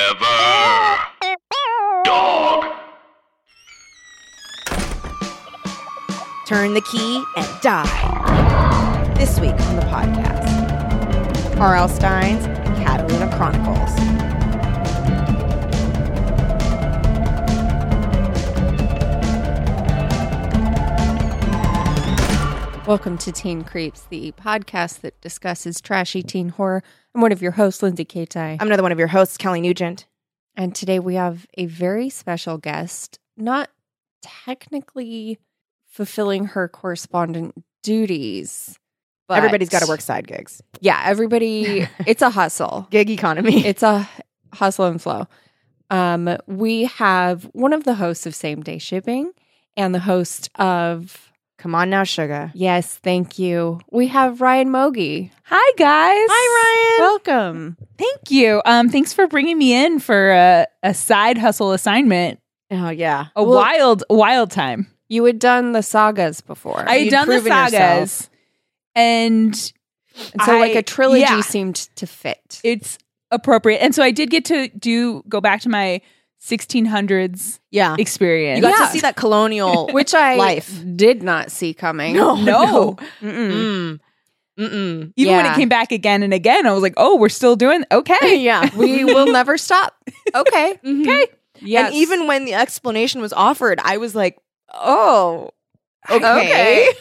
Forever. Dog. Turn the key and die. This week on the podcast, R.L. Stein's Catalina Chronicles. Welcome to Teen Creeps, the podcast that discusses trashy teen horror. I'm one of your hosts, Lindsay Kaitai. I'm another one of your hosts, Kelly Nugent. And today we have a very special guest, not technically fulfilling her correspondent duties. But Everybody's got to work side gigs. Yeah, everybody, it's a hustle. Gig economy. It's a hustle and flow. Um, we have one of the hosts of Same Day Shipping and the host of Come on now, sugar. Yes, thank you. We have Ryan Mogi. Hi guys. Hi, Ryan. Welcome. Thank you. Um thanks for bringing me in for a, a side hustle assignment. Oh, yeah. A Well- wild wild time. You had done the sagas before. I had you'd done the proven yourself. sagas. And and so, like, I- a trilogy yeah. seemed to fit. it's appropriate. And so I did get to do go back to my 1600s Yeah. experience. Ah, You got Yeah. to see that colonial. which I Life. did not see coming. no. Mm-mm. Mm. Mm-mm. Even when Yeah. it came back again and again, I was like, "Oh, we're still doing okay." yeah. we will never stop. Okay. Okay. Yes. And even when the explanation was offered, I was like, oh, okay. Okay.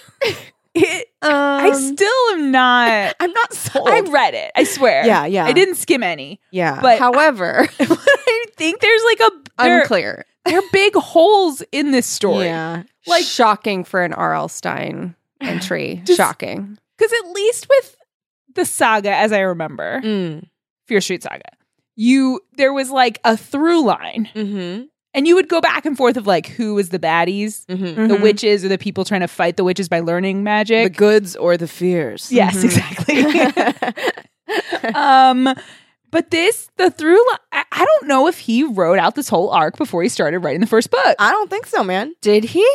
It- um, I still am not I'm not sold. I read it. I swear. Yeah, yeah. I didn't skim any. yeah. But however, I think there's like a there, unclear. there are big holes in this story. Yeah. Like Like- shocking for an R.L. Stein entry. Just- shocking. Because at least with the saga, as I remember, Mm. Fear Street Saga, you there was like a through line, Mm-hmm. and you would go back and forth of like who was the baddies, Mm-hmm. the witches, or the people trying to fight the witches by learning magic. goods or the Mm-hmm. fears. yes, Mhm. exactly. um, but this the through line. I, I don't know if he wrote out this whole arc before he started writing the first book. I don't think so, man. Did he?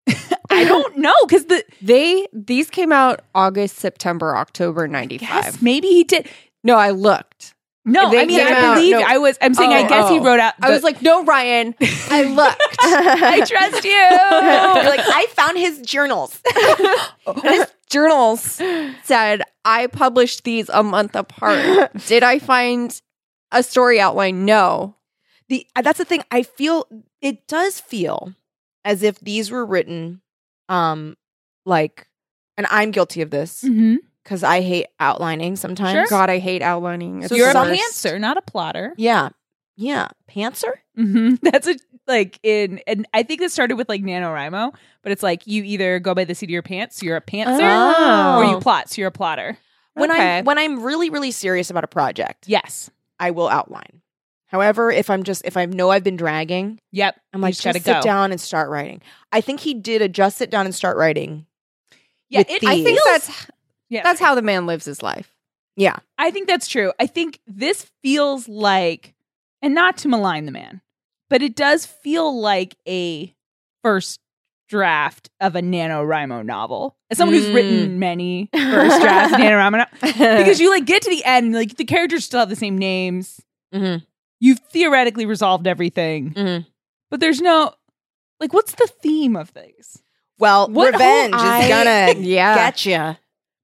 I don't know because the They these came out August, September, October '95. yes, maybe he did. No, I looked. No, They I mean came I out- believe no. I was. I'm saying Oh, I guess he oh. wrote out. I was like, no, Ryan. I looked. I trust you. You're like, I found his journals. his journals said I published these a month apart. Did I find a story outline? No. the uh, that's the thing i feel it does feel as if these were written um like and i'm guilty of this mm-hmm. because i hate outlining sometimes Sure. God, I hate outlining. It's So the You're a worst. pantser, not a plotter. yeah yeah pantser Mm-hmm. That's a like in, and I think this started with like NaNoWriMo, but it's like you either go by the seat of your pants, so you're a pantser, Oh. or you plot, so you're a plotter. when Okay. i'm when i'm really really serious about a project Yes. i will outline however if i'm just if i know i've been dragging Yep. i'm You like just just, gotta sit go. down and start writing i think he did a just sit down and start writing Yeah. with It, I think Feels- that's yeah. that's how the man lives his life. yeah I think that's true. I think this feels like, and not to malign the man, but it does feel like a first draft of a NaNoWriMo novel. As someone who's Mm. Uh. written many first drafts of NaNoWriMo, no- because you like get to the end, like the characters still have the same names. Mhm. You've theoretically resolved everything, Mhm. but there's no like, what's the theme of these? well What revenge whole is eye- gonna Yeah. get you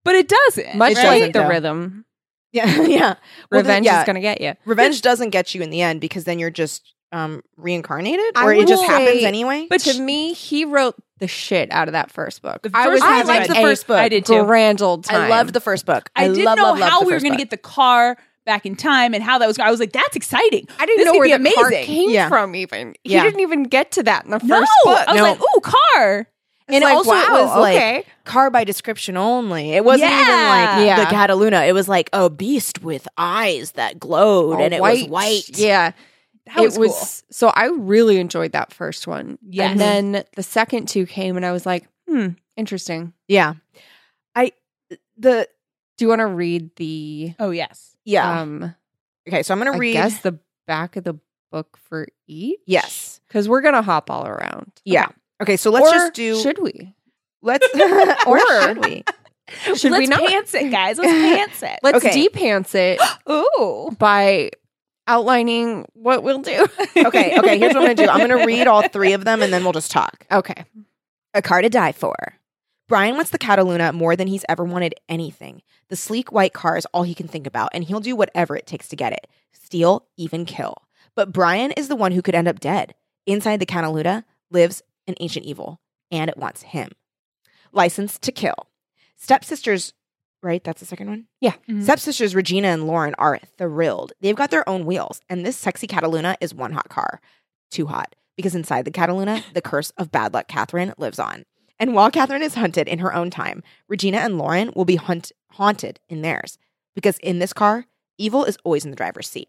But it doesn't. Much It like doesn't, the though. rhythm, yeah yeah Well, then, revenge yeah. is going to get you. revenge doesn't get you in the end because then you're just um reincarnated I or it will just happens say- anyway But But to sh- me, he wrote the shit out of that first book. The I first was one I having liked the a first book. I did too. grand old time. i loved the first book I, didn't love, know love, love how the we were first going to book. get the car back in time and how that was. going I was like, that's exciting. I didn't This know could where be the car amazing. came Yeah. from. Even Yeah. he didn't even get to that in the first no, book. I was No. like, ooh, car. It's And like, also, it wow, was like- okay. car by description only it wasn't Yeah. even like Yeah. the cataluna it was like a beast with eyes that glowed All and it was white Yeah, That was, it was. cool. So I really enjoyed that first one. Yes. and then the second two came, and I was like, hmm, interesting. yeah i the Do you want to read the? Oh yes. yeah Um, okay so i'm gonna I read guess the back of the book for each. yes because we're gonna hop all around. yeah okay, so let's Or just do Should we? let's or should we Should Let's we not? pants it, guys? Let's pants it. Let's Okay. de-pants it ooh. by outlining what we'll do. Okay, okay, here's what I'm going to do. I'm going to read all three of them and then we'll just talk. Okay. A car to die for. Brian wants the Cataluna more than he's ever wanted anything. The sleek white car is all he can think about, and he'll do whatever it takes to get it steal, even kill. But Brian is the one who could end up dead. Inside the Cataluna lives an ancient evil, and it wants him. License to kill. Stepsisters, right? That's the second one? Mhm. Stepsisters Regina and Lauren are thrilled. They've got their own wheels, and this sexy Cataluna is one hot car. Too hot. Because inside the Cataluna, the curse of bad luck Catherine lives on. And while Catherine is hunted in her own time, Regina and Lauren will be hunt- haunted in theirs. Because in this car, evil is always in the driver's seat.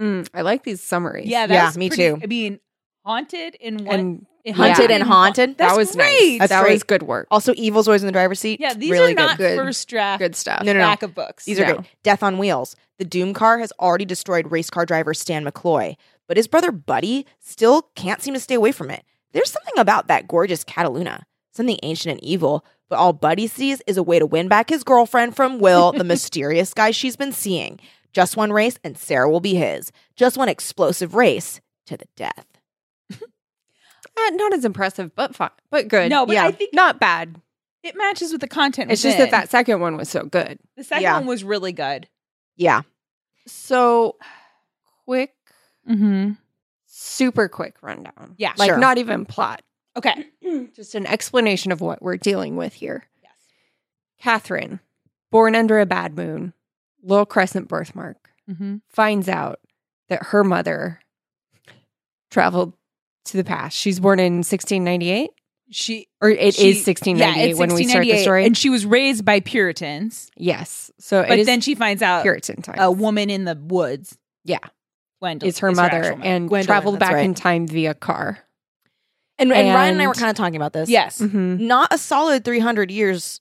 Mm, I like these summaries. Yeah, that Yeah, was me pretty- too. I mean, haunted in And one, Hunted Yeah. and haunted. That's that was nice. great. That's that great. was good work. Also, evil's always in the driver's seat. Yeah, these really are not good. first draft Good stuff. No, no, no. back of books. These are No. good. Death on Wheels. The Doom car has already destroyed race car driver Stan McCloy, but his brother Buddy still can't seem to stay away from it. There's something about that gorgeous Cataluna, something ancient and evil, but all Buddy sees is a way to win back his girlfriend from Will, the mysterious guy she's been seeing. Just one race, and Sarah will be his. Just one explosive race to the death. Eh, not as impressive, but fine, but good. No, but Yeah. I think not bad. it matches with the content. It's just that within. that second one was so good. the second Yeah. one was really good. Yeah. So quick, Mm-hmm. super quick rundown. Yeah. like Sure. not even plot, Okay. just an explanation of what we're dealing with here. Yes. Catherine, born under a bad moon, little crescent birthmark, Mm-hmm. finds out that her mother traveled to the past. She's born in 1698, She or it is She- yeah, 1698 it's when we start the 1698, story. and she was raised by Puritans, yes, so it but is then she finds out Puritan time. a woman in the woods. Yeah. Gwendolyn is her mother actual mother. and Gwendolyn, traveled that's back right. in time via car. And, and Ryan and I were And- kind of talking about this. Yes. Mm-hmm. Not a solid 300 years,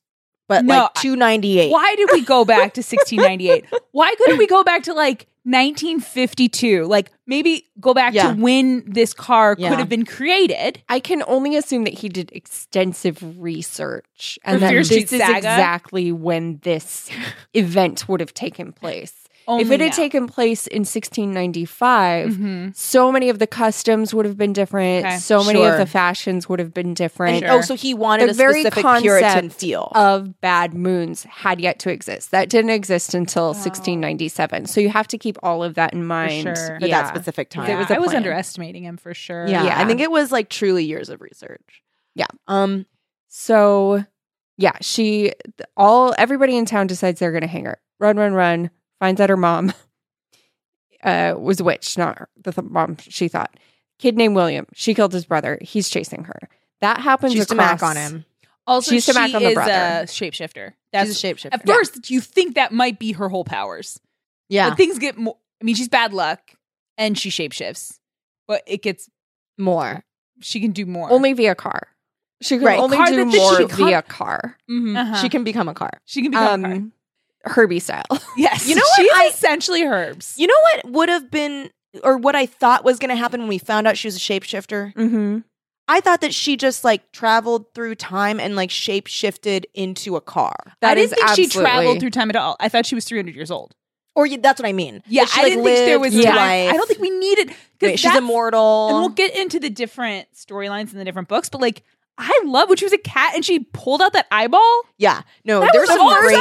but No, like I- 298. Why did we go back to 1698? Why couldn't we go back to like 1952? Like maybe go back Yeah. to when this car Yeah. could have been created. I can only assume that he did extensive research and For that Fear this Street is Saga? exactly when this event would have taken place. if Only it had now. taken place in 1695, Mhm. so many of the customs would have been different. Okay. So many Sure. of the fashions would have been different. And Sure. oh, so he wanted The a very specific concept Puritan feel. Of bad moons had yet to exist. That didn't exist until Oh. 1697. So you have to keep all of that in mind. sure. at Yeah. that specific time. It was a I was plan. underestimating him for sure. yeah, Yeah. I think it was like truly years of research. Yeah. Um. So, yeah, she th- all everybody in town decides they're going to hang her. Run, run, run. Finds out her mom uh, was a witch, not her, the th- mom she thought. Kid named William. She killed his brother. He's chasing her. That happens. She used to across- mac on him. Also, She she used to mac on the is brother. a shapeshifter. That's She's a shapeshifter. at first you think that might be her whole powers. yeah. But things get more. I mean, she's bad luck and she shapeshifts, but it gets More. she can do more. Only via car. She could Right. only Car do that she more could- via car, Mm-hmm. Uh-huh. She can become a car. she can become her. um, Herbie style. Yes, You know what? She's I- essentially herbs. You know what would have been, or what I thought was going to happen when we found out she was a shapeshifter? mm-hmm. I thought that she just like traveled through time and like shapeshifted into a car. I didn't think she traveled through time at all. I thought she was 300 years old. Or you, that's what I mean. Yeah, That she, I like, didn't think there lived was two time. lives. I don't think we needed Wait, because she's immortal. And we'll get into the different storylines in the different books, but like I love when she was a cat and she pulled out that eyeball. yeah, no, That there's was some awesome! great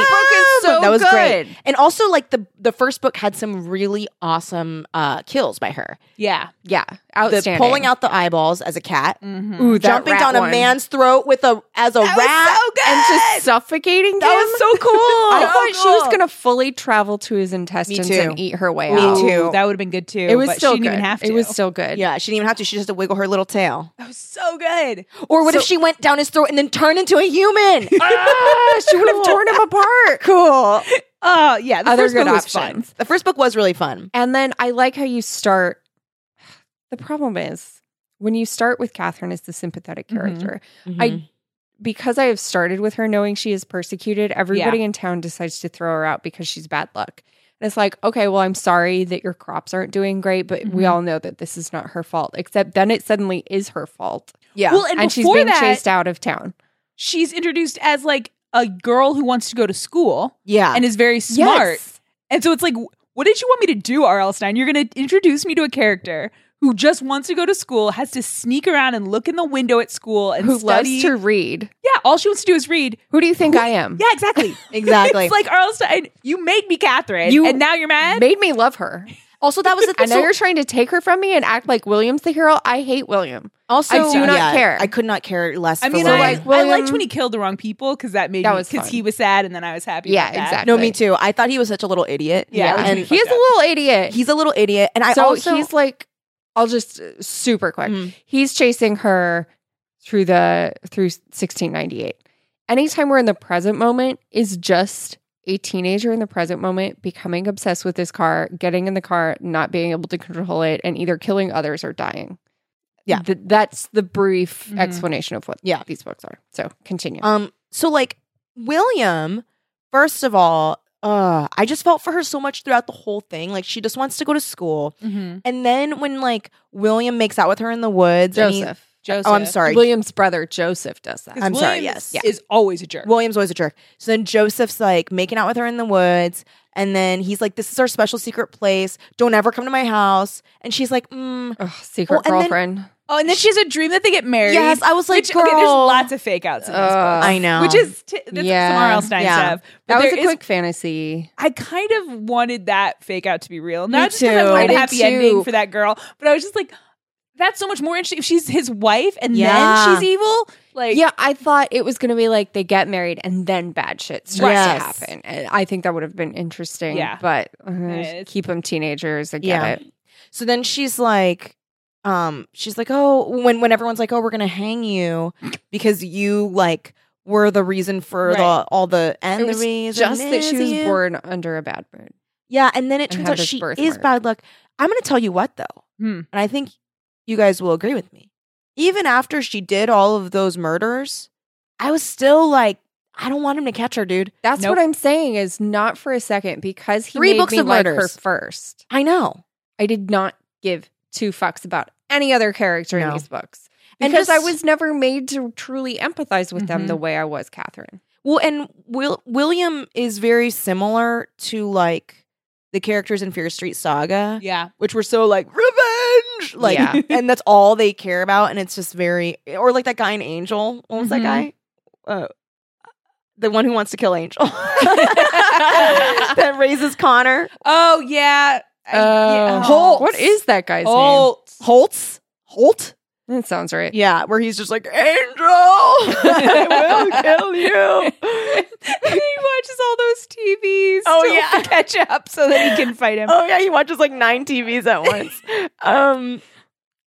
so that was good. great. And also like the the first book had some really awesome uh kills by her. Yeah. Yeah, The outstanding. pulling out the eyeballs as a cat, Mm-hmm. Ooh, that jumping rat down a one. man's throat with a as a That was rat. so good. and just suffocating that him. was so cool. I I thought she was going to fully travel to his intestines too. and eat her way Me out. too. Oh, That would have been good too. It was but still she didn't good. even have to. It was still good. yeah, she didn't even have to. She just had to wiggle her little tail. that was so good. Or what if she went down his throat and then turned into a human? Ah, she would have torn him apart. Cool. Oh yeah, the Other first good book was fun. options. the first book was really fun. And then I like how you start. The problem is when you start with Catherine as the sympathetic Mhm. character, I because I have started with her knowing she is persecuted, everybody in town decides to throw her out because she's bad luck. And it's like, okay, well, I'm sorry that your crops aren't doing great, but we Mhm. all know that this is not her fault. Except then it suddenly is her fault. yeah. Well, and, And, she's before being that, chased out of town. she's introduced as like a girl who wants to go to school yeah. Uh, and is very smart. And so it's like, w- What did you want me to do, R.L. Stein? You're going to introduce me to a character who just wants to go to school, has to sneak around and look in the window at school and who study. loves to read. yeah, all she wants to do is read. Who do you think I am? Yeah, exactly. Exactly. it's like R.L. Stein, you made me Catherine, You- and now you're mad. Made me love her. also, that was the I thing. know So- you're trying to take her from me and act like William's the hero. I hate William. also, I do not care. I could not care less. I for mean, So, I, Ryan. like, I liked William- when he killed the wrong people because that made That me was because fun. he was sad and then I was happy. Yeah, about that. exactly. no, me too. I thought he was such a little idiot. Yeah, Yeah. that was and pretty He is fucked a up. little idiot. he's a little idiot. And I so also he's like, I'll just uh, super quick. Mm. He's chasing her through the through 1698. Anytime we're in the present moment is just a teenager in the present moment becoming obsessed with this car, getting in the car, not being able to control it, and either killing others or dying. Yeah. Mm-hmm. Th- that's the brief Mhm. explanation of what Yeah. these books are. So continue. Um, so like William, first of all, uh, I just felt for her so much throughout the whole thing. Like she just wants to go to school, Mhm. and then when like William makes out with her in the woods, and he- Joseph. Joseph. oh, I'm sorry, William's brother Joseph does that. 'Cause I'm sorry, William yes. is- is always a jerk. William's always a jerk. So then Joseph's like making out with her in the woods, and then he's like, "This is our special secret place. Don't ever come to my house." And she's like, mm, Ugh, secret Oh, and then- girlfriend. oh, and then she has a dream that they get married. "Yes." I was like, which, "Girl, okay, there's lots of fake outs in this Ugh. book. I know." Which is t- that's Yeah. some R.L. Stein Yeah. stuff. But that was a there is- quick fantasy. I kind of wanted that fake out to be real. Not just 'cause too. I I wanted did a happy too. ending for that girl, but I was just like, that's so much more interesting if she's his wife and Yeah. then she's evil. Like, Yeah, I thought it was going to be like they get married and then bad shit starts Yes. to happen. And I think that would have been interesting. Yeah. but uh, it's- keep them teenagers. I get Yeah. it. So then she's like, um, she's like, oh, when when everyone's like, oh, we're gonna hang you because you like were the reason for the Right. all the It was enemies. I Just that she miss was you. born under a bad mood. Yeah, and then it and turns had out this she is birthmark. bad luck. I'm gonna tell you what though, Hmm. and I think you guys will agree with me. Even after she did all of those murders, I was still like, I don't want him to catch her, dude. That's Nope. what I'm saying is not for a second because he Three made books me of like her murders. first. I know. I did not give two fucks about any other character in No. these books And because I just- Mm-hmm. was never made to truly empathize with them Mhm. the way I was Catherine. Well, and Will- William is very similar to like the characters in Fear Street Saga. yeah. which were so like revenge, like, Yeah. and that's all they care about, and it's just very, or like that guy in Angel, what was Mhm. that guy? Uh, the one who wants to kill Angel that raises Connor Oh, yeah. I- yeah. Uh, Holt. What is that guy's Holt. Holtz. Holt, name? That sounds right. yeah, where he's just like Angel, I will kill you. he watches all those TVs. Oh, still yeah. to catch up so that he can fight him. Oh yeah, he watches like nine TVs at once. um,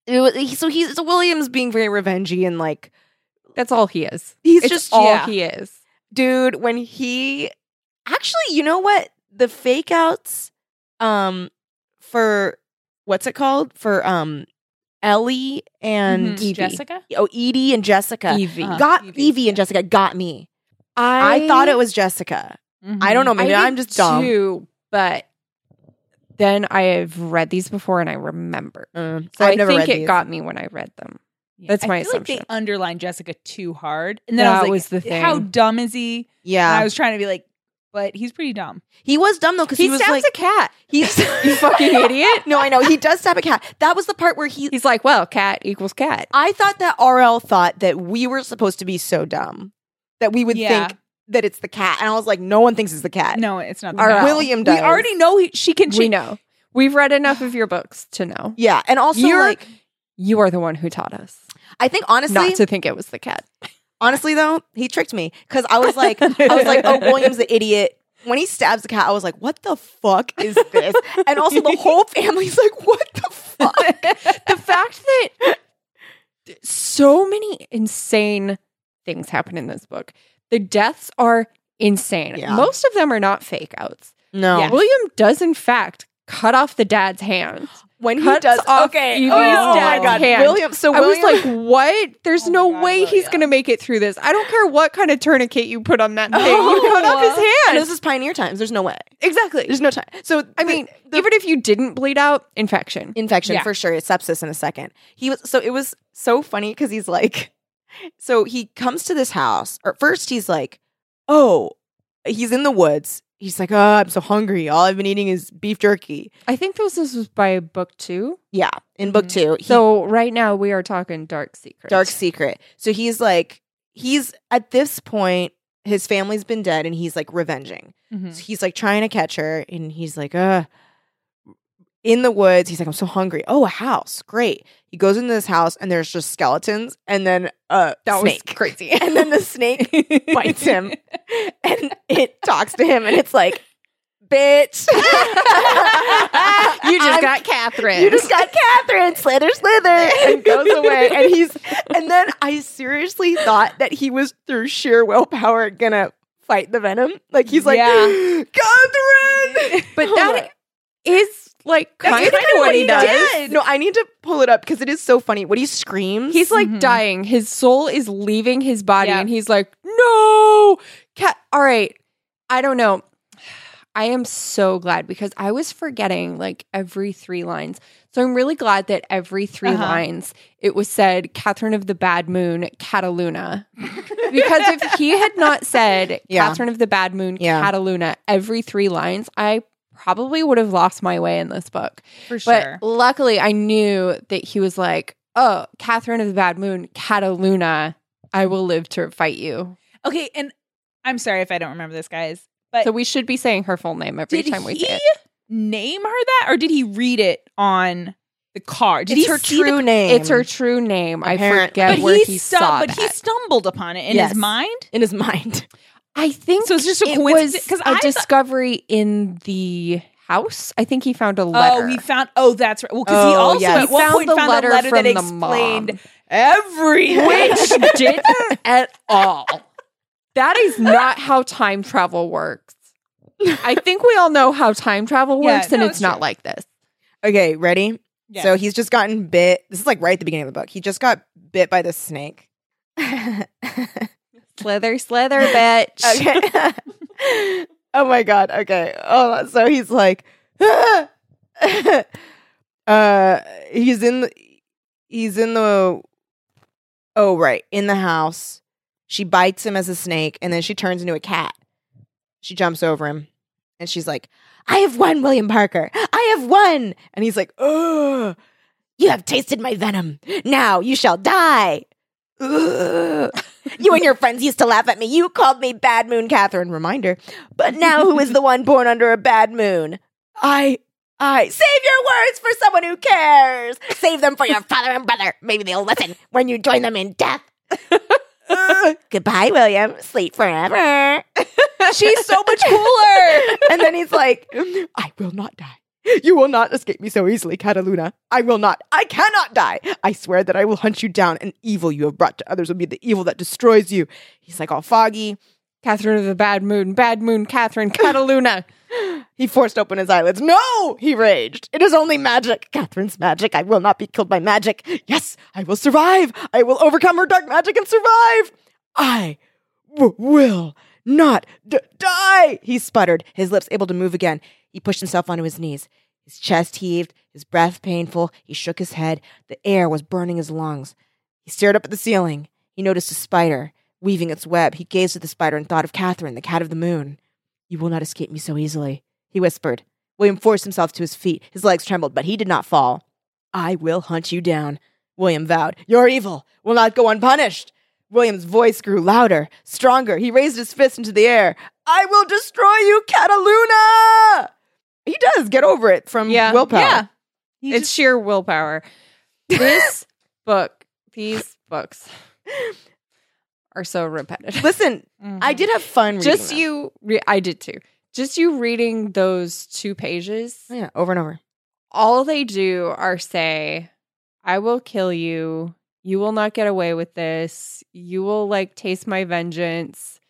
it was- he- so he's so Williams being very revengey and like That's all he is. he's it's just all yeah. he is. dude when he actually you know what the fake outs um for what's it called for um ellie and Mm-hmm. Mhm. evie Jessica? oh edie and jessica uh, Evie. Uh-huh. got Evie, evie, and jessica got me i, thought it was jessica Mm-hmm. i don't know maybe Mm-hmm. I I am did just dumb Too, but then I have read these before and I remember. Mm, So i I've never think read it these. got me when I read them. That's I my feel assumption. Like they underlined Jessica too hard, and then I That was, was like, the "How thing. dumb is he?" And I yeah was trying to be like, "But he's pretty dumb." he was dumb though because he, was like a cat. he's You fucking idiot. no i know he does stab a cat that was the part where he He's like, well, cat equals cat. I thought that RL thought that we were supposed to be so dumb that we would Yeah. think that it's the cat. And I was like, no one thinks it's the cat. No, it's not. All right. William We does. already know he, she can. we She, know. We've read enough of your books to know. Yeah. And also, You're- like, You are the one who taught us I think honestly, not to think it was the cat. honestly though, he tricked me because I was like, I was like, oh, William's the idiot. When he stabs the cat, I was like, what the fuck is this? And also, the whole family's like, what the fuck? the fact that so many insane things happen in this book. The deaths are insane. Yeah. Most of them are not fake outs. No. Yeah. William does, in fact, cut off the dad's hand. When he Cuts does, off okay. Evie's oh, my dad's God. hand. William, so I was William, like, what? There's Oh my no God, way he's William. going to make it through this. I don't care what kind of tourniquet you put on that thing. Oh. you cut off his and hand. this is pioneer times. There's no way. exactly. There's no time. So, I mean, even if you didn't bleed out, infection. infection Yeah. for sure. It's sepsis in a second. He was so it was so funny because he's like, so he comes to this house. Or first he's like, oh, he's in the woods. he's like, oh, I'm so hungry. All I've been eating is beef jerky. I think this this was by book two. Yeah, in book Mhm. two. he- So right now we are talking dark secret. Dark secret. So he's like, he's at this point, his family's been dead and he's like revenging. Hmm. Mhm. So he's like trying to catch her and he's like, uh, in the woods. He's like, I'm so hungry. Oh, a house. Great. He goes into this house and there's just skeletons and then a That was snake. crazy. And then the snake bites him and it talks to him and it's like, bitch. you just I'm got Catherine. you just got Catherine, slither, slither, and goes away. And he's and then I seriously thought that he was through sheer willpower gonna fight the venom. Like he's like, Yeah. Catherine. but Oh my- that is like That's kind of what he does. did. No, I need to pull it up because it is so funny. What he screams, He's like Mhm. dying. His soul is leaving his body, Yeah. and he's like, "No, cat." All right, I don't know. I am so glad because I was forgetting like every three lines. So I'm really glad that every 3 Uh-huh. lines it was said Catherine of the Bad Moon, Cataluna. because if he had not said Yeah. Catherine of the Bad Moon, Yeah. Cataluna every three lines, I probably would have lost my way in this book. for But sure. luckily, I knew that he was like, "Oh, Catherine of the Bad Moon, Cataluna, I will live to fight you." Okay, and I'm sorry if I don't remember this, guys. But So we should be saying her full name every did time we he say it. name her that, or did he read it on the card? Did it's he her see the- true name. It's her true name. I Apparently. forget but where he, he stum- saw but that. he stumbled upon it in Yes. his mind. in his mind. I think So it's just a it was coincidence- 'cause a I thought- discovery in the house. I think he found a letter. Oh, he found. Oh, that's right. Well, because he Oh, also yes. at one point found a letter that the explained mom. everything. which didn't at all. That is not how time travel works. I think we all know how time travel Yeah, works, and no, it's it's not true. like this. Okay, ready? Yeah. So he's just gotten bit. This is like right at the beginning of the book. He just got bit by this snake. Slither, slither, bitch. Okay. oh my god. Okay. Oh, so he's like, uh, he's in, the, he's in the, oh right, in the house. She bites him as a snake, and then she turns into a cat. She jumps over him, and she's like, "I have won, William Parker. I have won." And he's like, "Ugh, you have tasted my venom. Now you shall die." Ugh. You and your friends used to laugh at me. You called me Bad Moon Catherine. Reminder. But now who is the one born under a bad moon? I. I. Save your words for someone who cares. Save them for your father and brother. Maybe they'll listen when you join them in death. Ugh. goodbye, William. Sleep forever. she's so much cooler. And then he's like, I will not die. You will not escape me so easily, Cataluna. I will not. I cannot die. I swear that I will hunt you down, and evil you have brought to others will be the evil that destroys you. He's like all foggy. Catherine of the Bad Moon, Bad Moon, Catherine, Cataluna. He forced open his eyelids. No, he raged. It is only magic. Catherine's magic. I will not be killed by magic. Yes, I will survive. I will overcome her dark magic and survive. I w- will not d- die, he sputtered, his lips able to move again. He pushed himself onto his knees. His chest heaved, his breath painful. He shook his head. The air was burning his lungs. He stared up at the ceiling. He noticed a spider weaving its web. He gazed at the spider and thought of Catherine, the cat of the moon. You will not escape me so easily, he whispered. William forced himself to his feet. His legs trembled, but he did not fall. I will hunt you down, William vowed. Your evil will not go unpunished. William's voice grew louder, stronger. He raised his fist into the air. I will destroy you, Cataluna! He does get over it from Yeah. willpower. Yeah. He It's just- sheer willpower. This book, these books are so repetitive. Listen, I Mhm. did have fun reading Just them. you, re- I did too. Just you reading those two pages. Yeah, over and over. all they do are say, I will kill you. You will not get away with this. You will like taste my vengeance.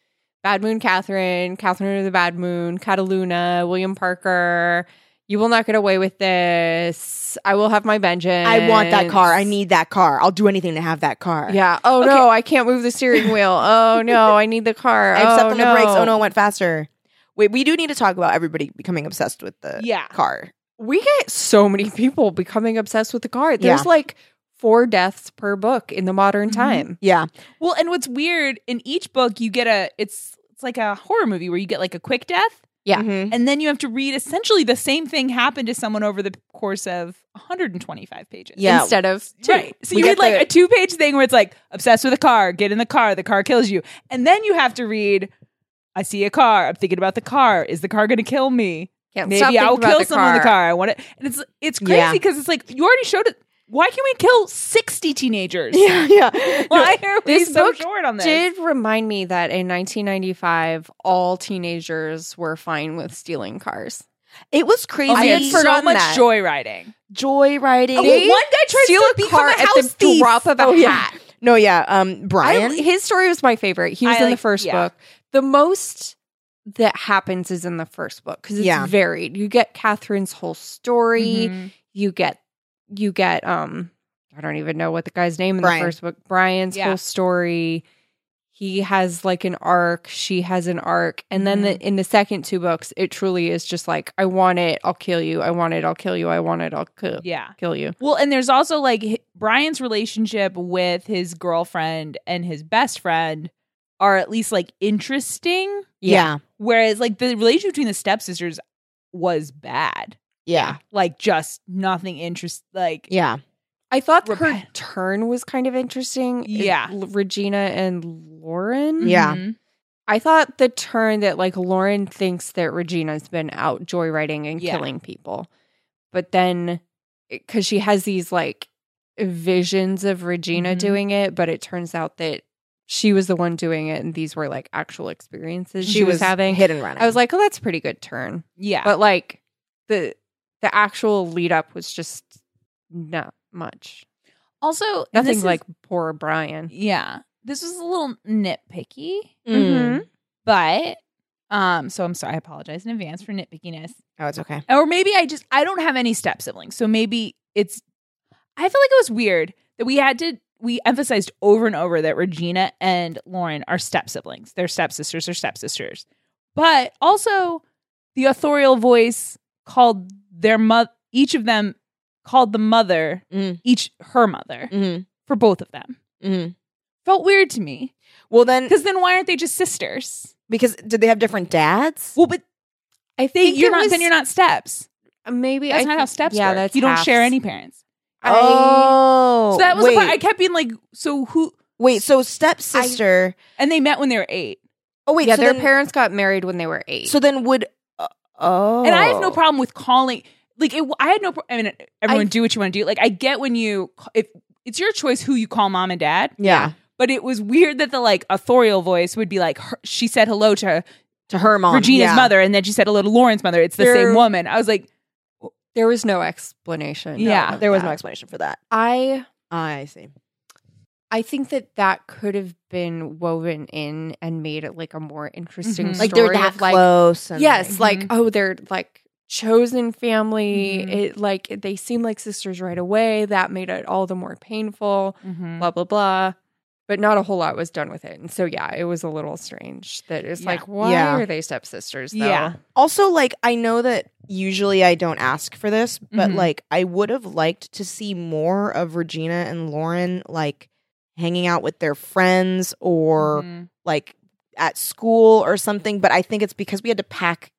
Bad Moon Catherine, Catherine of the Bad Moon, Cataluna, William Parker. You will not get away with this. I will have my vengeance. I want that car. I need that car. I'll do anything to have that car. Yeah. Oh Okay. no, I can't move the steering wheel. Oh no, I need the car. I stepped oh, on no. the brakes. Oh no, it went faster. Wait, we do need to talk about everybody becoming obsessed with the Yeah. car. We get so many people becoming obsessed with the car. There's Yeah. Mm-hmm. like four deaths per book in the modern Mhm. time. Yeah. Well, and what's weird in each book, you get a it's it's like a horror movie where you get like a quick death, Yeah. Mhm. And then you have to read essentially the same thing happened to someone over the course of 125 pages. Yeah. instead of two. Right. So We you get read like the- a two page thing where it's like, obsessed with a car, get in the car, the car kills you. And then you have to read, I see a car, I'm thinking about the car. Is the car going to kill me? Can't Maybe stop I'll thinking about kill someone in the car. I want to. And it's, it's crazy Yeah. because it's like, you already showed it. Why can we kill 60 teenagers? Yeah, yeah. Why are we This so book short on this? Did remind me that in 1995, all teenagers were fine with stealing cars. It was crazy. I had See? so forgotten much that. joyriding. joyriding. Oh, They one guy tries Steal to a become car a at house the thief. drop of a Oh, yeah. hat. no, yeah. Um, I, Brian. his story was my favorite. He was I in the like- first yeah. book. The most that happens is in the first book because it's Yeah. varied. You get Catherine's whole story. Mhm. You get you get um I don't even know what the guy's name in Brian. the first book. Brian's Yeah. whole story. He has like an arc. She has an arc, and then Mm-hmm. the, in the second two books, it truly is just like I want it. I'll kill you. I want it. I'll kill you. I want it. I'll kill Yeah. kill you. Well, and there's also like hi- Brian's relationship with his girlfriend and his best friend are at least like interesting, yeah. whereas like the relationship between the stepsisters was bad. Yeah. Like just nothing interest like Yeah. I thought her Repent. turn was kind of interesting. Yeah. L- Regina and Lauren. Yeah. Mhm. I thought the turn that like Lauren thinks that Regina's been out joyriding and Yeah. killing people. But then cuz she has these like visions of Regina Mhm. doing it, but it turns out that she was the one doing it and these were like actual experiences she, was, having. hit and running. I was like, "Oh, that's a pretty good turn." Yeah. But like the the actual lead up was just not much. also and this Nothing is- like poor Brian. Yeah. This was a little nitpicky, Mm. but um so I'm sorry I apologize in advance for nitpickiness. oh, it's okay. or maybe I just I don't have any step siblings, so maybe it's. I feel like it was weird that we had to we emphasized over and over that Regina and Lauren are step siblings. They're stepsisters or stepsisters, but also the authorial voice called their mother. Each of them called the mother Mm. each her mother Mm. for both of them. Mm. Felt weird to me Well, then, because then why aren't they just sisters? because did they have different dads? Well, but I they, think you're it not was- then you're not steps. Maybe That's I not think- how steps Yeah, work. that's you don't share halves. any parents. I- oh, So that was wait, the part I kept being like, so who? wait. So stepsister. And they met when they were eight, oh wait. yeah, so their then, parents got married when they were eight. So then would. Uh, oh, and I have no problem with calling. Like, it, I had no. pro- I mean, everyone I- do what you want to do. Like, I get when you ca- if it's your choice who you call mom and dad, Yeah, but it was weird that the like authorial voice would be like, her, she said hello to to her mom, Regina's yeah. mother, and then she said hello to Lauren's mother. It's the They're- same woman. I was like, there was no explanation. Yeah, of There was no that. explanation for that. I I see. I think that that could have been woven in and made it like a more interesting Mhm. story. Mm-hmm. Like they're that of, like, close. And mm-hmm. Yes, Mhm. like oh, they're like chosen family. Mhm. It like they seem like sisters right away. That made it all the more painful. Mm-hmm. mm-hmm. Blah blah blah. But not a whole lot was done with it, and so yeah, it was a little strange that it's Yeah. like why Yeah. are they stepsisters? Though? Yeah. Also, like, I know that usually I don't ask for this, but Mhm. like, I would have liked to see more of Regina and Lauren, like, hanging out with their friends or Mhm. like at school or something. But I think it's because we had to pack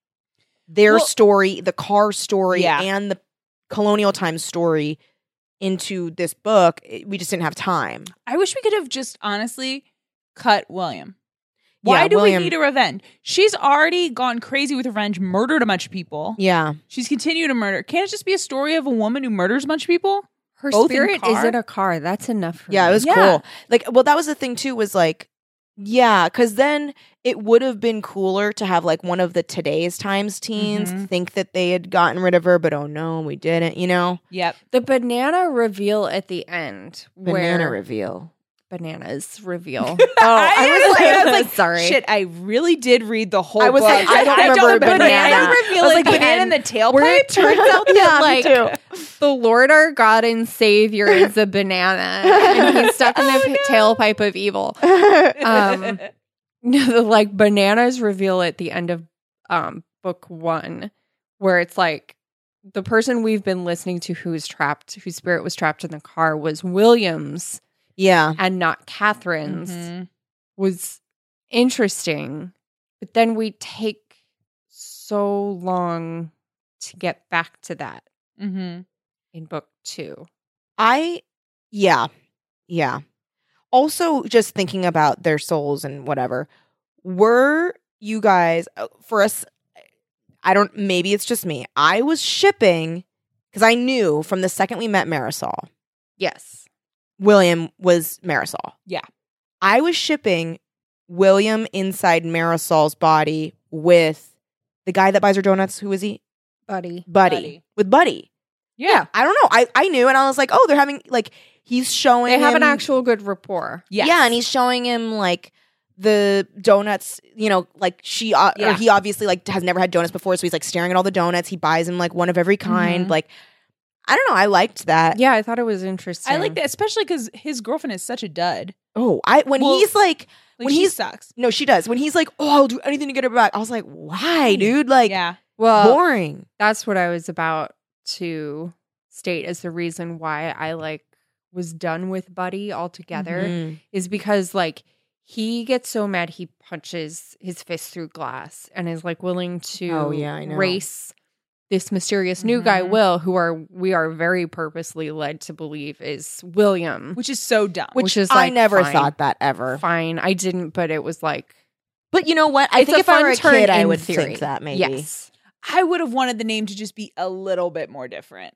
their Well- story, the car story, Yeah. and the colonial times story into this book. It- We just didn't have time. I wish we could have just honestly cut William. Why Yeah, do William- we need a revenge? She's already gone crazy with revenge, murdered a bunch of people. Yeah. She's continued to murder. Can't it just be a story of a woman who murders a bunch of people? Her Both in spirit is car? in a car. That's enough. For Yeah, me. it was Yeah. cool. Like, well, that was the thing too. Was like, yeah, because then it would have been cooler to have like one of the today's times teens Mhm. think that they had gotten rid of her, but oh no, we didn't. You know, Yep. The banana reveal at the end. banana where reveal. Bananas reveal. Oh, I was like- I was like, sorry. Shit, I really did read the whole. I was book. like, I don't remember banana. banana. reveal I was it like, banana banana. in the tailpipe. Where it turns out that Yeah, me like the Lord our God and Savior is a banana, and he's stuck in the Oh, p- tailpipe of evil. um, No, the like bananas reveal at the end of um book one, where it's like the person we've been listening to who is trapped, whose spirit was trapped in the car, was Williams Yeah, and not Catherine's. Mm-hmm. was interesting, but then we take so long to get back to that Mm-hmm. in book two. I, yeah, yeah. Also, just thinking about their souls and whatever. Were you guys uh, for us? I don't. Maybe it's just me. I was shipping because I knew from the second we met Marisol, Yes. William was Marisol. Yeah. I was shipping William inside Marisol's body with the guy that buys her donuts. Who is he? Buddy. Buddy. Buddy. With Buddy. Yeah. I don't know. I, I knew, and I was like, oh, they're having like he's showing. They have an him- actual good rapport. Yes. yeah, and he's showing him like the donuts. You know, like she uh, or Yeah. he obviously like has never had donuts before, so he's like staring at all the donuts. He buys him like one of every kind. Mhm. Like I don't know. I liked that. Mm-hmm. Yeah, I thought it was interesting. I like that, especially because his girlfriend is such a dud. Oh, I when Well- he's like Like, When she he's- sucks. no, she does. When he's like, oh, I'll do anything to get her back. I was like, why, dude? Like yeah. Well, boring. that's what I was about to state as the reason why I like was done with Buddy altogether Mhm. is because like he gets so mad he punches his fist through glass and is like willing to Oh, yeah, I know. Mm-hmm. race this mysterious new guy Mhm. Will who are we are very purposely led to believe is William. Which is so dumb. Which, which is, I like, never fine. thought that ever. Fine, I didn't, but it was like But you know what? I it's think a if I were a fun turn kid, I in would theory. think that maybe. Yes. I would have wanted the name to just be a little bit more different.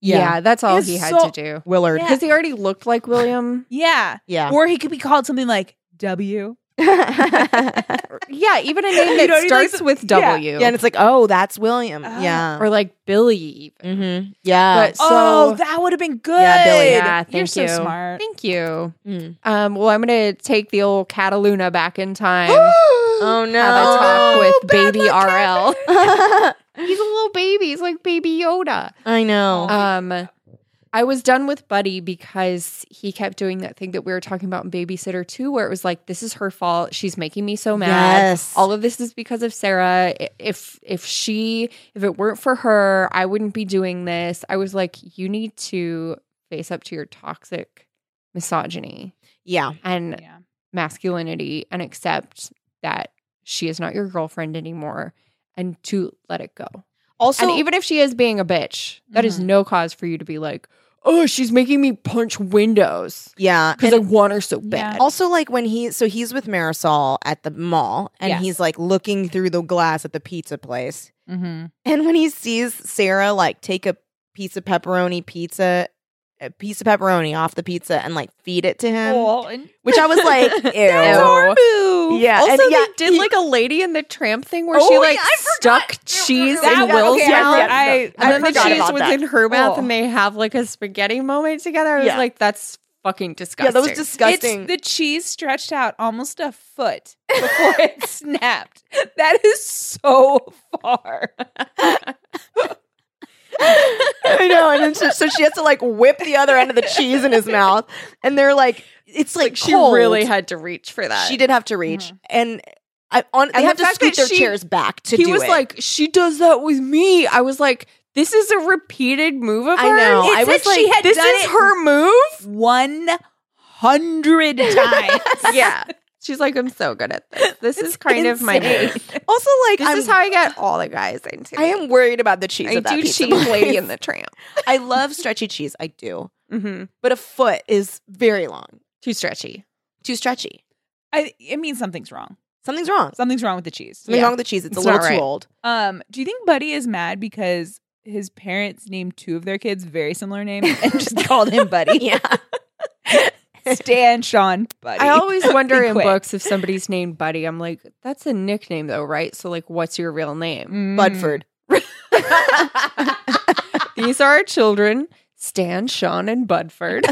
Yeah, that's all It's he had so- to do. Willard. Because he already looked like William. Yeah. Yeah. Or he could be called something like W. yeah, yeah, even a name You that know, he starts likes- with yeah. W. and it's like, oh, that's William. Oh. yeah. Uh. or like Billy even. mm-hmm. Yeah. But- oh, So- that would have been good. Yeah, Billy. Yeah, You're thank so you. smart. Thank you. Mm. Um, well, I'm going to take the old Cataluna back in time. oh no. Have a talk Oh, with bad baby luck, RL. He's a little baby. He's like baby Yoda. I know. Um, I was done with Buddy because he kept doing that thing that we were talking about in Babysitter 2, where it was like, this is her fault. She's making me so mad. Yes. all of this is because of Sarah. I- If if she if it weren't for her, I wouldn't be doing this. I was like, you need to face up to your toxic misogyny yeah. and Yeah. masculinity and accept that she is not your girlfriend anymore and to let it go. Also, and even if she is being a bitch, that is Mm-hmm. Mhm. no cause for you to be like, "Oh, she's making me punch windows yeah. cuz I want her so Yeah. bad." Also, like when he, so he's with Marisol at the mall, and Yes. he's like looking through the glass at the pizza place, Mm-hmm. And when he sees Sarah like take a piece of pepperoni pizza, a piece of pepperoni off the pizza and like feed it to him, Oh. which I was like, ew. That's our move. Yeah, Also, and yeah, they did he- like a Lady in the Tramp thing where Oh, she yeah, like I stuck cheese That in was- Will's okay, I mouth, forgot. I I, I, and then the forgot cheese about was that. in her mouth, Cool. and they have like a spaghetti moment together. I was Yeah. like, that's fucking disgusting. yeah, that was disgusting. It's the cheese stretched out almost a foot before it snapped. That is so far. I know, and then so, so she has to like whip the other end of the cheese in his mouth, and they're like, it's like, she cold. really had to reach for that. Mm-hmm. she did have to reach, and I on they And the have to fact scoot that their she- chairs back to he do was it. like, she does that with me. I was like, this is a repeated move of I hers. know. It I was said she like, had This done is it her move. one hundred times. yeah. She's like, I'm so good at this. This is kind of my insane. move. also like, This I'm, is how I get all the guys into I it. am worried about the cheese. I of that do pizza cheese place. lady in the tramp. I love stretchy cheese. I do, Mm-hmm. but a foot is very long, Too stretchy. too stretchy. I, it means something's wrong. Something's wrong. Something's wrong with the cheese. Something Yeah. wrong with the cheese. It's, It's a little not right. too old. Um, do you think Buddy is mad because his parents named two of their kids very similar names and just called him Buddy? Yeah. Stan, Sean, Buddy. I always wonder Be in quick. books if somebody's named Buddy. I'm like, that's a nickname though, right? So like, what's your real name? Mm. Budford. These are our children: Stan, Sean, and Budford.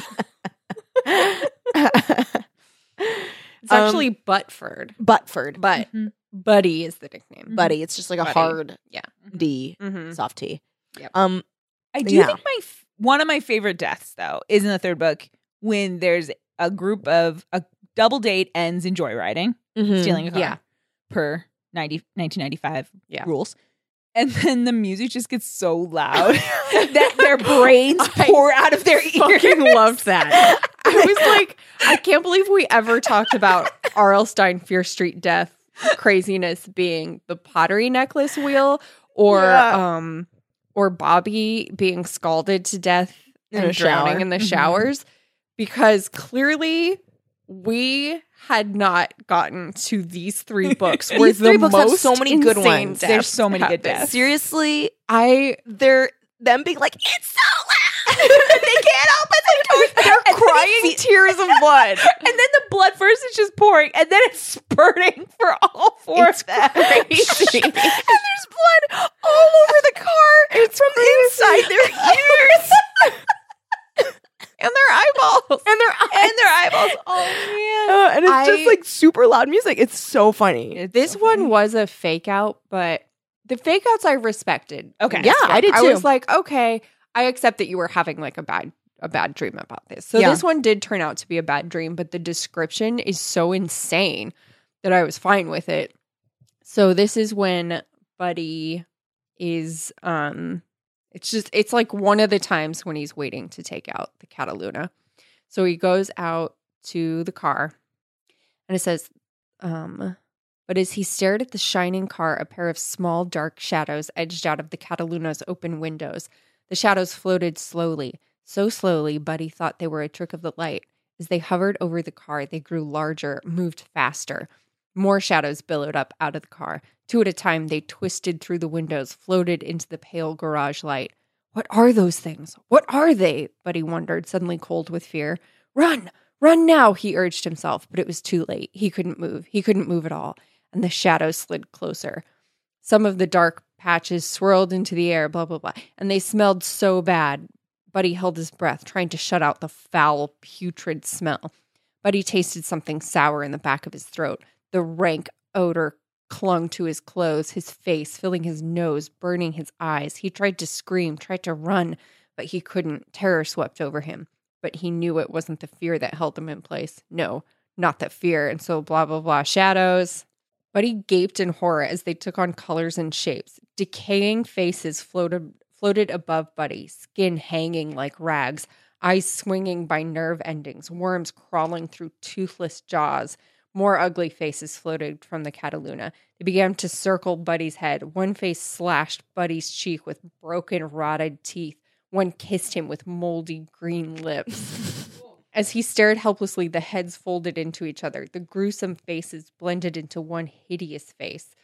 It's Um, actually Butford, Butford. but Mhm. Buddy is the nickname. Buddy. It's just like a Buddy. hard Yeah. D Mm-hmm. soft T. Yep. Um I do Yeah. think my f- one of my favorite deaths though is in the third book when there's a group of a double date ends in joyriding, Mm, mm-hmm. stealing a car Yeah. per 90, 1995 Yeah. rules. And then the music just gets so loud that their brains I pour out of their ears. Fucking loved that. I was like, I can't believe we ever talked about Arlstein Fear Street Death craziness being the pottery necklace wheel or Yeah. um or Bobby being scalded to death In and a drowning shower. in the Mhm. showers because clearly we had not gotten to these three books. where These three the books have most so many good insane ones. deaths There's so many good happened. deaths. Seriously, I they're them being like, it's so loud. they can't open the door. they're crying tears of blood. and then the blood first is just pouring, and then it's spurting for all four It's of them. crazy. and there's blood all over the car. It's from inside their ears and their eyeballs. and their eyes. and their eyeballs. Oh man! Uh, and it's I- just like super loud music. It's so funny. Uh, This one was a fake out, but the fake outs I respected. Okay. in Yeah, this book. I did I too. was like, okay, I accept that you were having like a bad a bad dream about this. So Yeah. this one did turn out to be a bad dream, but the description is so insane that I was fine with it. So this is when Buddy is um it's just it's like one of the times when he's waiting to take out the Cataluna. So he goes out to the car and it says um but as he stared at the shining car, a pair of small dark shadows edged out of the Cataluna's open windows. The shadows floated slowly, so slowly, Buddy thought they were a trick of the light. As they hovered over the car, they grew larger, moved faster. More shadows billowed up out of the car. Two at a time, they twisted through the windows, floated into the pale garage light. What are those things? What are they? Buddy wondered, suddenly cold with fear. Run! Run now! He urged himself, but it was too late. He couldn't move. He couldn't move at all and the shadows slid closer. Some of the dark patches swirled into the air, blah, blah, blah, and they smelled so bad. Buddy held his breath, trying to shut out the foul, putrid smell. Buddy tasted something sour in the back of his throat. The rank odor clung to his clothes, his face, filling his nose, burning his eyes. He tried to scream, tried to run, but he couldn't. Terror swept over him. But he knew it wasn't the fear that held him in place. No, not that fear. And so, blah, blah, blah. Shadows. Buddy gaped in horror as they took on colors and shapes. Decaying faces floated floated above Buddy, skin hanging like rags, eyes swinging by nerve endings, worms crawling through toothless jaws. More ugly faces floated from the Cataluna. They began to circle Buddy's head. One face slashed Buddy's cheek with broken, rotted teeth. One kissed him with moldy green lips. As he stared helplessly, the heads folded into each other. The gruesome faces blended into one hideous face.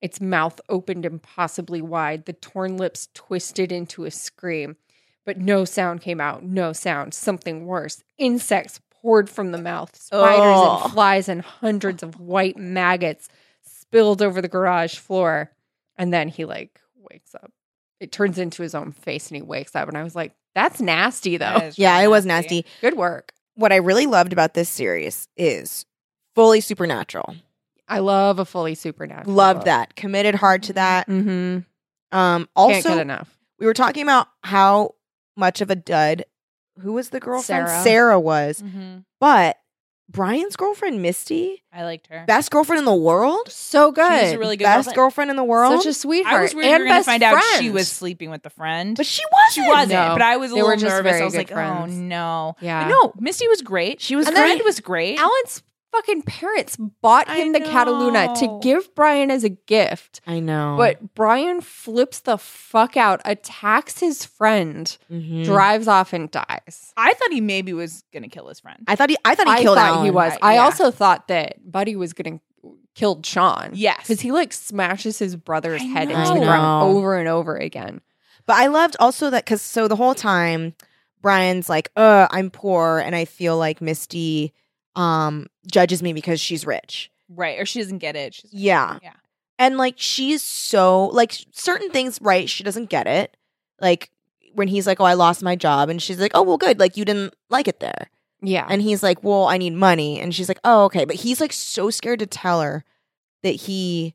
Its mouth opened impossibly wide, the torn lips twisted into a scream. But no sound came out, no sound. Something worse. Insects poured from the mouth, spiders Oh. and flies, and hundreds of white maggots spilled over the garage floor. And then he like wakes up. It turns into his own face and he wakes up. And I was like, that's nasty though. Yeah, it was nasty. Good work. What I really loved about this series is fully supernatural. I love a fully supernatural. Loved that. Committed hard to that. Mm-hmm. Um Can't get also enough. we were talking about how much of a dud who was the girlfriend Sarah. was, hmm but Brian's girlfriend Misty, I liked her. best girlfriend in the world, So good. She's a really good best girlfriend. girlfriend in the world. Such a sweetheart. I was worried we and were going to best find out she friend. was sleeping with the friend. but she wasn't. she wasn't. No. But I was a They were little just nervous. very I was good like, friends. oh no. Yeah. No, Misty was great. She was and great. Friend was great. Alan's fucking parents bought I him the Cataluna to know. give Brian as a gift. I know. But Brian flips the fuck out, attacks his friend, Mhm. drives off, and dies. I thought he maybe was going to kill his friend. I thought he I thought he I killed thought Alan. he was. right? I Yeah. also thought that Buddy was getting killed Sean. Yes. Because he like smashes his brother's I head know. into the I ground know. over and over again. But I loved also that because so the whole time Brian's like, "Uh, I'm poor, and I feel like Misty um judges me because she's rich." right. Or she doesn't get it. She's Yeah, Yeah. and like she's so like certain things, right? She doesn't get it. Like when he's like, "Oh, I lost my job," and she's like, "Oh, well, good. Like you didn't like it there." Yeah. And he's like, "Well, I need money," and she's like, "Oh, okay." But he's like so scared to tell her that he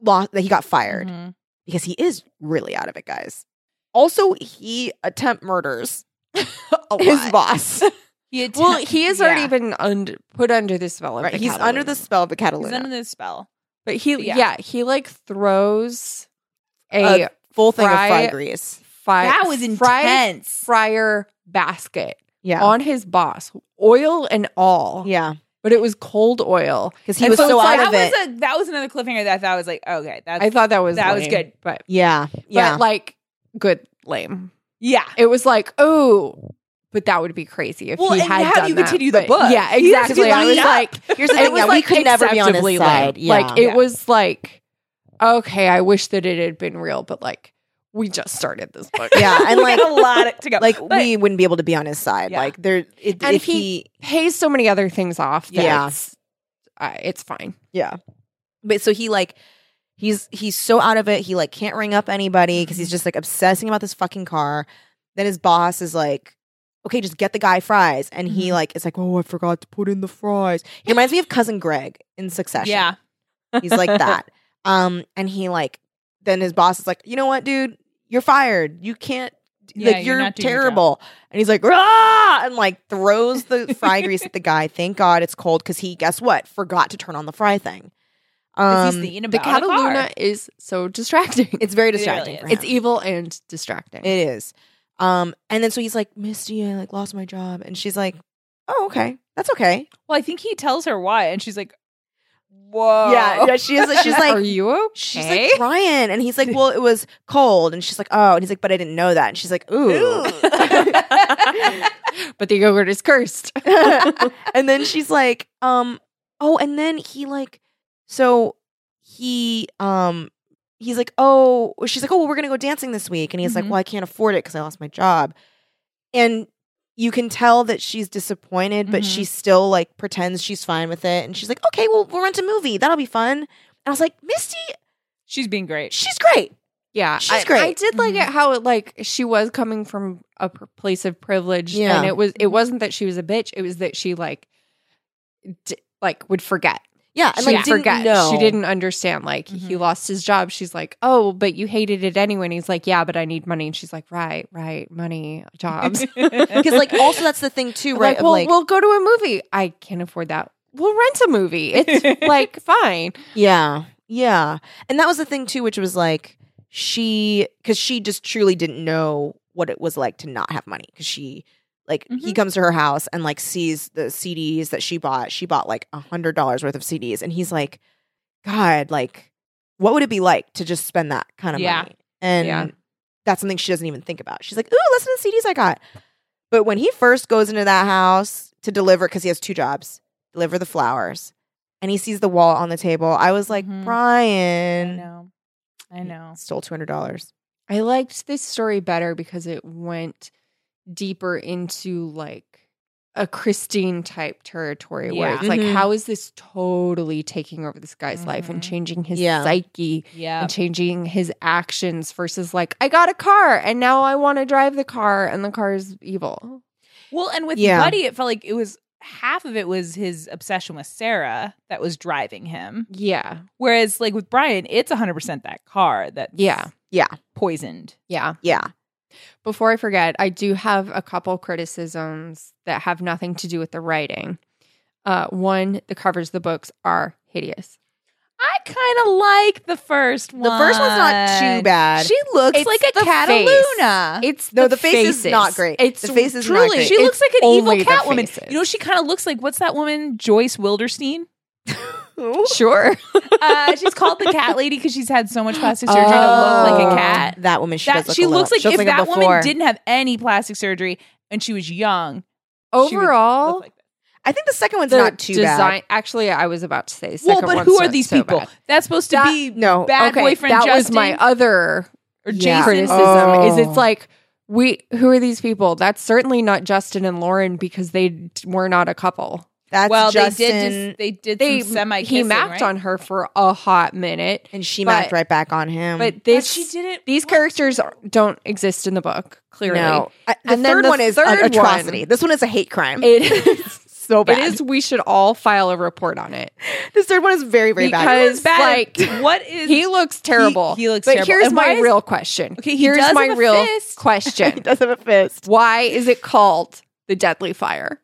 lost that he got fired Mm-hmm. Mhm. because he is really out of it, guys. Also, he attempt murders his boss. He had Well, he has yeah. already been under, put under the spell of Right, the he's under the Catalina. spell of the He's Catalina. under the spell. but he yeah. yeah. he like throws a, A full thing fry- of fried grease. fry, that was fried intense. fryer basket Yeah, on his boss, oil and all. yeah. But but it was cold oil. because he And was so so it's out like- of it. that was a that was another cliffhanger that I thought was like, okay, that's I thought that was That was lame, good. but yeah, yeah. but like good lame. yeah. It was like oh, but that would be crazy if Well, he and had how do done you that. continue the But book? Yeah, You have to exactly. I lead was up. like, Here's the it thing. was Yeah, like we could never be on his acceptably lame. side. Yeah. Like it Yeah. was like okay, I wish that it had been real, but like we just started this book. yeah, and We like got a lot to go. like But- we wouldn't be able to be on his side. Yeah. Like there, it, And if he- he, pays so many other things off. That Yeah. it's, uh, it's fine. yeah. But so he like he's he's so out of it. He like can't ring up anybody because he's just like obsessing about this fucking car. Then his boss is like. Okay, just get the guy fries, and he like it's like, oh, I forgot to put in the fries. He reminds me of cousin Greg in Succession. yeah. He's like that. Um, and he like then his boss is like, you know what, dude, you're fired. You can't. Yeah, like you're you're, not doing your terrible. and he's like, ah, and like throws the fry grease at the guy. Thank God it's cold because he, guess what, forgot to turn on the fry thing. 'Cause Um, he's thinking The about a car. Cataluna is so distracting. It's, it's very really distracting. is. for it's him. evil and distracting. It is. Um, and then so he's like, Misty, I like lost my job, and she's like, Oh, okay, that's okay. Well, I think he tells her why, and she's like, "Whoa, Yeah, yeah. She's she's like, "Are you okay?" She's like Ryan, and he's like, "Well, it was cold," and she's like, "Oh," and he's like, "But I didn't know that," and she's like, "Ooh," but the yogurt is cursed. and then she's like, "Um, oh," and then he like, so he um, he's like, "Oh," she's like, "Oh, well, we're gonna go dancing this week," and he's Mhm. Mm-hmm. like, "Well, I can't afford it because I lost my job," and you can tell that she's disappointed, but Mhm. she Mm-hmm. still like pretends she's fine with it, and she's like, "Okay, well, we'll rent a movie. That'll be fun." And I was like, Misty, she's being great." she's great. Yeah, She's I, great. Mm-hmm. I did like Mhm. it how it like she was coming from a p- place of privilege, Yeah. Mm-hmm. and it was it wasn't that she was a bitch. It was that she like, d- like would forget. Yeah, and she like didn't forget. know. Mm-hmm. She didn't understand. Like he Mhm. lost his job. She's like, oh, but you hated it anyway. And he's like, yeah, but I need money. And she's like, right, right, money, jobs. because like also that's the thing too, right? Like, well, of like, we'll go to a movie. I can't afford that. We'll rent a movie. It's like fine. yeah, yeah, and that was the thing too, which was like she because she just truly didn't know what it was like to not have money because she like he Mhm. comes to her house and like sees the CDs that she bought. She bought like a hundred dollars worth of CDs, and he's like, God, like, what would it be like to just spend that kind of Yeah. money? And Yeah. that's something she doesn't even think about. She's like, Ooh, listen to the CDs I got. But when he first goes into that house to deliver, because he has two jobs, deliver the flowers, and he sees the wallet on the table, I was like, Mhm. I Brian, know, I know. stole two hundred dollars. I liked this story better because it went deeper into like a Christine type territory where Yeah. it's like, Mhm. how is this totally taking over this guy's life and Mhm. changing his Yeah. psyche Yeah, and changing his actions versus like, I got a car and now I want to drive the car and the car is evil. Well, and with Yeah. Buddy, it felt like it was half of it was his obsession with Sarah that was driving him. Yeah. Whereas, like with Brian, it's 100% that car that's Yeah. poisoned. Yeah. Yeah, Before I forget, I do have a couple criticisms that have nothing to do with the writing. Uh, one, the covers of the books are hideous. I kind of like the first one. the first one's not too bad. She looks It's like a the Cataluna. It's No, the face is not great. It's The face is not truly. great. She it's looks like an evil only the Catwoman. faces. You know, she kind of looks like what's that woman, Joyce Wilderstein? sure. Uh, she's called the Cat Lady because she's had so much plastic surgery to look like a Oh. cat. That woman, she that does look she a little- looks like she if a that woman before. didn't have any plastic surgery and she was young. she would Overall, look like that. I think the second one's the not too design. Actually, I was about to say. the well, second but one's who are not these so people? bad. That's supposed to That- be bad. No, bad okay, boyfriend that Justin was my other Yeah. or Jason. criticism. Is Oh. it's like we who are these people? That's certainly not Justin and Lauren because they d- were not a couple. that's well, Justin, they did. Just, they did They some semi. he mapped on her for a hot minute, and she but- mapped right back on him. but But this she did it. these once. characters are- don't exist in the book. Clearly, No. I- the And then third the one is third an atrocity. one- This one is a hate crime. it so bad. it is. We should all file a report on it. This third one is very, very bad. Because, It's bad. like, what is He looks terrible. He- he looks but terrible. here's And my why is- real question. Okay, he here's does my have a real fist. He question. does have a fist. Why is it called the Deadly Fire?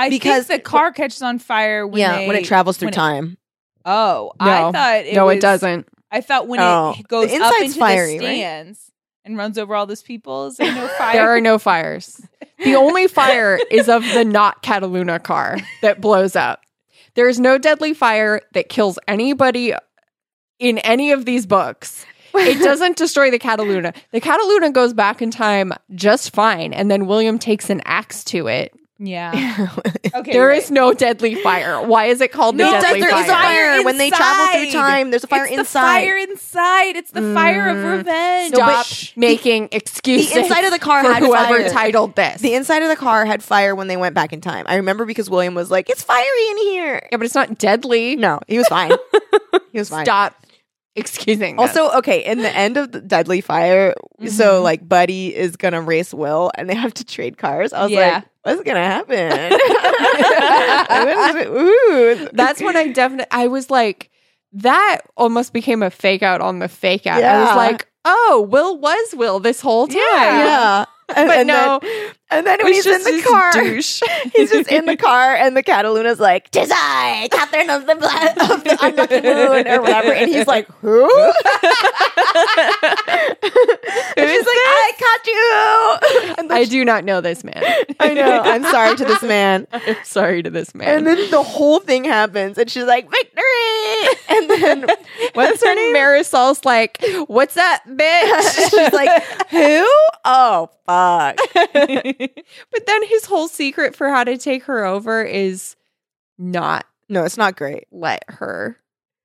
I because- think the car catches on fire when yeah, they- when it travels through when it- time. Oh, No. I thought it no, was, it doesn't. I thought when Oh. it goes The up inside's into fiery, the right? stands and runs over all those people, is there no fire? There are no fires. The only fire is of the not Cataluna car that blows up. There is no deadly fire that kills anybody in any of these books. It doesn't destroy the Cataluna. The Cataluna goes back in time just fine, and then William takes an axe to it. Yeah. no, Okay. There is no deadly fire. Why is it called No, the it's like deadly there fire? is a fire when they travel through inside. time. There's a fire it's inside. The fire inside. It's the fire of Mm. revenge. No, but Stop making excuses. the inside of the car for had whoever fire. titled this. the inside of the car had fire when they went back in time. I remember because William was like, "It's fiery in here." yeah, but it's not deadly. No, he was fine. he was fine. Stop excusing. this. Also, okay, in the end of the Deadly Fire, Mm-hmm. so like Buddy is gonna race Will, and they have to trade cars. I was Yeah. like, what's gonna happen? What is it? Ooh, that's when I definitely I was like that almost became a fake out on the fake out. I Yeah. was like, oh, Will was Will this whole time. yeah. And, But and no, then, and then it when he's was just in the this car, douche. he's just in the car, and the Cataluna's like, "Tis I, Catherine of the, Bla- of the Unlucky Moon," or whatever, and he's like, "Who?" and she's like, "I caught you." And the I do not know this man. I know. I'm sorry to this man. I'm sorry to this man. And then the whole thing happens, and she's like, "Victory!" And then what's her And name? Marisol's like, "What's up, bitch?" she's like, "Who? Oh, fuck!" but then his whole secret for how to take her over is not No, it's not great. let her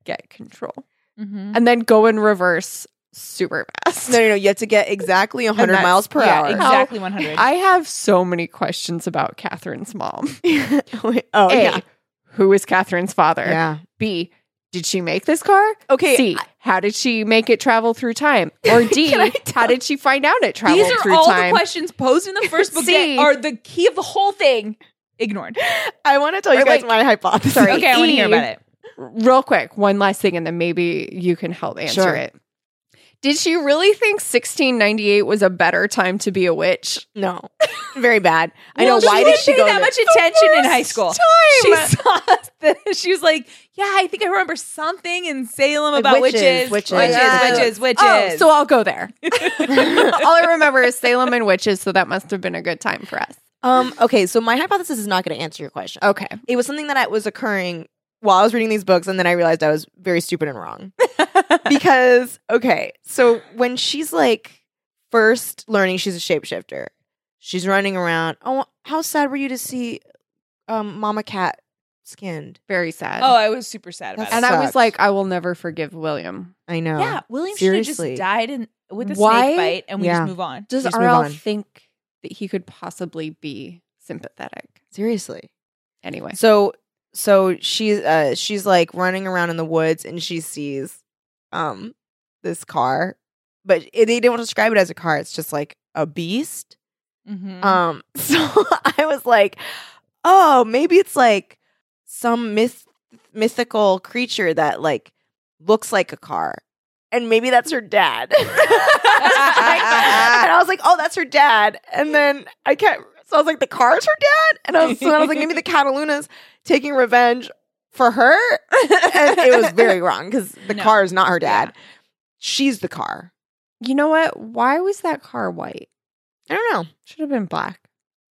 get control, Mhm. and then go in reverse super fast. No, no, no. You have to get exactly 100 that's- miles per yeah, hour. exactly 100. I have so many questions about Catherine's mom. Wait, oh, A, yeah. who is Catherine's father? Yeah. B, did she make this car? Okay. C, how did she make it travel through time? Or D, how did she find out it traveled These are through all time? the questions posed in the first book See? that are the key of the whole thing. Ignored. I want to tell you Or, guys like- my hypothesis. Sorry. Okay, I want to hear about it. Real quick, one last thing, and then maybe you can help answer Sure. it. Did she really think 1698 was a better time to be a witch? No. Very bad. I know. Well, Why did she didn't she pay go? that there? much attention in high First school? She Time. saw the, she was like, "Yeah, I think I remember something in Salem about witches, witches, witches. witches, Yeah. witches, witches." Oh, so I'll go there. all I remember is Salem and witches, so that must have been a good time for us. Um. Okay. So my hypothesis is not going to answer your question. Okay. It was something that I was occurring while I was reading these books, and then I realized I was very stupid and wrong. because okay, so when she's like first learning she's a shapeshifter, she's running around. Oh, how sad were you to see um, Mama Cat skinned? Very sad. oh, I was super sad about That's- it. and I was sucked. like, I will never forgive William. I know. yeah, William should have just seriously. died in with a Why? snake bite, and we Yeah. just move on. Does Just move RL on. think that he could possibly be sympathetic? seriously. Anyway, So so she's uh, she's like running around in the woods, and she sees um this car, but it, they don't describe it as a car. It's just like a beast. Mhm. Um, so I was like, oh, maybe it's like some myth- mythical creature that like looks like a car. And maybe that's her dad. and I was like, oh, that's her dad. And then I kept, so I was like, the car's her dad? And I was, so then I was like, maybe the Cataluna's taking revenge for her. and it was very wrong because the No. car is not her dad. She's the car. you know what? Why was that car white? I don't know. Should have been black.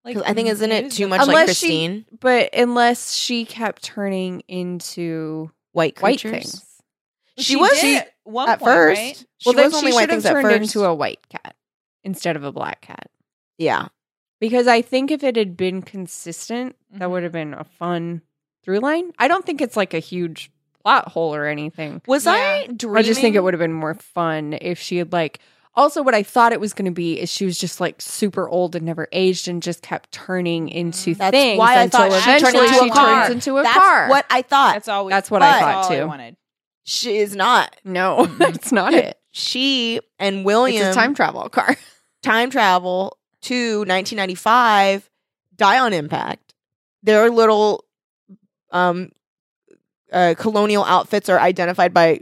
Like, 'Cause I think, isn't it was too the- much like Unless she- Christine? But unless she kept turning into white white creatures. things. She, She was- did at one at point, first. right? Well, she Well, then was she only should white have things at turned first. into a white cat instead of a black cat. yeah, Because I think if it had been consistent, that Mm-hmm. Mhm. would have been a fun through line. I don't think it's like a huge plot hole or anything. was I I dreaming? I just think it would have been more fun if she had like. Also, what I thought it was going to be is she was just like super old and never aged and just kept turning into Mm, That's things why I until thought she turned eventually into a she car. turns into a That's car. what I thought. That's always That's what I But- thought, too. wanted. she is not. No, that's not it. She and William It's a time travel car. time travel to 1995. Die on impact. Their little um uh, colonial outfits are identified by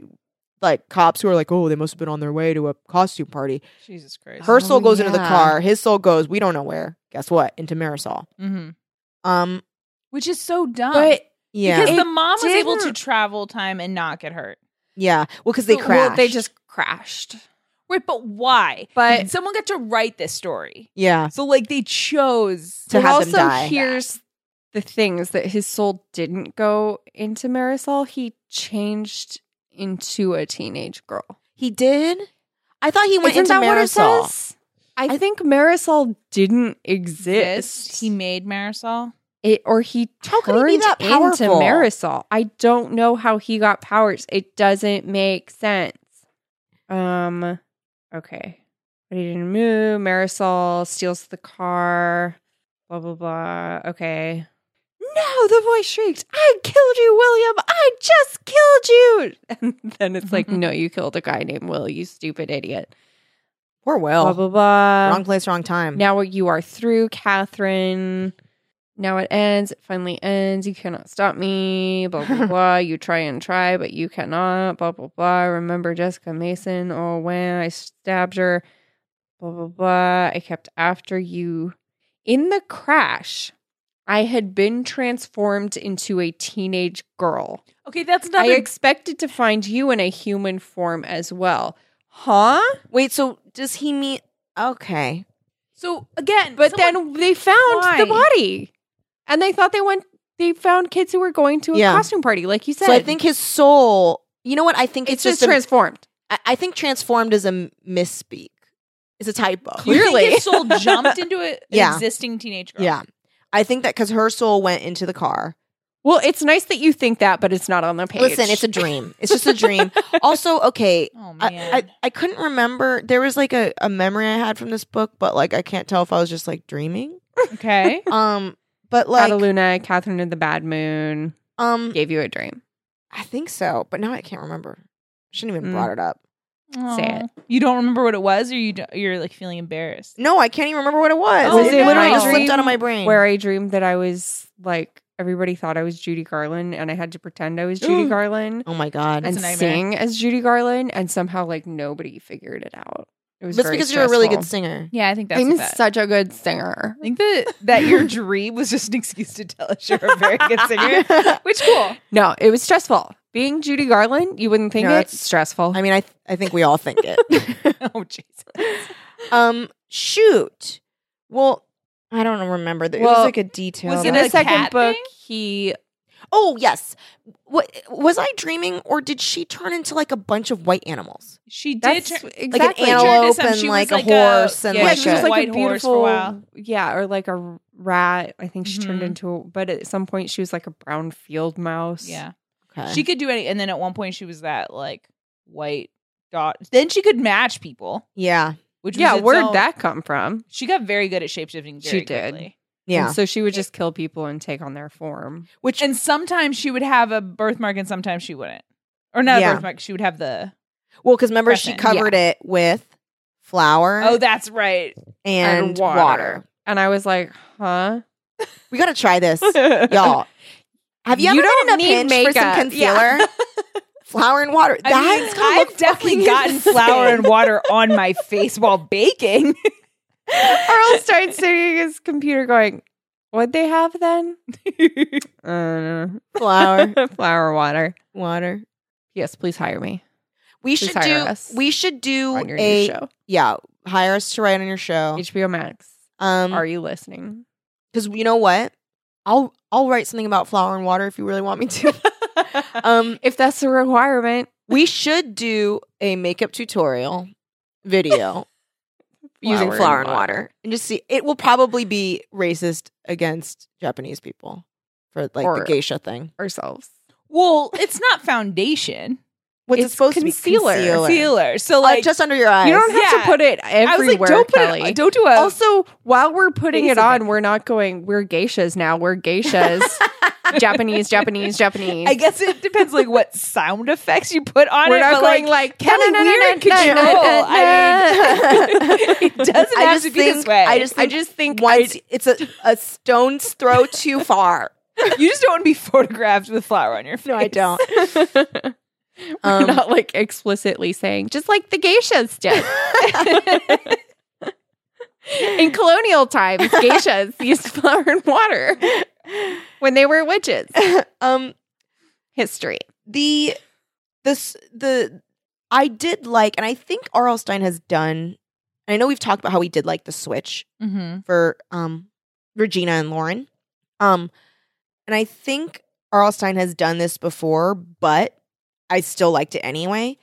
like cops who are like, oh, they must have been on their way to a costume party. Jesus Christ. Her Oh, soul goes into the yeah. car. His soul goes. We don't know where. Guess what? Into Marisol. hmm Um. Which is so dumb. But Yeah. Because It the mom was able to didn't- travel time and not get hurt. yeah. Well, because they Well, crashed. they just crashed. Right, but why? Mm-hmm. But Someone got to write this story. Yeah. So like they chose To but have also them die. here's the things that his soul didn't go into Marisol. He changed into a teenage girl. He did? I thought he went Isn't into that what it Marisol. says? I, think Marisol didn't exist. this. He made Marisol. it or he How could he turned be that into powerful? Marisol. I don't know how he got powers. It doesn't make sense. Um, okay, but he didn't move. Marisol steals the car. Blah blah blah. Okay. No, the voice shrieked, I killed you, William. I just killed you. And then it's like, no, you killed a guy named Will, you stupid idiot. Poor Blah, Will. blah, blah. Wrong place, wrong time. Now you are through, Catherine. Now it ends. It finally ends. You cannot stop me. Blah, blah, blah. You try and try, but you cannot. Blah, blah, blah. Remember Jessica Mason? Oh, when I stabbed her. Blah, blah, blah. I kept after you. In the crash, I had been transformed into a teenage girl. Okay, that's I another. expected to find you in a human form as well. Huh? Wait, so does he mean okay. so again, But then someone- they found the Why? body, and they thought they went. They found kids who were going to a Yeah. costume party, like you said. So I think his soul you know what? I think it's, it's, just just a, transformed. I- I think transformed is a m- misspeak. It's a typo. Do you Clearly. think his soul jumped into a, an Yeah. existing teenage girl? Yeah. I think that because her soul went into the car. Well, it's nice that you think that, but it's not on the page. Listen, it's a dream. It's just a dream. also, okay, Oh I, man. I, I couldn't remember. There was like a, a memory I had from this book, but like I can't tell if I was just like dreaming. okay. Um, but like, Cataluna, Catherine of the Bad Moon um, gave you a dream. I think so, but now I can't remember. Shouldn't even Mm. brought it up. Say Aw. You don't remember what it was, or you don't, you're like feeling embarrassed. No, I can't even remember what it was. Oh, it no. literally just Dream slipped out of my brain. Where I dreamed that I was like everybody thought I was Judy Garland, and I had to pretend I was Judy Ooh. Garland oh my god! That's and a nightmare. sing as Judy Garland, and somehow like nobody figured it out. It was That's very because you're a really good stressful. singer. Yeah, I think that's I'm what that- such a good singer. I think that that your dream was just an excuse to tell us you're a very good singer, which cool. No, it was stressful. Being Judy Garland, you wouldn't think No, it's it's- stressful. I mean, I th- I think we all think it. Oh Jesus! um, shoot. Well, I don't remember. There it Well, was like a detail. was that- it a cat thing? he Oh yes. What was I dreaming, or did she turn into like a bunch of white animals? She did. that's Turn, exactly Like an antelope She turned and into like, some- a she was like a- horse and yeah, like, she was a, like- white horse for a while. yeah, or like a rat. I think she turned Mhm. into, a, but at some point she was like a brown field mouse. yeah, Okay. she could do any. And then at one point, she was that like white dot. Then she could match people, yeah, which was yeah. its Where'd own- that come from? She got very good at shapeshifting. She very did. quickly. yeah. And so she would just kill people and take on their form. Which and sometimes she would have a birthmark, and sometimes she wouldn't. Or not Yeah. a birthmark. She would have the. well, because remember she Crescent, covered it with flour Oh, that's right. and, water. And I was like, huh? We gotta try this, y'all. Have you, ever You don't been in a need pinch for some makeup. concealer? flour and water. I mean, That's gonna I've look definitely fucking gotten insane. flour and water on my face while baking. Earl starts sitting at his computer going, What'd they have then? I don't flour, know. Flour water. water. Yes, please hire me We Please should hire do. us We should do on your a Oh. new show. yeah. Hire us to write on your show. HBO Max. Um, Are you listening? because you know what i'll i'll write something about flour and water if you really want me to um If that's a requirement, we should do a makeup tutorial video using flour and water. and just see it will probably be racist against japanese people for like Or- the geisha thing ourselves. well, it's not foundation. what's It's it supposed concealer. to be concealer, Sealer. So Uh, like just under your eyes you don't have yeah. to put it I was everywhere, like, don't put Kelly. it, don't do a Oh, also, while we're putting it Face of on, it. we're not going. We're geishas now. We're geishas. Japanese, Japanese, Japanese. I guess it depends like what sound effects you put on we're it. not but, going like, like, Kelly "Na, na, na, Weird na, could na, you na, roll?" na, I na. it doesn't I have just to be think, this way. I just think I just think once it's a, a stone's throw too far. you just don't want to be photographed with flour on your face. No, I don't. We're Um, not like explicitly saying, just like the geishas did. In colonial times, geishas used flour and water when they were witches. um, History. the this the I did like, and I think R.L. Stein has done. I know we've talked about how we did like the switch Mm-hmm. for um, Regina and Lauren, um, and I think R.L. Stein has done this before, but I still liked it anyway.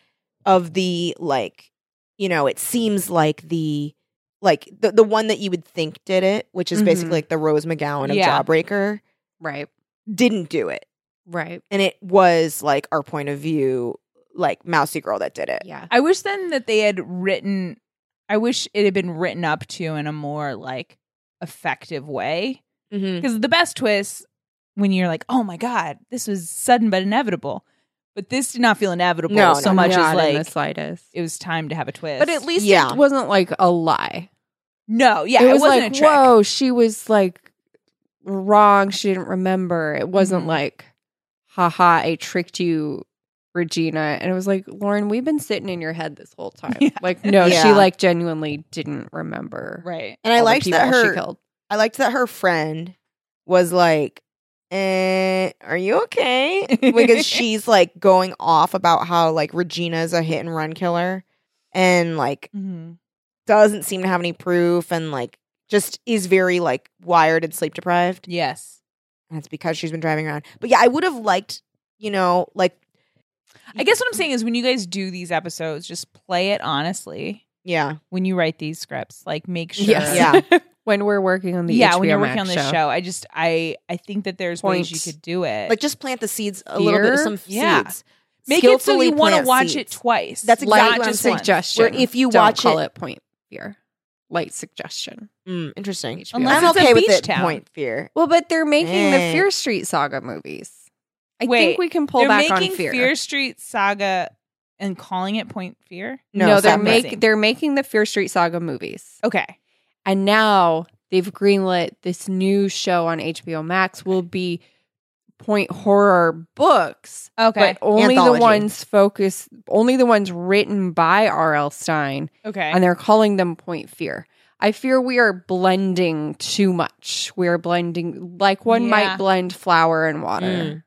Of the like, you know, it seems like the like the the one that you would think did it, which is Mhm. basically like the Rose McGowan of Yeah. Jawbreaker, Right. didn't do it. Right. and it was like our point of view, like Mousy Girl that did it. Yeah. I wish then that they had written. I wish it had been written up to in a more like effective way. Mm-hmm. Because the best twist when you're like, oh my god, this was sudden but inevitable. But this did not feel inevitable No, so no, much Not as in the like slightest. it was time to have a twist. But at least Yeah. it wasn't like a lie. no, yeah, it was not like, a trick. whoa, she was like wrong. She didn't remember. It wasn't Mhm. like, haha, I tricked you, Regina. And it was like, Lauren, we've been sitting in your head this whole time. Yeah. Like, no, she Yeah. like genuinely didn't remember. right? And I all the liked that people she her. killed. I liked that her friend was like, eh, "Are you okay?" because she's like going off about how like Regina's a hit and run killer, and like Mm-hmm. doesn't seem to have any proof, and like just is very like wired and sleep deprived. Yes, And it's because she's been driving around. But yeah, I would have liked, you know, like I guess what I'm saying is when you guys do these episodes, just play it honestly. yeah, When you write these scripts, like make sure, Yes. Yeah. When we're working on the yeah. HBO when you're working Max on this show. I just, I, I think that there's ways Points. you could do it. like just plant the seeds a little bit, Fear? some Yeah. seeds. make it so Skillfully you want to plant watch it seeds. twice. That's Not exactly what I'm just saying. once. suggestion. Where if you Don't watch call it- it point fear, light suggestion. Mm, interesting. HBO. Unless I'm it's a okay with beach it. town. Point fear. Well, but they're making Eh. the Fear Street Saga movies. I Wait, think we can pull they're back making on fear. Street Saga and calling it Point Fear. No, they're stop that. making- make, they're making the Fear Street Saga movies, Okay, and now they've greenlit this new show on HBO Max. Will be point horror books, okay, but only Anthology. the ones focused, only the ones written by R.L. Stein, okay. and they're calling them point fear. I fear we are blending too much. We are blending like one Yeah. might blend flour and water. Mm.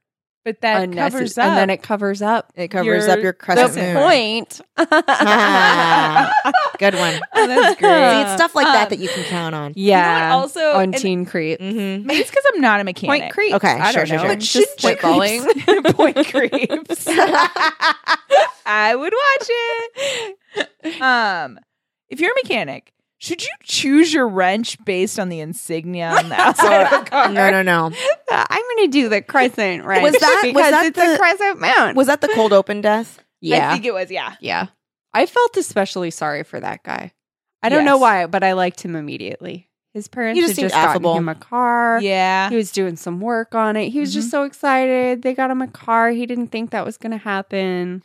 but that Unnecess- covers up. and then it covers up. It covers up your crescent the doesn't. moon. point. Ah, Good one. Oh, that's great. See, it's stuff like that Um, that you can count on. yeah. You know what also, on and Teen Creep. Mm-hmm. maybe it's because I'm not a mechanic. Point Creep. Okay, I sure, don't sure, know. sure. It's But just shouldn't spitballing. Point creeps. I would watch it. Um, if you're a mechanic, should you choose your wrench based on the insignia on the outside of the car? no, no, no. I'm going to do the crescent right. Was that- was because that it's the- a crescent moon? Was that the cold open death? I yeah, think it was. Yeah, yeah. I felt especially sorry for that guy. I don't Yes. know why, but I liked him immediately. His parents He just just had seemed just gotten affable. him a car. yeah. He was doing some work on it. He was just so excited. They got him a car. He didn't think that was going to happen.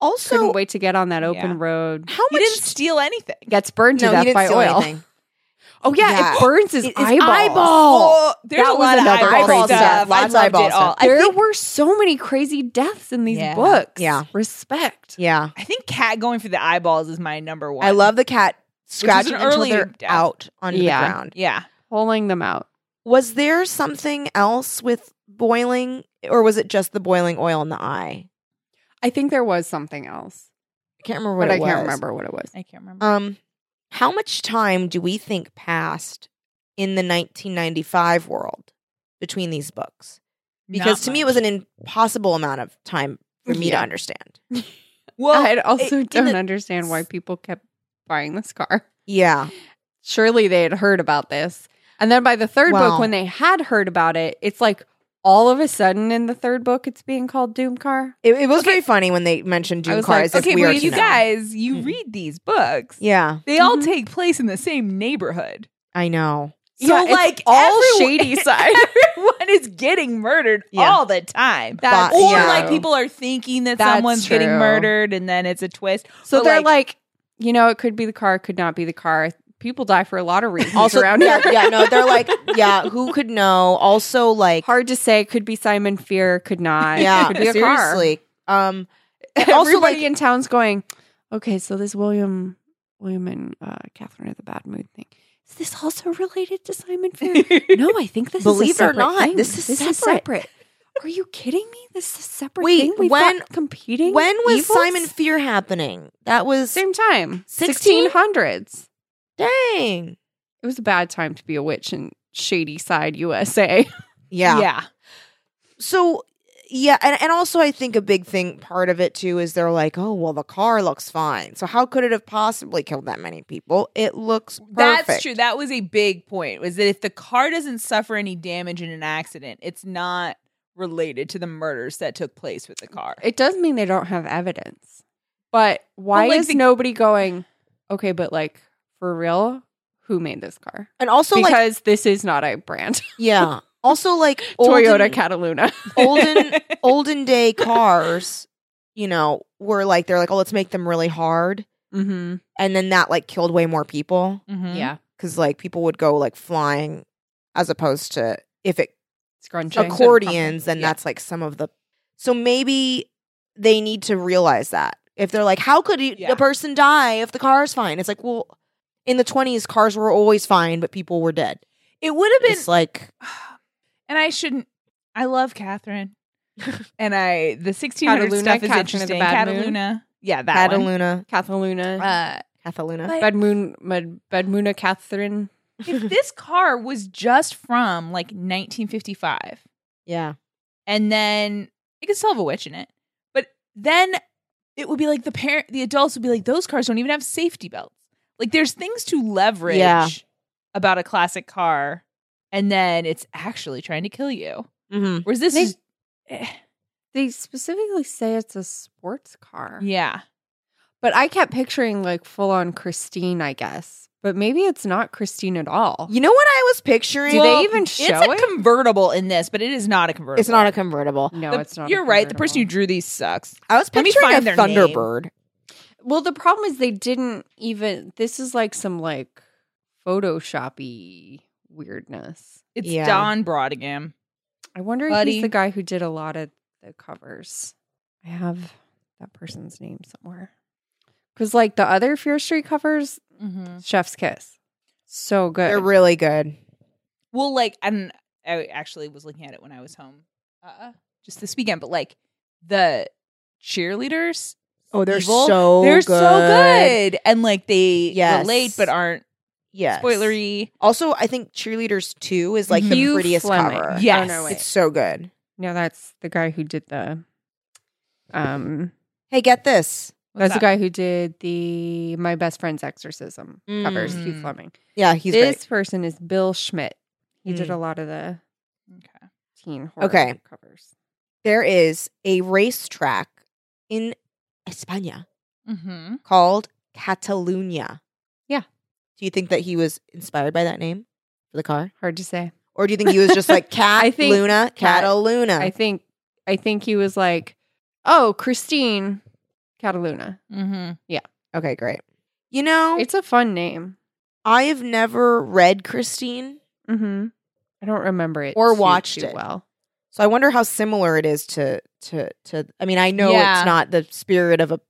Couldn't Also, wait to get on that open Yeah. road. how He much? didn't steal anything. Gets burned to no, he death didn't by steal oil. anything. Oh yeah, Yeah. it burns his, His eyeballs. eyeball. Oh, there's that a was lot of another eyeball crazy stuff. stuff. I Lots of loved eyeball it all. stuff. I There think, were so many crazy deaths in these Yeah. books. Yeah. respect. Yeah, I think cat going for the eyeballs is my number one. I love the cat scratching an until early they're death. out onto the Yeah. ground. Yeah, Pulling them out. Was there something else with boiling, or was it just the boiling oil in the eye? I think there was something else, I can't remember what but I it was. can't remember what it was. I can't remember. Um, how much time do we think passed in the 1995 world between these books? Because Not to me, it much. was an impossible amount of time for me to Yeah. understand. Oh, well. I also in don't the- understand why people kept buying this car. Yeah, Surely they had heard about this, and then by the third Well- book, when they had heard about it, it's like all of a sudden in the third book, it's being called Doom Car. it, it was very funny when they mentioned Doom was Car like, as okay, if we are to but you know. guys, you Mhm. read these books. Yeah, They all Mhm. take place in the same neighborhood. I know. So Yeah, it's like all everyone- shady side. Everyone is getting murdered Yeah. all the time. That's or yeah. like people are thinking that That's someone's getting true. murdered and then it's a twist. So But, they're like- like, you know, it could be the car, it could not be the car. People die for a lot of reasons Also, around yeah, here. yeah, no, they're like, yeah, who could know? Also, like, Hard to say. Could be Simon Fear, could not. yeah, could be a seriously. Um, car. And also, Everybody like- in town's going. Okay, so this William, William and uh, Catherine are the bad mood thing. Is this also related to Simon Fear? no, I think this Believe is it or a separate not, thing. this is separate. separate. Are you kidding me? This is a separate Wait, thing. We've when- got competing. When was evils? Simon Fear happening? That was Same time. 16? 1600s. dang. It was a bad time to be a witch in shady side USA. Yeah. So yeah, and, and also I think a big thing part of it too is they're like, oh well, the car looks fine. So how could it have possibly killed that many people? It looks perfect. That's true. That was a big point. Was that if the car doesn't suffer any damage in an accident, it's not related to the murders that took place with the car. It does mean they don't have evidence. But why But, like, is the- nobody going, okay, but like for real, who made this car? And also like because this is not a brand. yeah, also like Toyota olden, Cataluna. olden olden day cars, you know, were like they're like, oh, let's make them really hard, mm-hmm. and then that like killed way more people Mhm. Yeah. because like people would go like flying as opposed to if it Scrunching. accordions, then Yeah. that's like some of the. So maybe they need to realize that if they're like, how could you, Yeah. a person die if the car is fine? It's like, well, in the twenties, cars were always fine, but people were dead. It would have been It's like, and I shouldn't. I love Catherine, and I the sixteen hundred Cataluna, stuff is Catherine of the interesting. Bad Moon. Cataluna, yeah, that one. Cataluna, Cataluna. Uh, Cataluna. but- Badmoon, Mad, Badmuna Catherine. if this car was just from like 1955, yeah, and then it could still have a witch in it, but then it would be like the parent, the adults would be like, those cars don't even have safety belts. Like, there's things to leverage Yeah. about a classic car, and then it's actually trying to kill you. mm-hmm. Whereas this They- is, eh, They specifically say it's a sports car. yeah, But I kept picturing like full on Christine, I guess. But maybe it's not Christine at all. you know what I was picturing? Do they even show it's a it? convertible in this, but it is not a convertible. it's not a convertible. no, The- it's not. a You're right. The person who convertible. drew these sucks. I was Let me picturing a find their name. Thunderbird. Well, the problem is they didn't even. This is like some like Photoshoppy weirdness. It's Yeah. Don Brodigan. I wonder if Buddy. he's the guy who did a lot of the covers. I have that person's name somewhere. Because like the other Fear Street covers, Chef's Kiss, so good. They're really good. Well, like, and I actually was looking at it when I was home, uh, just this weekend. But like the cheerleaders, Oh, they're Evil. so they're so good, and like they Yes. relate but aren't Yes. spoilery. Also, I think Cheerleaders Two is like the Hugh prettiest Fleming. cover. Yes. Oh, no, wait. It's so good. No, that's the guy who did the. Um, Hey, get this. What's that's that? the guy who did the My Best Friend's Exorcism covers. Hugh Mm. Fleming. Yeah, he's this great. person is Bill Schmidt. He did Mm. a lot of the Okay. teen horror Okay. covers. There is a racetrack in España Mm-hmm. called Catalunya. Yeah. Do you think that he was inspired by that name for the car? Hard to say. Or do you think he was just like Cat I think Luna, Cat- Cataluna? I think. I think he was like, "Oh, Christine Cataluna. Mm-hmm. okay, great. You know, It's a fun name." I have never read Christine, Mm-hmm. I don't remember it Or too, watched too it. well. so I wonder how similar it is to to to. I mean, I know Yeah. it's not the spirit of a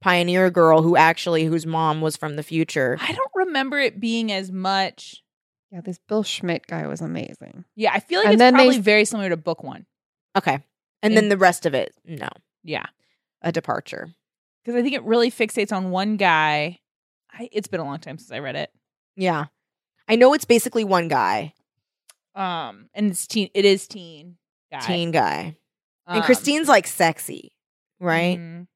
pioneer girl who actually whose mom was from the future. I don't remember it being as much. Yeah, this Bill Schmidt guy was amazing. Yeah, I feel like And it's then they- probably very similar to book one. Okay, and then the rest of it, no, Yeah, a departure. because I think it really fixates on one guy. I, it's been a long time since I read it. Yeah. I know it's basically one guy, Um, and it's teen. It is teen. Guy. teen guy. Um, and Christine's like sexy, right? mhm.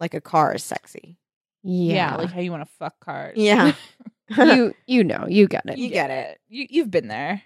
Like a car is sexy. Yeah, like how you want to fuck cars. Yeah. you you know you get it. You get Mm-hmm. it. You, you've been there.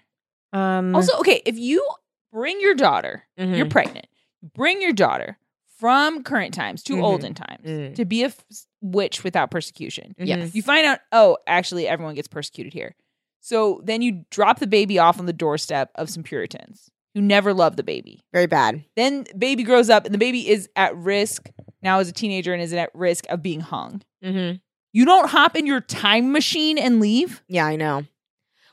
Um, Also, okay, if you bring your daughter, Mhm. you're pregnant, bring your daughter from current times to Mhm. olden times Mm. to be a f- witch without persecution. Mhm. yes, You find out, oh, actually, everyone gets persecuted here. So then you drop the baby off on the doorstep of some Puritans who never loved the baby. Very bad. Then baby grows up and the baby is at risk now as a teenager and is at risk of being hung. Mm-hmm. You don't hop in your time machine and leave. Yeah, I know.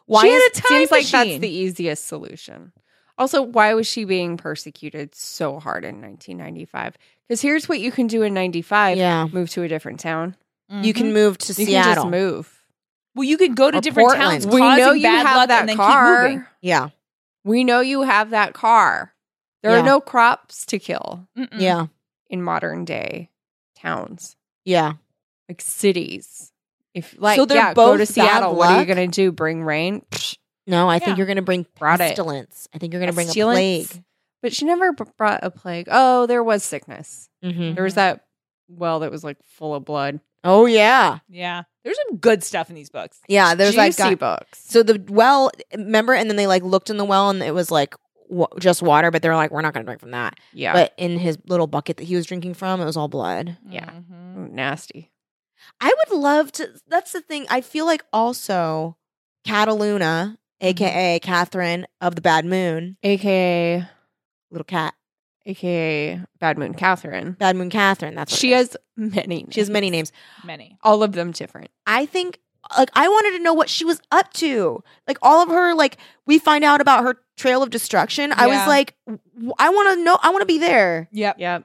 Why she had is a time seems like machine. that's the easiest solution. Also, why was she being persecuted so hard in 1995? Because here's what you can do in 95: yeah? move to a different town. You can move to You can Seattle. just move. Well, you could go to Mm-hmm. Or different Portland. towns. We causing know you bad luck have and that then Keep moving. car. Yeah, We know you have that car. There Yeah. are no crops to kill Mm-mm. Yeah. in modern day towns, Yeah. like cities. If like So they're yeah, go both to bad Seattle, what are you luck? gonna do? Bring rain? Psh, No, I think Yeah. you're going to bring brought it. pestilence. I think you're going to bring Pestilence? a plague. But she never b- brought a plague. Oh, there was sickness. Mm-hmm. There was that well that was like full of blood. Oh, yeah. Yeah. There's some good stuff in these books. Yeah. There's like. Juicy got- books. So the well, remember, and then they like looked in the well, and it was like w- just water. But they were like, we're not going to drink from that. Yeah, But in his little bucket that he was drinking from, it was all blood. Yeah. Mhm. Ooh, nasty. I would love to. That's the thing. I feel like also Cataluna, aka Catherine of the Bad Moon, AKA little cat, AKA Bad Moon Catherine. Bad Moon Catherine. That's what She it is. has many. Names. She has many names. Many. All of them different. I think like I wanted to know what she was up to. Like all of her like we find out about her trail of destruction. I was Yeah. like w- I want to know I want to be there. Yep. Yep.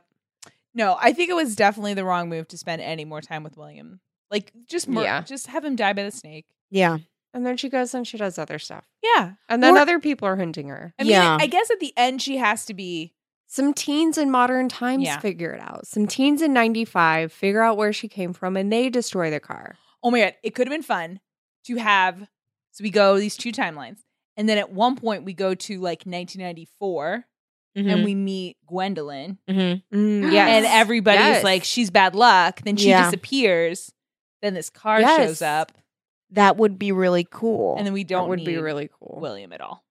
No, I think it was definitely the wrong move to spend any more time with William. Like just mur- Yeah. just have him die by the snake. Yeah. And then she goes and she does other stuff. Yeah. And then Or- other people are hunting her. I mean, Yeah. I guess at the end she has to be Some teens in modern times Yeah. figure it out. Some teens in 95 figure out where she came from and they destroy the car. Oh my god, it could have been fun to have so we go these two timelines. And then at one point we go to like 1994 Mm-hmm. and we meet Gwendolyn Mhm. Mm, and everybody's Yes. like she's bad luck, then she Yeah. disappears, then this car Yes. shows up That would be really cool. and then we That don't would be need really cool. William at all.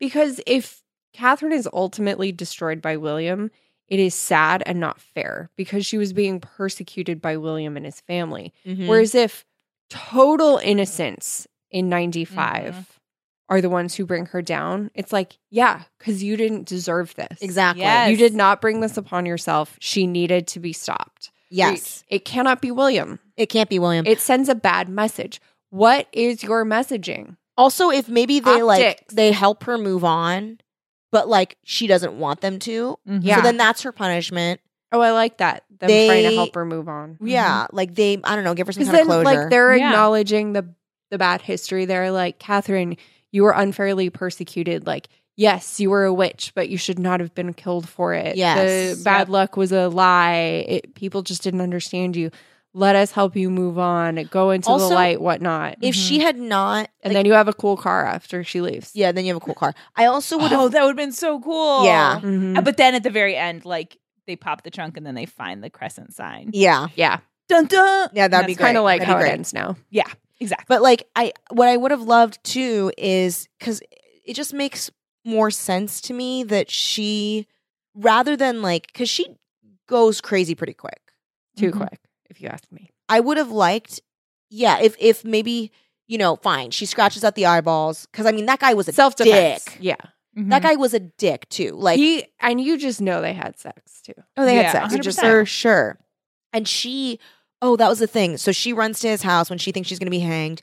Because if Catherine is ultimately destroyed by William, it is sad and not fair because she was being persecuted by William and his family. Mhm. Whereas if total innocence in 95 Mhm. are the ones who bring her down, it's like, yeah, because you didn't deserve this. exactly. Yes. You did not bring this upon yourself. She needed to be stopped. Yes. It cannot be William. It can't be William. It sends a bad message. What is your messaging? also if maybe they like Optics. they help her move on but like she doesn't want them to. Yeah. So then that's her punishment. Oh, I like that. Them They- trying to help her move on. Yeah, like they I don't know, give her some Mm-hmm. Because kind of then, closure. like, they're Yeah. acknowledging the the bad history. They're like, Catherine, you were unfairly persecuted. Like, yes, you were a witch, but you should not have been killed for it. Yes. the bad Yep. luck was a lie. It, people just didn't understand you. Let us help you move on. Go into Also, the light, whatnot. if she had not mm-hmm. like- and then you have a cool car after she leaves. yeah, then you have a cool car. I also would have Oh, that would have been so cool. Yeah. Mhm. Uh, But then at the very end, like they pop the trunk and then they find the crescent sign. Yeah. yeah, Dun dun. Yeah, that'd And be that's great. kind of like That'd be how it great. ends now. Yeah, exactly. But like I what I would have loved too is cuz it just makes more sense to me that she rather than like cuz she goes crazy pretty quick. Too Mhm. quick, if you ask me. I would have liked yeah, if if maybe you know, fine, she scratches out the eyeballs cuz I mean that guy was a Self defense. dick. Yeah, That guy was a dick too. Like he and you just know they had sex too. Oh, they Yeah, had sex. Just 100%. for sure. And she, oh, that was the thing. So she runs to his house when she thinks she's going to be hanged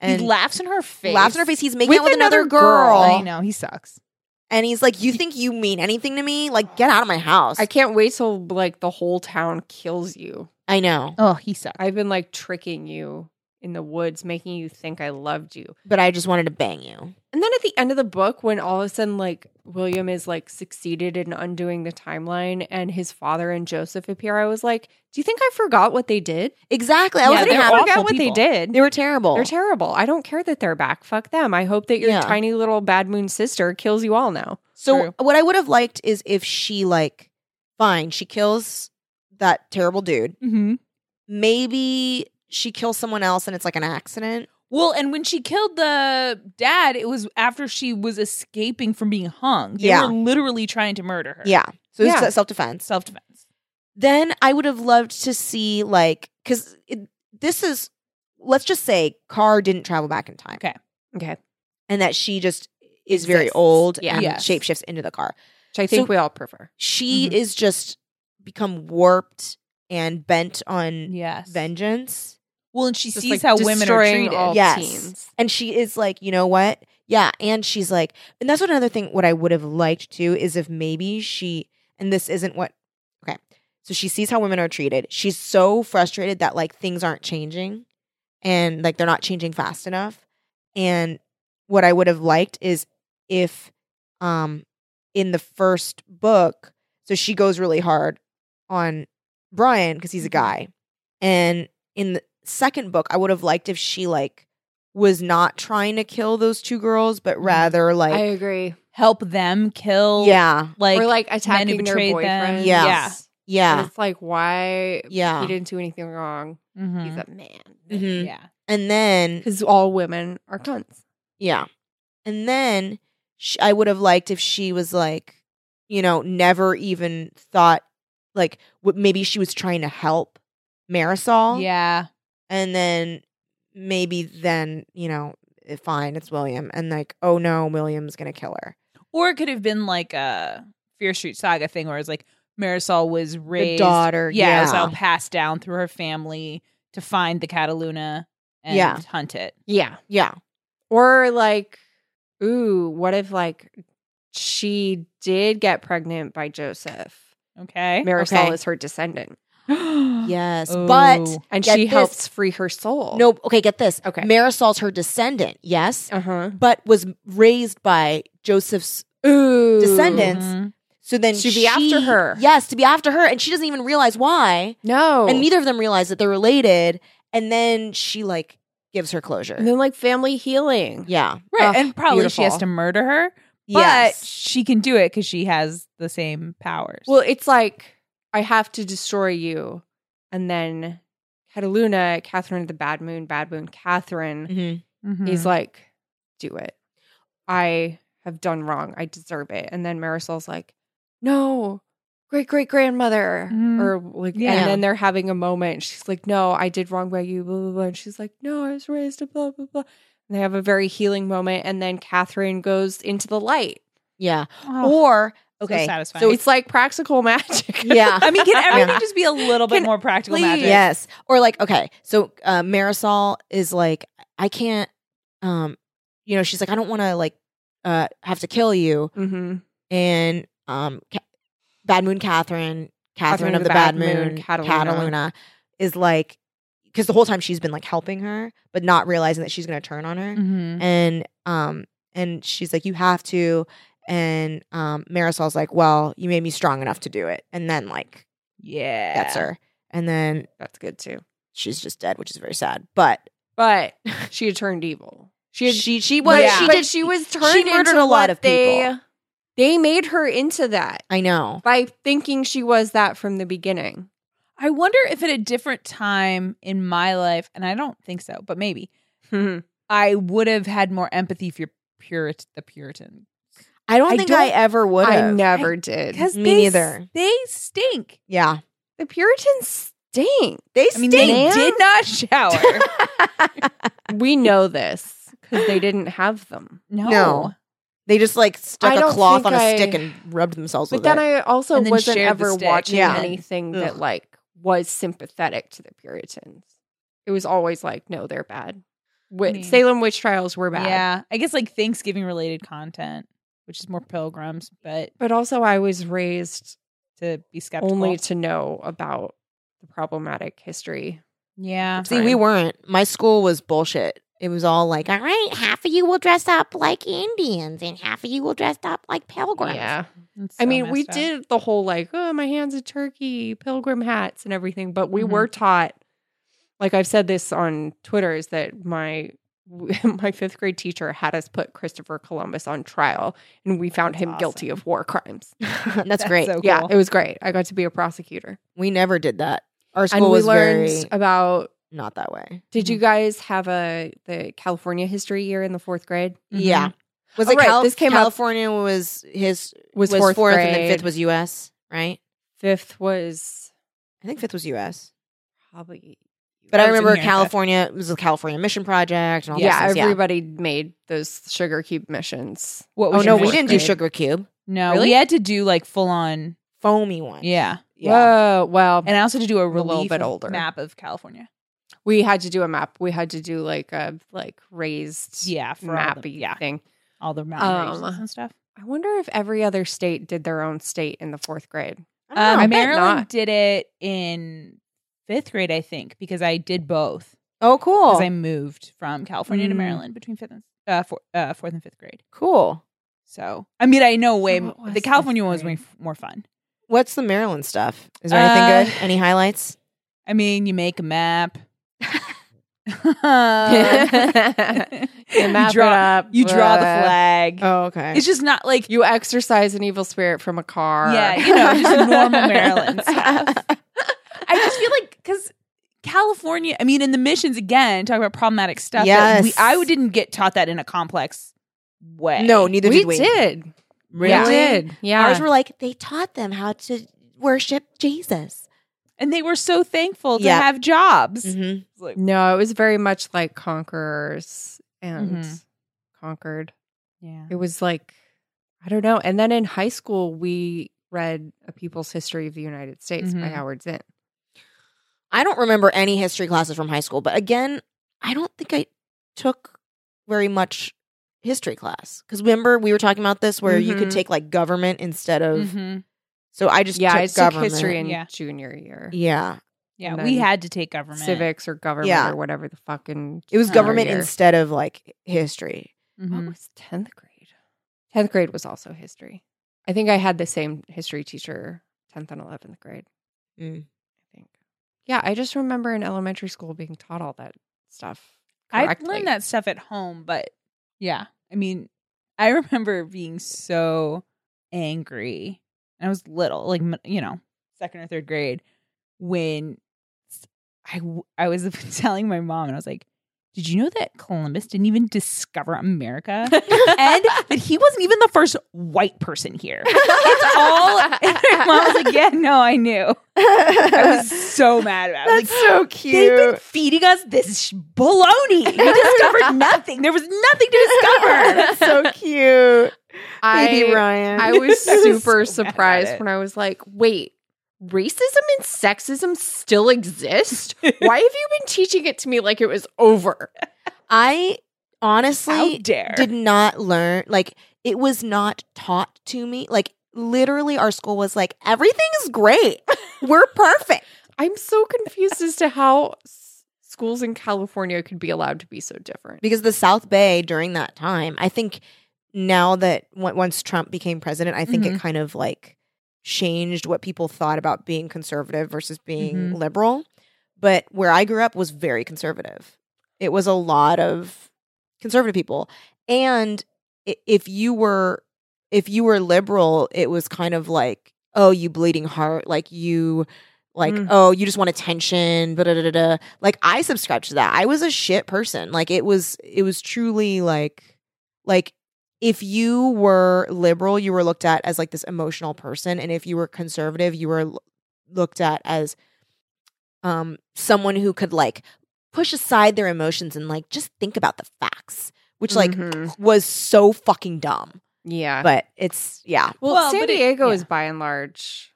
and he laughs in her face. laughs in her face. He's making With out with another another, girl. girl. I know he sucks. And he's like, You think you mean anything to me? Like, get out of my house. I I, can't wait till like the whole town kills you. know. Oh, he sucks. I've been like tricking you in the woods, making you think I loved you. But I just wanted to bang you. And then at the end of the book, when all of a sudden like William is like succeeded in undoing the timeline and his father and Joseph appear, I was like, Do you think I forgot what they did? Exactly. I Yeah, wasn't they're happy. awful forgot what they people. did. They were terrible. They're terrible. I don't care that they're back. Fuck them. I hope that your Yeah. tiny little bad moon sister kills you all now. so, True. what I would have liked is if she, like, fine, she kills that terrible dude. Mm-hmm. Maybe she kills someone else and it's like an accident. Well, and when she killed the dad, it was after she was escaping from being hung. They Yeah. were literally trying to murder her. Yeah. So, it's Yeah. self defense. self defense. then I would have loved to see like because this is let's just say Carr didn't travel back in time Okay. Okay. and that she just is very Exists. old Yeah. and Yes. shapeshifts into the car. Which I think So- we all prefer. She Mhm. is just become warped and bent on Yes. vengeance, Well, and she Just, sees like, how women are destroying treated. all Yes. teens. and she is like, you know what? Yeah, and she's like, and that's another thing. What I would have liked too is if maybe she and this isn't what okay. So she sees how women are treated. She's so frustrated that like things aren't changing and like they're not changing fast enough. And what I would have liked is if um in the first book. So she goes really hard on Brian because he's a guy. And in the second book, I would have liked if she like was not trying to kill those two girls, but rather like I agree. help them kill. yeah, like, or like attacking their betrayed them. boyfriend. Yeah. And yeah, It's like why yeah. he didn't do anything wrong. mhm. He's a man. Mhm. yeah. And then Because Mm-hmm. all women are cunts. Yeah. And then sh I would have liked if she was like, you know, never even thought, like, what maybe she was trying to help Marisol. Yeah. And then maybe then, you know, eh, fine, it's William. And like, oh no, William's going to kill her. Or it could have been like a Fear Street Saga thing where it's like Marisol was the raised. daughter. Yeah. It was all Yeah. passed down through her family to find the Cataluna and Yeah. hunt it. Yeah. Yeah. Or like, ooh, what if like she did get pregnant by Joseph? Okay. Marisol Okay. is her descendant. Yes. But Oh. And Get she this. helps free her soul. no, okay, get this. Oh. Okay. Marisol's her descendant, yes, Uh huh. but was raised by Joseph's Ooh. Descendants. Mm-hmm. so then To be after she- her. Yes, to be after her. And she doesn't even realize why. Oh. No. and neither of them realize that they're related and then she like gives her closure And then like family healing. yeah Right. Ugh, and probably she has beautiful. to murder her. But yes she can do it because she has the same powers. Well, it's like I have to destroy you, and then Cataluna, Catherine of the Bad Moon, Bad Moon, Catherine Mhm. Mhm. is like, "Do it. I have done wrong. I deserve it." And then Marisol's like, "No, great great grandmother," Mm. Mhm. or like, Yeah. and then they're having a moment. She's like, "No, I did wrong by you." Blah blah blah. And she's like, "No, I was raised a blah blah blah." And they have a very healing moment, and then Catherine goes into the light. yeah Oh, or so okay satisfying. So it's like practical magic. yeah I mean, can everything Yeah. just be a little bit Can- more practical please. magic? yes or like okay so uh, marisol is like i can't um you know she's like i don't want to like uh have to kill you Mm-hmm. and um Ca- bad moon catherine catherine, of the, bad, moon, catalina. is like because the whole time she's been like helping her but not realizing that she's gonna turn on her Mhm. and um and she's like you have to and um marisol's like well you made me strong enough to do it and then like Yeah. that's her and then That's good too. she's just dead which is very sad but But she had turned evil. She had, she she but, was yeah. she but did she was turned murdered into a lot what of they, people. They made her into that i know by thinking she was that from the beginning. I wonder if at a different time in my life, and I don't think so, but maybe Hmm. I would have had more empathy for Purit- the Puritan i don't I think don't- i ever would I have never did. because Me they, neither. They stink. yeah The Puritans stink. they I mean, they Stink. did not shower. we know this because they didn't have them. no. No. they just like stuck I a don't cloth on think a I- stick and rubbed themselves But with then it I also And then wasn't shared the ever stick, watching yeah. anything Ugh. that like was sympathetic to the Puritans. It was always like, no, they're bad. Wi- mean- Salem witch trials were bad. Yeah. I guess like Thanksgiving related content, which is more pilgrims, but But also, I was raised to be skeptical. only to know about the problematic history. yeah. see we time. weren't my school was bullshit it was all like all right half of you will dress up like indians and half of you will dress up like pilgrims It's I so mean, we messed up. did the whole like, oh, my hands a turkey, pilgrim hats, and everything. But we Mhm. were Mm-hmm. taught, like I've said this on Twitter, is that my my fifth grade teacher had us put Christopher Columbus on trial, and we found That's him guilty awesome. of war crimes. that's, great so cool. Yeah, it was great. I got to be a prosecutor, We never did that. Our school and we was very learned Mm-hmm. about. not that way. Did you guys have a the California history year in the fourth grade? Mhm. Yeah, was Oh, it right, Cal- this came up- California was his was, fourth, and then fifth grade. was U.S. Right? fifth was I think fifth was U.S. probably But I I, was in remember here in fifth. California it was the California Mission Project and all yeah, those things. everybody made those sugar cube missions. What Oh was no, your we fourth didn't grade? do Sugar Cube, No, we Really? had to do like full on. foamy one. Yeah, yeah. Whoa, well, and I also had to do a little relief bit of- older. map of California. we had to do a map. We had to do like a like raised Yeah, for all map the, yeah, thing. all the mountain ranges Um, and stuff. I wonder if every other state did their own state in the fourth grade. I don't Um, know. I bet Maryland not. did it in fifth grade, I think, because I did both. oh, Because I cool, moved from California to Mm. Maryland between fifth and uh, four, uh, fourth and fifth grade. cool. So, I mean, I know way So what was the the California one was three? way f- more fun. What's the Maryland stuff? Is there anything Uh, good? Any highlights? I mean, you make a map. you you map draw, it up. you draw the blah. flag. Oh, okay. It's just not like You exercise an evil spirit from a car. Yeah, you know, just normal Maryland stuff. I just feel like because California, I mean, in the missions again, talk about problematic stuff. that We, Yes. I didn't get taught that in a complex way. no, neither we did we. did. We really. did. Yeah. Ours were like they taught them how to worship Jesus. And they were so thankful to Yeah. have jobs. Mm-hmm. It's like, no, it was very much like conquerors and Mhm. conquered. yeah. It was like I don't know. And then in high school, we read A People's History of the United States by Mhm. Mm-hmm. Howard Zinn. I don't remember any history classes from high school, but again, I don't think I took very much history class because remember we were talking about this where you could Mhm. take like government instead of. Mhm. So I just yeah, took I took government. history in Yeah. junior year, yeah, Yeah. And We then had to take government. civics or government Yeah. or whatever the fucking. it was Oh, government Mm-hmm. year. instead of like history. Mhm. What was tenth grade? Tenth grade was also history. I think I had the same history teacher tenth and eleventh grade. Mm. I think. Yeah, I just remember in elementary school being taught all that stuff. I correctly. learned that stuff at home, but yeah. I mean, I remember being so angry. I was little, like m- you know, second or third grade, when s- I w- I was telling my mom, and I was like, "Did you know that Columbus didn't even discover America, and that he wasn't even the first white person here?" It's all. And my mom was like, "Yeah, no, I knew." I was so mad about. it. I was That's like, so They've been cute. feeding us this sh- baloney. We discovered nothing. There was nothing to discover. That's so cute. Baby I, Ryan. I was I was so super mad about surprised it. when I was like, wait, racism and sexism still exist? Why have you been teaching it to me like it was over? I How honestly dare? did not learn like it was not taught to me. Like literally our school was like everything is great. We're perfect. I'm so confused as to how s- schools in California could be allowed to be so different. Because the South Bay during that time, I think now that on- once Trump became president, I think it kind of like changed what people thought about being conservative versus being Mhm. liberal. But where I grew up was very conservative. It was a lot of conservative people. And i- if you were if you were liberal, it was kind of like, oh, you bleeding heart, like you like, Mm. oh, you just want attention, da da da da. Like I subscribed to that. I was a shit person. Like it was it was truly like like if you were liberal, you were looked at as like this emotional person. And if you were conservative, you were l- looked at as um someone who could like push aside their emotions and like just think about the facts, which like Mhm. was so fucking dumb. yeah. But it's yeah. Well, Well, San but it- Diego yeah. is by and large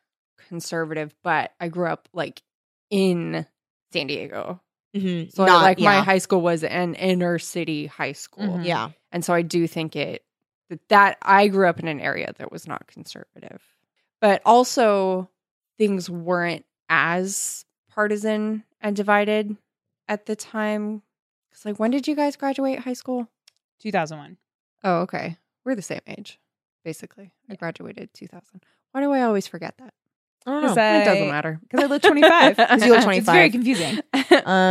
conservative, but I grew up like in San Diego. Mm-hmm. So I- like my yeah. high school was an inner city high school. Mhm. yeah. And so I do think it that, that I grew up in an area that was not conservative. But also things weren't as partisan and divided at the time. Cuz like when did you guys graduate high school? 2001. Oh, okay. We're the same age basically. I graduated 2000. Why do I always forget that? I don't know. Because I, it doesn't matter. Because I look 25. 'Cause you look It's very 25. confusing. I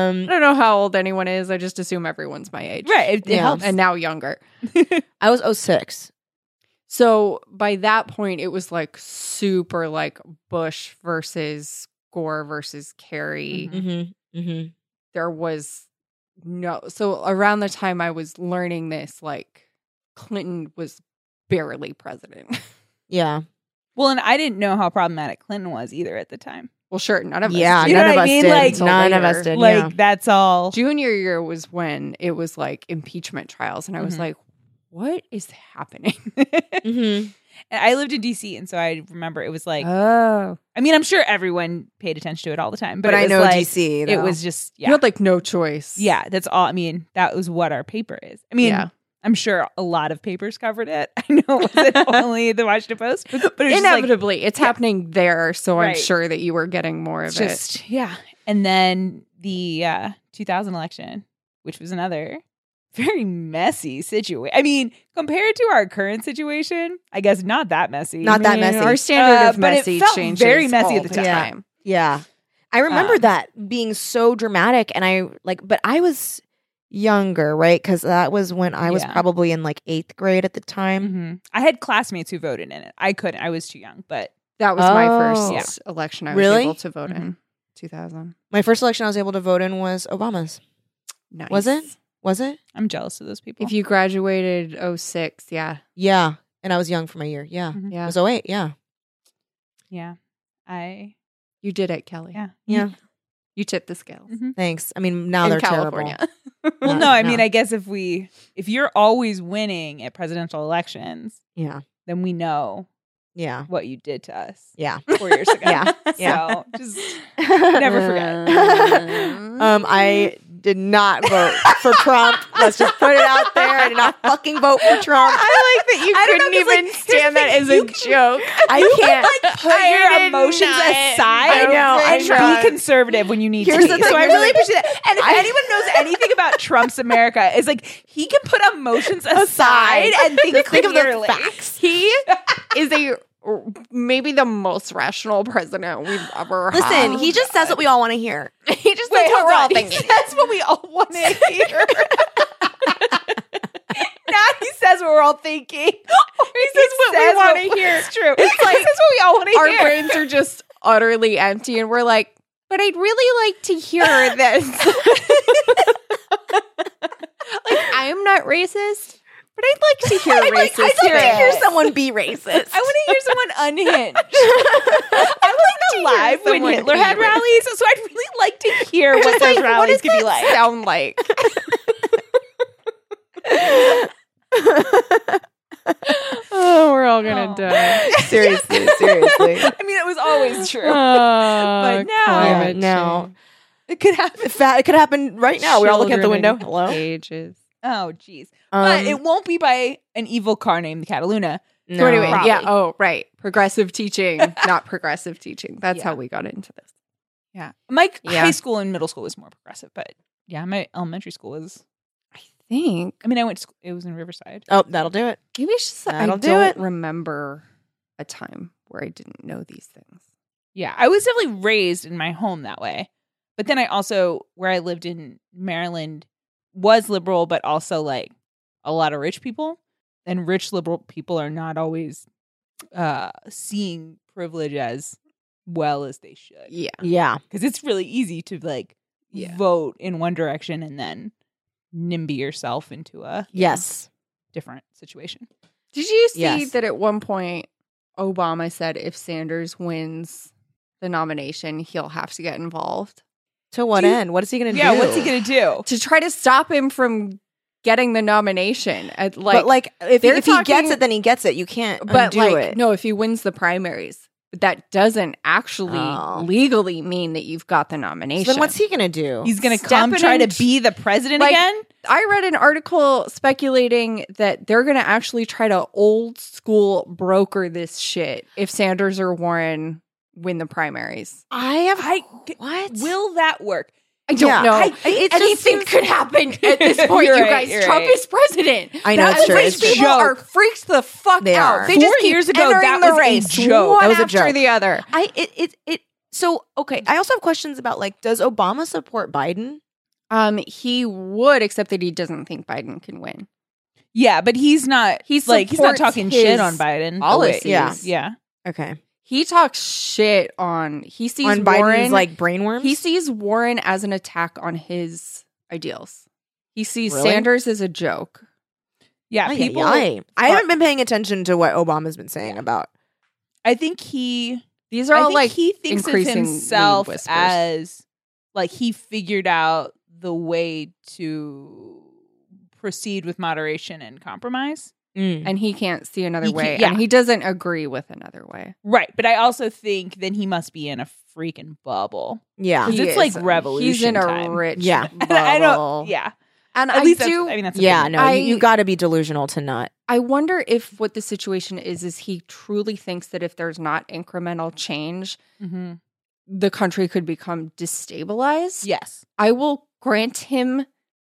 Um, don't know how old anyone is. I just assume everyone's my age. Right. It, it Yeah. helps. And now younger. I was 06. So by that point, it was like super like Bush versus Gore versus Kerry. Mhm. Mm-hmm. Mm-hmm. There was no. So around the time I was learning this, like Clinton was barely president. Yeah. well, and I didn't know how problematic Clinton was either at the time. well, sure, none of us. yeah. did. You know none what of I us mean? did. Like- none of us Later. did. like, yeah. that's all. Junior year was when it was like impeachment trials, and I was Mhm. like, "What is happening?" Mm-hmm. And I lived in D.C., and so I remember it was like, oh, I mean, I'm sure everyone paid attention to it all the time, but, But, it I was know like, DC. It though. was just, yeah. you had like no choice. yeah, that's all. I mean, that was what our paper is. I mean, yeah. I'm sure a lot of papers covered it. I know it wasn't only the Washington Post, but it's just like- Inevitably, it's happening there, so I'm Right. sure that you were getting more of it's just yeah. And then the uh, 2000 election, which was another very messy situation. I mean, compared to our current situation, I guess not that messy. Not that messy. Our standard Uh, of but it messy felt changes very messy all at the time. Yeah. time. Yeah. I remember Um, that being so dramatic and I like but I was younger, right? Cuz that was when I was Yeah. probably in like 8th grade at the time. Mhm. I had classmates who voted in it. I couldn't. I was too young, but That was my Oh. first election I was Really? able to vote Mm-hmm. in. 2000. My first election I was able to vote in was Obama's. Nice. Was it? Was it? I'm jealous of those people. If you graduated 06, yeah. Yeah. And I was young for my year. Yeah. Mm-hmm. Mm-hmm. It Yeah. was 08, yeah. yeah, I You did it, Kelly. yeah. Yeah. You tipped the scales. Thanks. I mean, Mm-hmm. now in they're California. terrible. Well, Yeah, no, I no. mean, I guess if we if you're always winning at presidential elections, Yeah. then we know Yeah. what you did to us Yeah. four years ago. Yeah. So just never forget. Uh, Um, I did not vote for Trump. Let's just put it out there. I did not fucking vote for Trump. I like that you I don't couldn't know, 'cause, like, even stand that here's as the a thing, joke. I can't. put your emotions aside. I know, And I try. know. be conservative when you need Here's to. the be. thing, so I really- really appreciate that. And if I- anyone knows anything about Trump's America, is like he can put emotions aside and think, Think of the clearly. facts. He is a maybe the most rational president we've ever had. Listen, he just says what we all want to hear. He just Wait, says what hold we're all on. thinking. That's what we all want to hear. now he says what we're all thinking. He says what we wanna hear. It's true. It's like like this is what we all want our to hear. brains are just utterly empty, and we're like, but I'd really like to hear this. like, I'm not racist, but I'd like to hear I'd like, racist. I'd like to things. hear someone be racist. I want to hear someone unhinged. I was alive when someone Hitler be had racist. rallies, so I'd really like to hear what Just those like, what rallies does could be that like. sound like. oh, we're all gonna die. seriously, seriously. I mean, it was always true. but now- climate change. It could happen. It could happen right now. We're all looking out the window. Hello. Ages. Oh, jeez. Um, but it won't be by an evil car named Cataluna. So anyway, Probably. yeah. Oh, right. Progressive teaching, not progressive teaching. That's Yeah. how we got into this. Yeah. My Yeah. high school and middle school was more progressive, but yeah, my elementary school was. I think I mean, I went to school, it was in Riverside. oh, that'll do it. maybe it's just that I That'll don't do it. remember a time where I didn't know these things. Yeah. I was definitely raised in my home that way. But then I also, where I lived in Maryland, was liberal, but also like a lot of rich people. And rich liberal people are not always uh, seeing privilege as well as they should. Yeah. Yeah. because it's really easy to like Yeah. vote in one direction and then nimby yourself into a Yes. different situation. Did you see Yes. that at one point Obama said if Sanders wins the nomination, he'll have to get involved To what Do you- end? What is he going to Yeah, do? what's he gonna do? to try to stop him from getting the nomination? At like, but like, if, they're if he gets talking- it, then he gets it. You can't but undo like it. no, if he wins the primaries, but that doesn't actually Oh. legally mean that you've got the So nomination. then what's he going to do? He's gonna Step come it try to in- be the president like- again. I read an article speculating that they're going to actually try to old school broker this shit if Sanders or Warren win the primaries. I have. I- what? Will that work? I don't Yeah. know. I- it just Anything seems- could happen at this point, You're you right, guys. you're Trump right. is president. I know, That- it's true, These it's a people joke. are freaked the fuck They out. are. They just Four keep years ago, entering that the was a race joke. one That was a after joke. the other. I it it it. So okay, I also have questions about like, does Obama support Biden? Um, he would, except that he doesn't think Biden can win. Yeah, but he's not. He He's like he's not supports talking his shit on Biden. Oh, wait, Policies. yeah. yeah. Okay, He talks shit on. He sees on Biden's Warren like brainworms. He sees Warren as an attack on his ideals. He sees Really? Sanders as a joke. Yeah, Ay, ay, people. ay. I haven't been paying attention to what Obama's been saying about. I think he. These are I all think like he thinks of increasingly himself whispers. as like he figured out the way to proceed with moderation and compromise. Mm. and he can't see another He can't- way. yeah. And he doesn't agree with another way. Right, but I also think then he must be in a freaking bubble. Yeah, 'Cause He it's, like, He's in revolution a time. rich Yeah. And I bubble. don't. Yeah, And at I least do That's, I mean, that's a yeah. thing. No, I- you, you got to be delusional to not. I wonder if what the situation is is he truly thinks that if there's not incremental change, Mhm. the country could become destabilized. Yes. I will grant him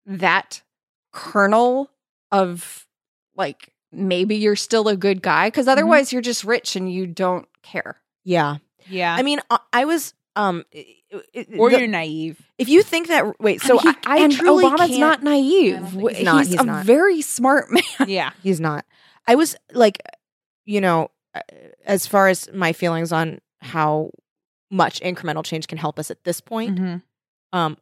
that kernel of like maybe you're still a good guy because otherwise you're just rich and you don't care. Yeah. Yeah. I mean, I, I was um i- i- or the- you're naive. if you think that wait, so And he- I, I and truly Obama's can't- not I naive. don't think he's not, he's he's a not. very smart man. Yeah. He's not. I was like, you know, uh, as far as my feelings on how much incremental change can help us at this point, Mhm. Mm-hmm. um,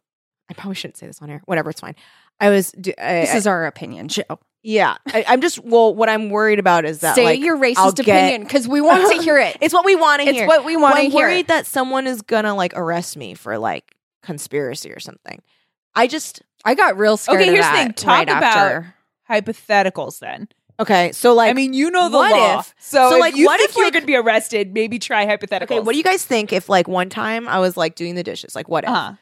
I probably shouldn't say this on air. Whatever, it's fine. I was, d I this I- is our opinion show. yeah. I, I'm just well. What I'm worried about is that Say like your racist I'll get- opinion because we want to hear it. it's what we want to It's hear. what we want to Well, I'm hear. worried that someone is gonna like arrest me for like conspiracy or something. I just I got real scared. Okay, of here's the that thing. Talk right about- after. Hypotheticals then. okay. So like, I mean, you know the what law. if- so, so, if like, you what think if, you're like- going to be arrested, maybe try hypotheticals. okay. What do you guys think if like one time I was like doing the dishes, like what if? Uh-huh.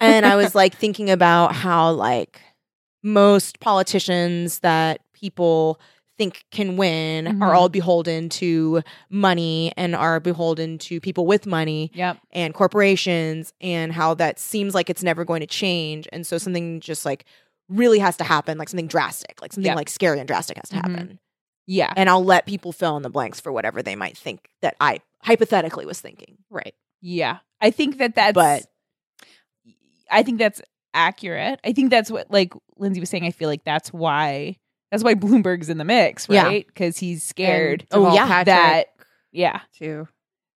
and I was like thinking about how like most politicians that people think can win are Mhm. all beholden to money and are beholden to people with money Yep. and corporations and how that seems like it's never going to change and so something just like really has to happen like something drastic like something Yeah. like scary and drastic has to Mhm. happen Yeah. and I'll let people fill in the blanks for whatever they might think that I hypothetically was thinking Right. Yeah. I think that that's But- I think that's accurate. I think that's what like Lindsay was saying. I feel like that's why that's why Bloomberg's in the mix, Yeah. right? Because he's scared Oh, Deval yeah, Patrick, that yeah, too.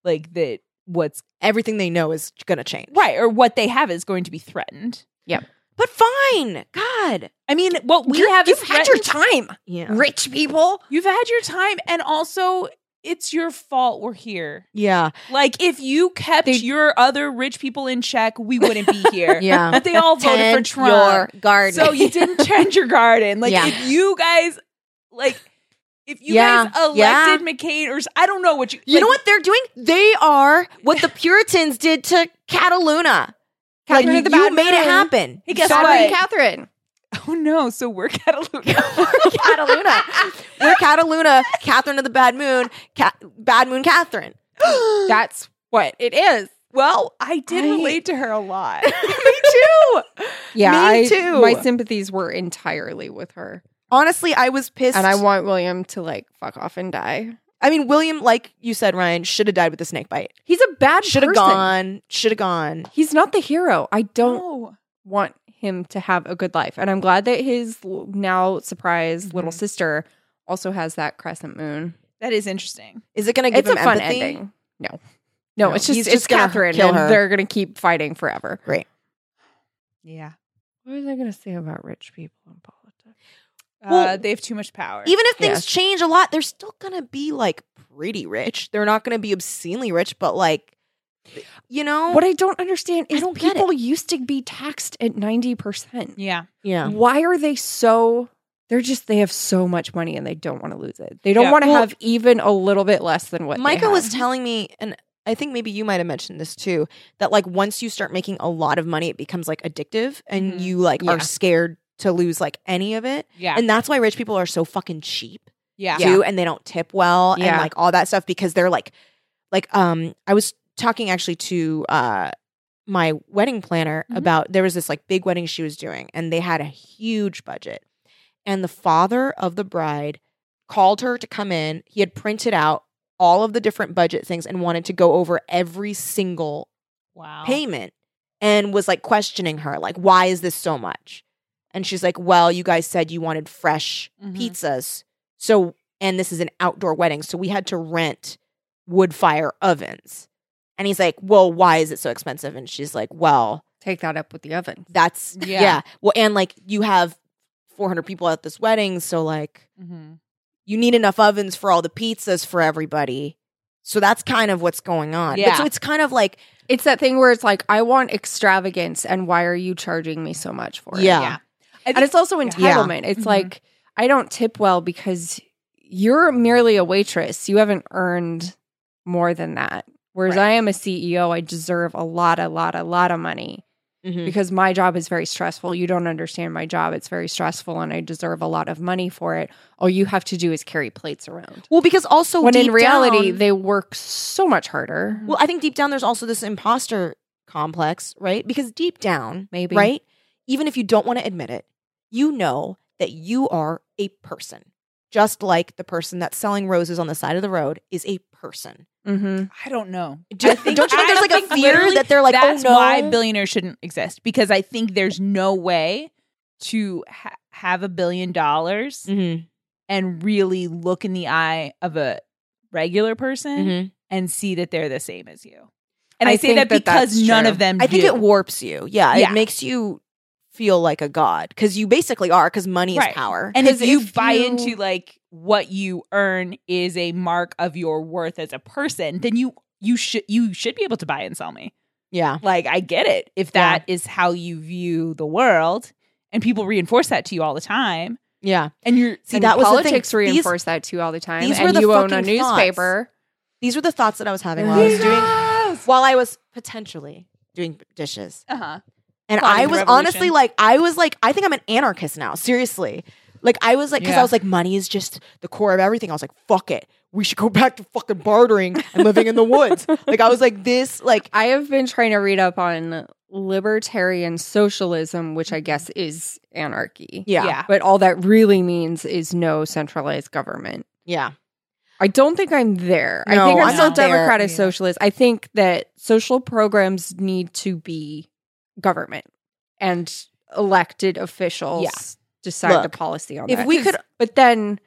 like that what's everything they know is going to change right or what they have is going to be threatened. but fine god I mean, what we You're- have You've is had your threatened. time, yeah rich people. You've had your time, and also it's your fault we're here. yeah Like if you kept They- your other rich people in check, we wouldn't be here. yeah But they all voted for Tend Trump. your garden So you didn't tend your garden. Like Yeah. if you guys like if you Yeah, guys elected McCain or s- I don't know what you you know what they're doing? They are what the Puritans did to Cataluna. Like, Catherine you, the you Bad made it Moon. happen. Hey, guess Sovereign what? Catherine. oh no, so we're Cataluna. Cataluna. We're Cataluna, Catherine of the Bad Moon, Ca- Bad Moon Catherine. That's what it is. well, I did I- relate to her a lot. Me too. Yeah, Me I- too. My sympathies were entirely with her, Honestly, I was pissed. and I want William to like fuck off and die. I mean, William, like you said, Ryan, should have died with the snake bite. He's a bad Should have person. gone. Should have gone. He's not the hero. I don't No. want him to have a good life, and I'm glad that his l- now surprise little Mhm. sister also has that crescent moon. That is interesting. Is it going to give It's a him fun empathy? ending. No. No, No, it's just he's it's just gonna Catherine, kill and her. they're gonna keep fighting forever. Yeah. What was I gonna say about rich people in politics? uh, Well, they have too much power. Even if things Yes. change a lot, they're still going to be like pretty rich. They're not going to be obscenely rich, but like, you know, What I don't understand I is don't get it. people used to be taxed at ninety percent. yeah. yeah. Why are they so? They're just they have so much money and they don't want to lose it. They don't Yeah. want to Well- have even a little bit less than what. they Micah was have. telling me, and I think maybe you might have mentioned this too, that like once you start making a lot of money, it becomes like addictive and Mhm. you like Mm-hmm. Yeah. are scared to lose like any of it. Yeah. And that's why rich people are so fucking cheap yeah. too, and they don't tip well and Yeah. like all that stuff because they're like, like, um, I was talking actually to, uh, my wedding planner Mhm. about there was this like big wedding she was doing and they had a huge budget and the father of the bride called her to come in he had printed out all of the different budget things and wanted to go over every single Wow. payment and was like questioning her like why is this so much and she's like well you guys said you wanted fresh Mhm. pizzas so and this is an outdoor wedding so we had to rent wood fire ovens and he's like well why is it so expensive and she's like well take that up with the oven. that's Yeah. Mm, yeah, well and like you have 400 people at this wedding so like Mhm. you need enough ovens for all the pizzas for everybody so that's kind of what's going on But Yeah. so it's kind of like It's that thing where it's like I want extravagance, and why are you charging me so much for it? Yeah. I think- and Mm-hmm. it's also yeah. entitlement. It's Mhm. like I don't tip well because you're merely a waitress. You haven't earned more than that. Whereas Right. I am a CEO, I deserve a lot, a lot, a lot of money Mm. mm-hmm. because my job is very stressful. You don't understand my job. It's very stressful and I deserve a lot of money for it. All you have to do is carry plates around. well because also when in deep reality, down- they work so much harder. Well, I think deep down there's also this imposter complex, right? Because deep down, Maybe. right? Even if you don't want to admit it, you know that you are a person, just like the person that's selling roses on the side of the road is a person. Mm-hmm. I don't know. Do, I think- don't you think I there's like think a fear literally that they're like, oh That's no, why billionaires shouldn't exist because I think there's no way to ha- have a billion dollars Mhm, and really look in the eye of a regular person mhm. and see that they're the same as you. And I, I say think that, that because that's none true. of them. I think do. it warps you. Yeah, Yeah. it makes you feel like a god because you basically are because money Right. is power. And if 'Cause you if buy you- into like what you earn is a mark of your worth as a person, then you you should you should be able to buy and sell me. yeah, Like I get it. If Yeah. that is how you view the world and people reinforce that to you all the time yeah. and you're See, that was the thing. politics These- reinforce that too all the time. these and were the you own a fucking thoughts. newspaper. These were the thoughts that I was having while I was doing while I was potentially doing dishes. uh-huh. And Plotting I the was revolution. honestly like, I was like, I think I'm an anarchist now. Seriously. Like, I was like, because Yeah. I was like, money is just the core of everything. I was like, fuck it. We should go back to fucking bartering and living in the woods. Like, I was like, this, like, I have been trying to read up on libertarian socialism, which I guess is anarchy. yeah, yeah. Yeah. But all that really means is no centralized government. I don't think I'm there. I No, think I'm I'm still not there. democratic Yeah. socialist. I think that social programs need to be government and elected officials decide the Look, policy on If that. we could, but then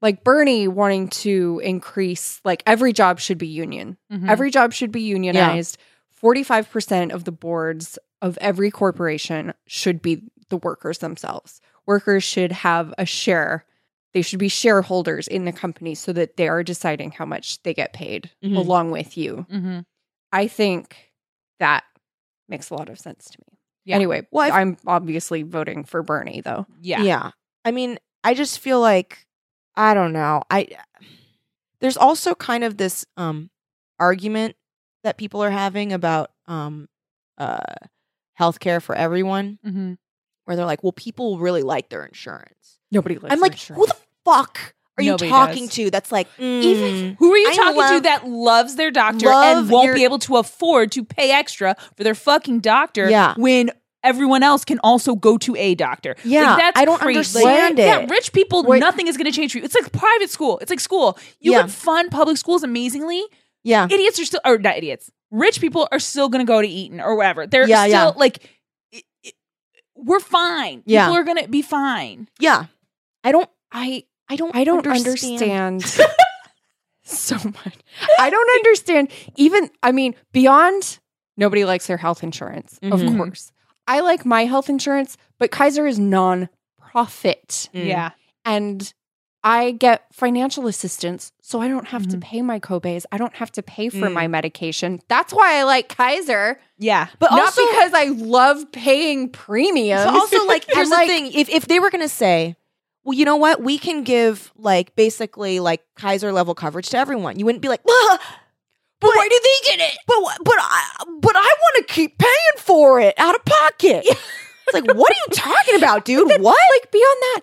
like Bernie wanting to increase like every job should be union. Mhm. Every job should be unionized. 45% of the boards of every corporation should be the workers themselves. Workers should have a share. They should be shareholders in the company so that they are deciding how much they get paid Mhm. along with you. Mhm. I think that makes a lot of sense to me. Yeah. Anyway, Well, I've- I'm obviously voting for Bernie though. Yeah. yeah. I mean, I just feel like, I don't know. I, there's also kind of this um argument that people are having about um uh healthcare for everyone. Mhm. where they're like, well, people really like their insurance. Nobody likes I'm like, who the fuck are you Nobody talking does. Mm. to that's like, Even even who are you I talking to love- that loves their doctor love and won't your- be able to afford to pay extra for their fucking doctor Yeah. when everyone else can also go to a doctor? Yeah, like, that's I don't crazy. understand Like, it. Yeah, rich people, Wait. nothing is going to change for you. It's like private school. It's like school. You Yeah. can fund public schools amazingly. yeah, Idiots are still, or not idiots. Rich people are still going to go to Eton or whatever. They're Yeah, still yeah. like, it- it- we're fine. Yeah. People are going to be fine. yeah. I don't, I, I don't, I don't understand, so much. I don't understand even I mean beyond nobody likes their health insurance, Mhm. of course. I like my health insurance, but Kaiser is non-profit Mm. Yeah. and I get financial assistance, so I don't have to Mhm. pay my copays. I don't have to pay for Mm-hmm. Mm. my medication. That's why I like Kaiser, Yeah. But not also, because I love paying premiums. but also, like, I'm here's the thing: if if they were gonna say, well, you know what, we can give like basically like Kaiser level coverage to everyone, you wouldn't be like, "Ah, but why do they get it? But wh- but I but I want to keep paying for it out of pocket. It's like, what are you talking about, dude? what? Like beyond that,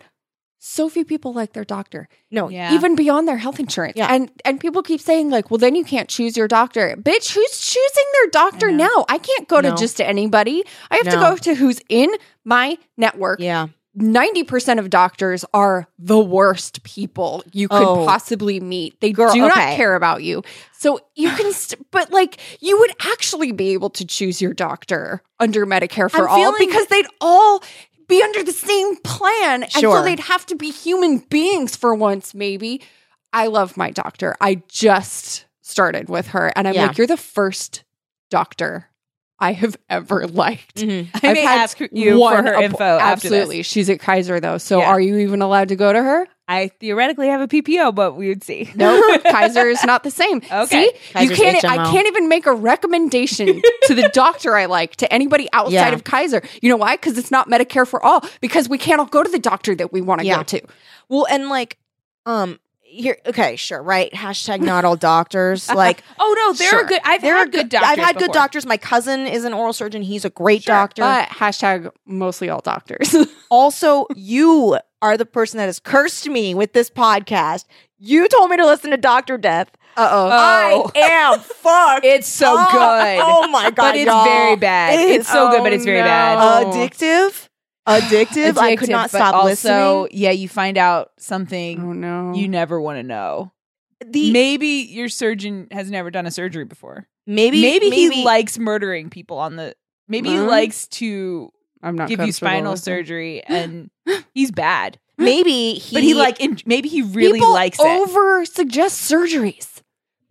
so few people like their doctor. No, Yeah. even beyond their health insurance. Yeah. And and people keep saying like, well, then you can't choose your doctor. Bitch, who's choosing their doctor I know. now? I can't go No. to just anybody. I have to No. go to who's in my network. yeah. 90% of doctors are the worst people you could Oh. possibly meet. They Girl, do okay. not care about you. So you can st- but like you would actually be able to choose your doctor under Medicare I'm for all feeling- because they'd all be under the same plan and Sure. so they'd have to be human beings for once maybe. I love my doctor. I just started with her and I'm Yeah. like you're the first doctor I have ever liked. Mhm. I I've may had ask you for one her app- info. after this. Absolutely. She's at Kaiser though. So Yeah. are you even allowed to go to her? I theoretically have a PPO, but we would see. No, Kaiser is not the same. Okay. See, Kaiser's you can't. HMO. I can't even make a recommendation to the doctor I like to anybody outside Yeah. of Kaiser. You know why? Because it's not Medicare for all. Because we can't all go to the doctor that we want to Yeah. go to. Well, and like, um, here, okay, sure, right? Hashtag not all doctors. Like, Oh no, they're sure. a good. I've There are had good doctors. I've had good before. doctors. My cousin is an oral surgeon. He's a great doctor. But hashtag mostly all doctors. also, you are the person that has cursed me with this podcast. You told me to listen to Doctor Death. Uh I am fucked. Oh. It's so up. good, Oh my god, but it's y'all. very bad. It It's so is- good, but it's very oh, no. bad. addictive. addictive. I could addictive, not but stop also, listening. Oh, Yeah, you find out something no. you never want to know. The maybe your surgeon has never done a surgery before. maybe, maybe, he likes murdering people on the. Maybe he Huh? likes to I'm not give you comfortable spinal with it. surgery, and he's bad. maybe he but he like, en- maybe he really People likes it. over suggest surgeries.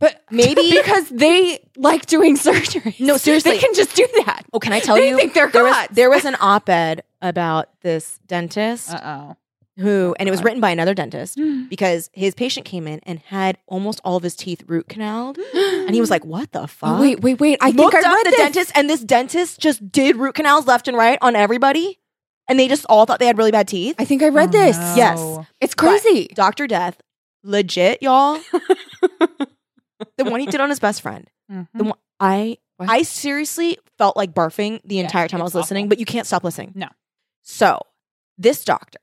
But Maybe- because they like doing surgeries. No, seriously. They can just do that. Oh, can I tell they you? think they're there was gods. there was an op-ed about this dentist Uh oh, who, and it was written by another dentist oh. Mm. because his patient came in and had almost all of his teeth root canaled, and he was like, "What the fuck?" Mm. Oh, wait, wait, wait. I think Looked I up read the this. dentist, and this dentist just did root canals left and right on everybody, and they just all thought they had really bad teeth. I think I read this. Oh, no. Yes. It's crazy. Doctor Death, legit, y'all. the one he did on his best friend. Mm-hmm, The one I What? I seriously felt like barfing the Yeah, entire time I was it's listening, awful. but you can't stop listening. No. So this doctor,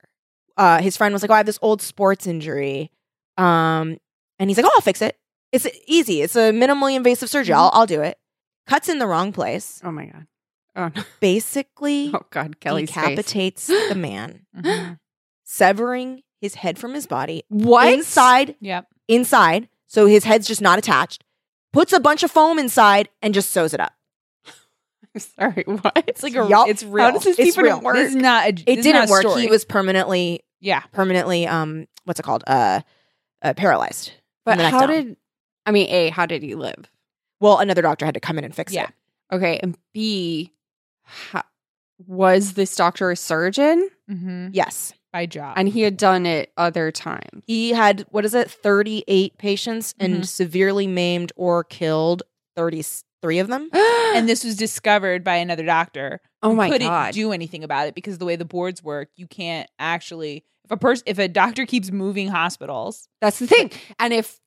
uh, his friend was like, "Oh, I have this old sports injury," um, and he's like, "Oh, I'll fix it. It's easy. It's a minimally invasive surgery. Mm-hmm. I'll, I'll do it." Cuts in the wrong place. Oh my god. Oh, no. Basically, oh god, Kelly's face. decapitates the man, Mhm. severing his head from his body What? inside Yep. inside, so his head's just not attached, puts a bunch of foam inside, and just sews it up. I'm sorry. What? It's like a. Yup. It's real. does this it's even real. work? This is not. A, It this is not didn't a work. story. He was permanently, Yeah. permanently, um, what's it called? Uh, uh paralyzed. But the neck how down. did? I mean, a. How did he live? Well, another doctor had to come in and fix Yeah. it. Okay, and b. How, was this doctor a surgeon? Mhm. Yes, By job. And he had done it other times. he had what is it? Thirty-eight patients Mhm. and severely maimed or killed thirty-three of them. and and this was discovered by another doctor. oh my couldn't god, do anything about it because the way the boards work, you can't actually if a person if a doctor keeps moving hospitals. that's the thing. And if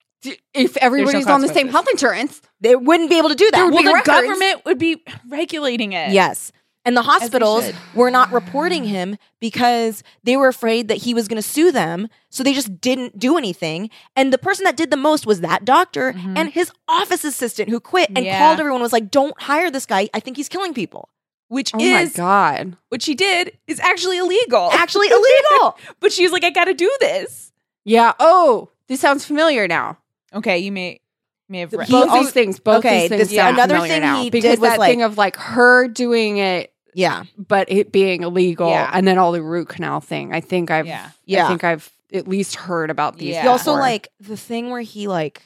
if everybody's on the same consequences. health insurance, They wouldn't be able to do that. There would Well, Well, the the records- government would be regulating it. Yes. And the they hospitals should. were not reporting him because they were afraid that he was going to sue them. So they just didn't do anything. And the person that did the most was that doctor Mhm. and his office assistant who quit and Yeah. called everyone and was like, don't hire this guy. I think he's killing people. which oh my is god, what she did is actually illegal. Actually, illegal. but she was like, I got to do this. yeah. Oh, this sounds familiar now. Okay, you may may have read. Both He- these things, both okay, these things. this- sound another familiar thing now. he because did was that like- thing of like her doing it, yeah. but it being illegal, Yeah. and then all the root canal thing. I think I've, yeah. Yeah. I think I've at least heard about these. Yeah. He also, before. like, the thing where he, like,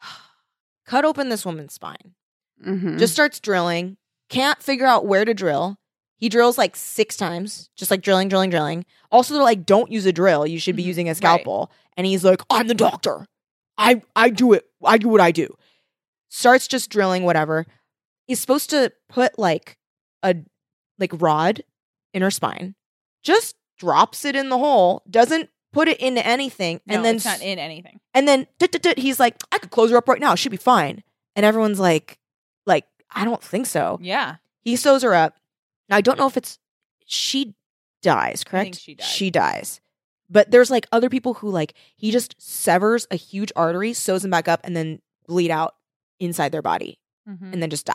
cut open this woman's spine, Mhm. Mm-hmm. just starts drilling, can't figure out where to drill. He drills like six times, just like drilling, drilling, drilling. Also, they're like, don't use a drill. You should be Mhm. using a scalpel. And he's like, I'm the doctor. I, I do it. I do what I do. Starts just drilling, whatever. He's supposed to put like a like rod in her spine. Just drops it in the hole. Doesn't put it into anything. No, and then it's s- not in anything. and then dit, dit, dit, he's like, I could close her up right now. She'd be fine. And everyone's like, like, I don't think so. Yeah. He sews her up. Now I don't know if it's she dies, correct? think she died. dies. But there's like other people who like he just severs a huge artery, sews them back up, and then bleed out inside their body Mhm. and then just die.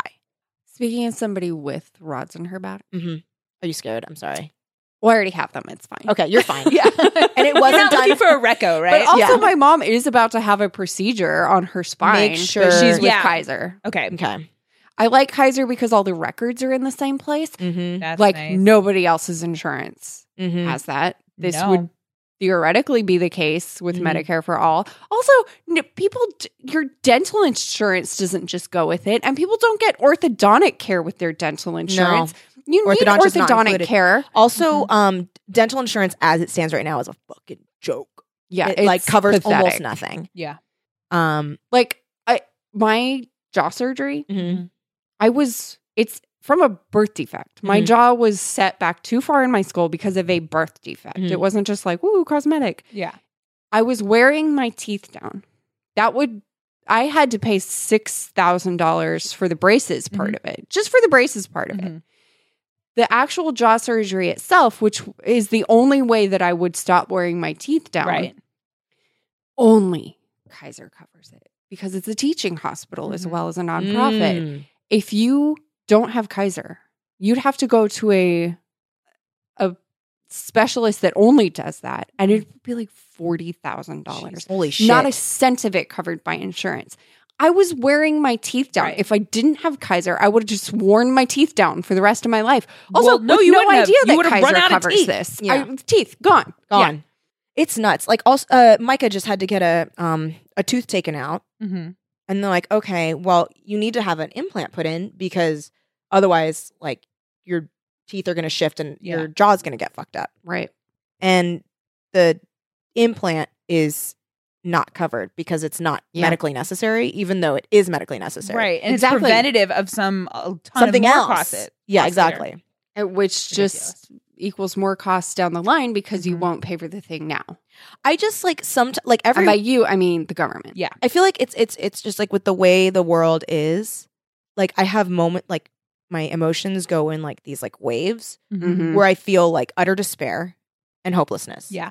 Speaking of somebody with rods in her back, Are you scared? I'm sorry. well, I already have them. It's fine. Okay, you're fine. Yeah. And it You're wasn't not looking done. for a reco, right? But also, Yeah. my mom is about to have a procedure on her Make spine. but sure- she's with Yeah. Kaiser. okay. okay. I like Kaiser because all the records are in the same place. Mm-hmm. That's like nice. nobody else's insurance Mm-hmm. has that. This No. would theoretically be the case with Mhm. Medicare for all. Also, n- people, d- your dental insurance doesn't just go with it, and people don't get orthodontic care with their dental insurance. You need Orthodontia's not orthodontic included. care. Also, um, dental insurance as it stands right now is a fucking joke. Yeah, it like it's covers almost pathetic. nothing. Yeah. Um, Like I, my jaw surgery, mhm. I was it's from a birth defect. My Mhm. jaw was set back too far in my skull because of a birth defect. Mhm. It wasn't just like ooh cosmetic. Yeah. I was wearing my teeth down. That would I had to pay six thousand dollars for the braces part of it, just for the braces part of it. Mhm. The actual jaw surgery itself, which is the only way that I would stop wearing my teeth down, Right. only Kaiser covers it because it's a teaching hospital as Mhm. well as a nonprofit. Mm. If you don't have Kaiser, you'd have to go to a a specialist that only does that, and it would be like forty thousand dollars. Holy shit. Not a cent of it covered by insurance. I was wearing my teeth down. If I didn't have Kaiser, I would have just worn my teeth down for the rest of my life. Also, Well, no, with you no wouldn't have. idea You that would have run Kaiser out of covers teeth. this. Yeah. I- teeth gone. Yeah. gone. It's nuts. Like also uh, Micah just had to get a um a tooth taken out Mm-hmm. and they're like, "Okay, well, you need to have an implant put in because otherwise like your teeth are going to shift and Yeah. your jaw's going to get fucked up." Right. And the implant is not covered because it's not Yeah. medically necessary even though it is medically necessary. Right. And Exactly. it's preventative of some a ton Something of more else. Profit. Yeah, costs later. exactly. Uh, Which just equals more costs down the line because you Mhm. won't pay for the thing now. I just like some like every and by you, I mean the government. Yeah. I feel like it's it's it's just like with the way the world is, like I have moment like my emotions go in like these like waves Mm-hmm. Mhm. where I feel like utter despair and hopelessness. Mm. Yeah.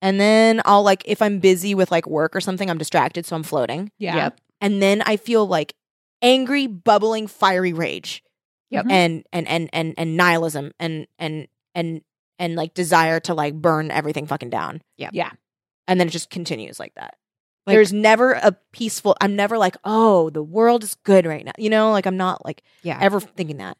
And then I'll like if I'm busy with like work or something, I'm distracted, so I'm floating. Yeah. Yep. And then I feel like angry, bubbling, fiery rage. Yep. Mm-hmm. And and and and and nihilism and and and and like desire to like burn everything fucking down. Yep. Yeah. And then it just continues like that. Like- There's never a peaceful I'm never like, oh, the world is good right now. You know, like I'm not like Yeah. ever thinking that.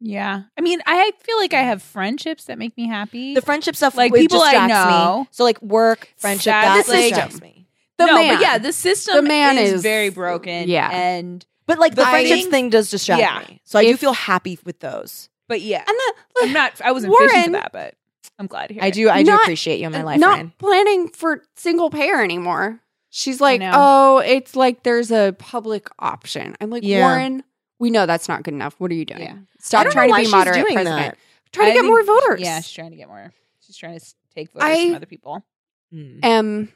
Yeah. I mean, I feel like I have friendships that make me happy. The friendship stuff Like, like people people I distracts me. know. So like work, friendship, That's that like- distracts me. The no, man. but yeah, the system The man is, is- very broken. yeah. And But like the I friendship think- thing does distract yeah. me. So I do If- feel happy with those. but yeah. And the, I'm not I wasn't fishing for Warren- that, but I'm glad to hear I it. do I do Not- appreciate you in my life, not Ryan. planning for single payer anymore. She's like, know. oh, it's like there's a public option. I'm like, Yeah. Warren, we know that's not good enough. What are you doing? Yeah. I Stop don't trying know to why be she's moderate doing president. that. Try to I get think- more voters. Yeah, she's trying to get more. She's trying to s- take voters I- from other people. Mm. am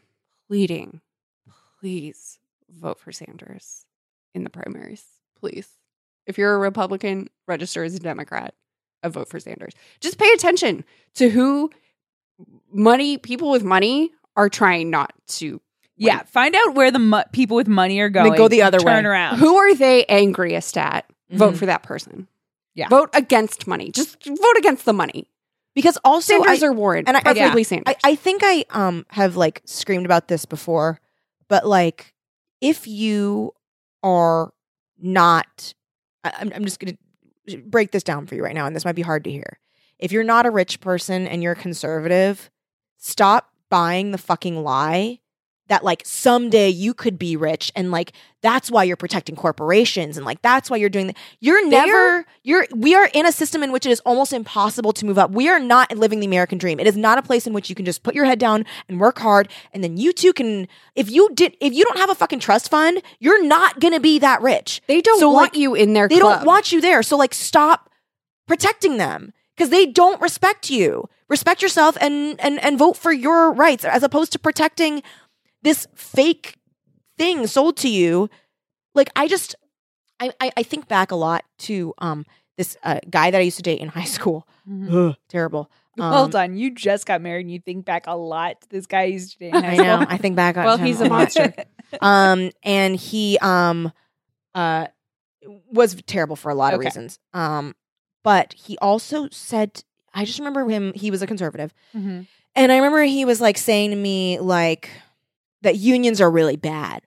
pleading, please vote for Sanders in the primaries. Please. If you're a Republican, register as a Democrat and vote for Sanders. Just pay attention to who money, people with money are trying not to. Yeah, find out where the mo- people with money are Then going. go the other turn way. around. Who are they angriest at? Vote for that person. Yeah. Vote against money. Just vote against the money. Because also I- Sanders or Warren. and And I- I, preferably I, Sanders. I think I um have like screamed about this before, but like if you are not, I, I'm, I'm just gonna break this down for you right now, and this might be hard to hear. If you're not a rich person and you're conservative, stop buying the fucking lie that like someday you could be rich and like that's why you're protecting corporations and like that's why you're doing that. You're never you're we are in a system in which it is almost impossible to move up. We are not living the American dream. It is not a place in which you can just put your head down and work hard and then you too can if you did if you don't have a fucking trust fund, you're not going to be that rich. they don't so, want like, you in their They club. don't want you there. So like stop protecting them cuz they don't respect you. Respect yourself and and and vote for your rights as opposed to protecting this fake thing sold to you. Like I just I I, I think back a lot to um this uh, guy that I used to date in high school. Mhm. Ugh, terrible. Um, Hold on, you just got married and you think back a lot to this guy used to date in high I school. know. I think back on Well, him he's a lot. monster. um and he um uh was terrible for a lot of Okay. reasons um but he also said i just remember him he was a conservative Mhm. and i remember he was like saying to me like that unions are really bad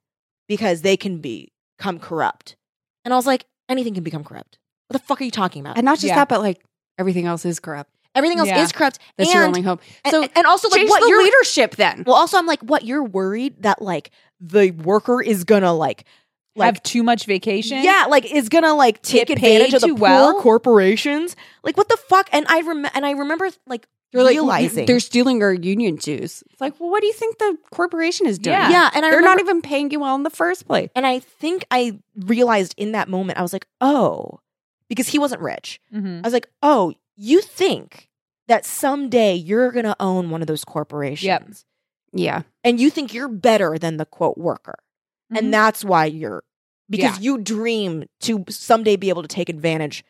because they can be- become corrupt and i was like anything can become corrupt what the fuck are you talking about And not just Yeah. that, but like everything else is corrupt. everything else Yeah. is corrupt That's and, your only hope. and- So and, also like change what the you're leadership then. well also i'm like what you're worried that like the worker is gonna like like Have too much vacation. Yeah, like is gonna like take Get advantage paid of the too poor well? corporations. Like what the fuck? And I rem- and I remember like realizing they're stealing our union dues. It's like, well, what do you think the corporation is doing? Yeah. yeah, and I they're remember, not e-, even paying you well in the first place. and I think I realized in that moment I was like, oh, because he wasn't rich. Mhm. I was like, oh, you think that someday you're gonna own one of those corporations, Yeah, and you think you're better than the quote worker, Mhm. and that's why you're because Yeah. you dream to someday be able to take advantage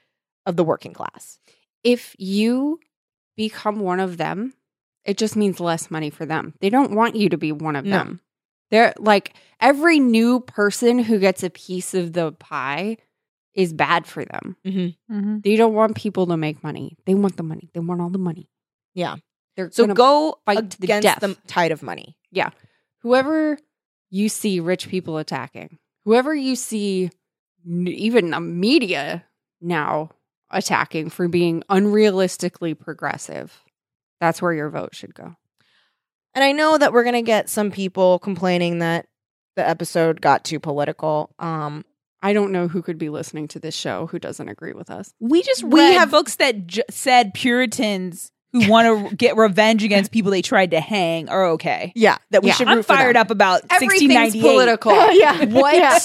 of the working class. if you become one of them, it just means less money for them. They don't want you to be one of No. them. They're like every new person who gets a piece of the pie is bad for them. Mhm. They don't want people to make money. They want the money. They want all the money. They're So gonna- go fight to the against death. the tide of money. whoever you see rich people attacking, whoever you see n- even the media now attacking for being unrealistically progressive, that's where your vote should go. And I know that we're going to get some people complaining that the episode got too political. Um, I don't know who could be listening to this show who doesn't agree with us. We just We read have- books that j- said Puritans who want to get revenge against people they tried to hang are okay. yeah, that we Yeah, should I'm root for fired them. up about Everything's 1698. political. Yeah. What Yeah.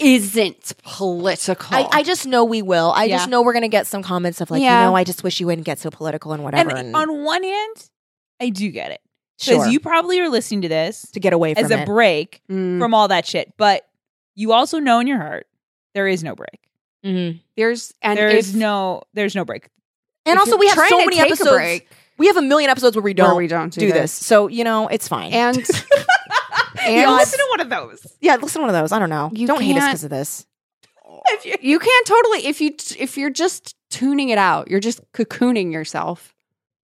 isn't political? I, I just know we will. I Yeah. just know we're going to get some comments of like, Yeah. you know, I just wish you wouldn't get so political and whatever. And And, on one hand, I do get it because sure, you probably are listening to this to get away from as a it. break Mm. from all that shit, but you also know in your heart there is no break. Mm-hmm. Mhm. there's and there if- is no there's no break. And if also, you're we have trying so to many take a episodes. break We have a million episodes where we where don't we don't do, do this. So you know, it's fine. and you And- listen to one of those. yeah, listen to one of those. I don't know. You don't hate us can't- because of this. If you- You can totally if you t- if you're just tuning it out, you're just cocooning yourself,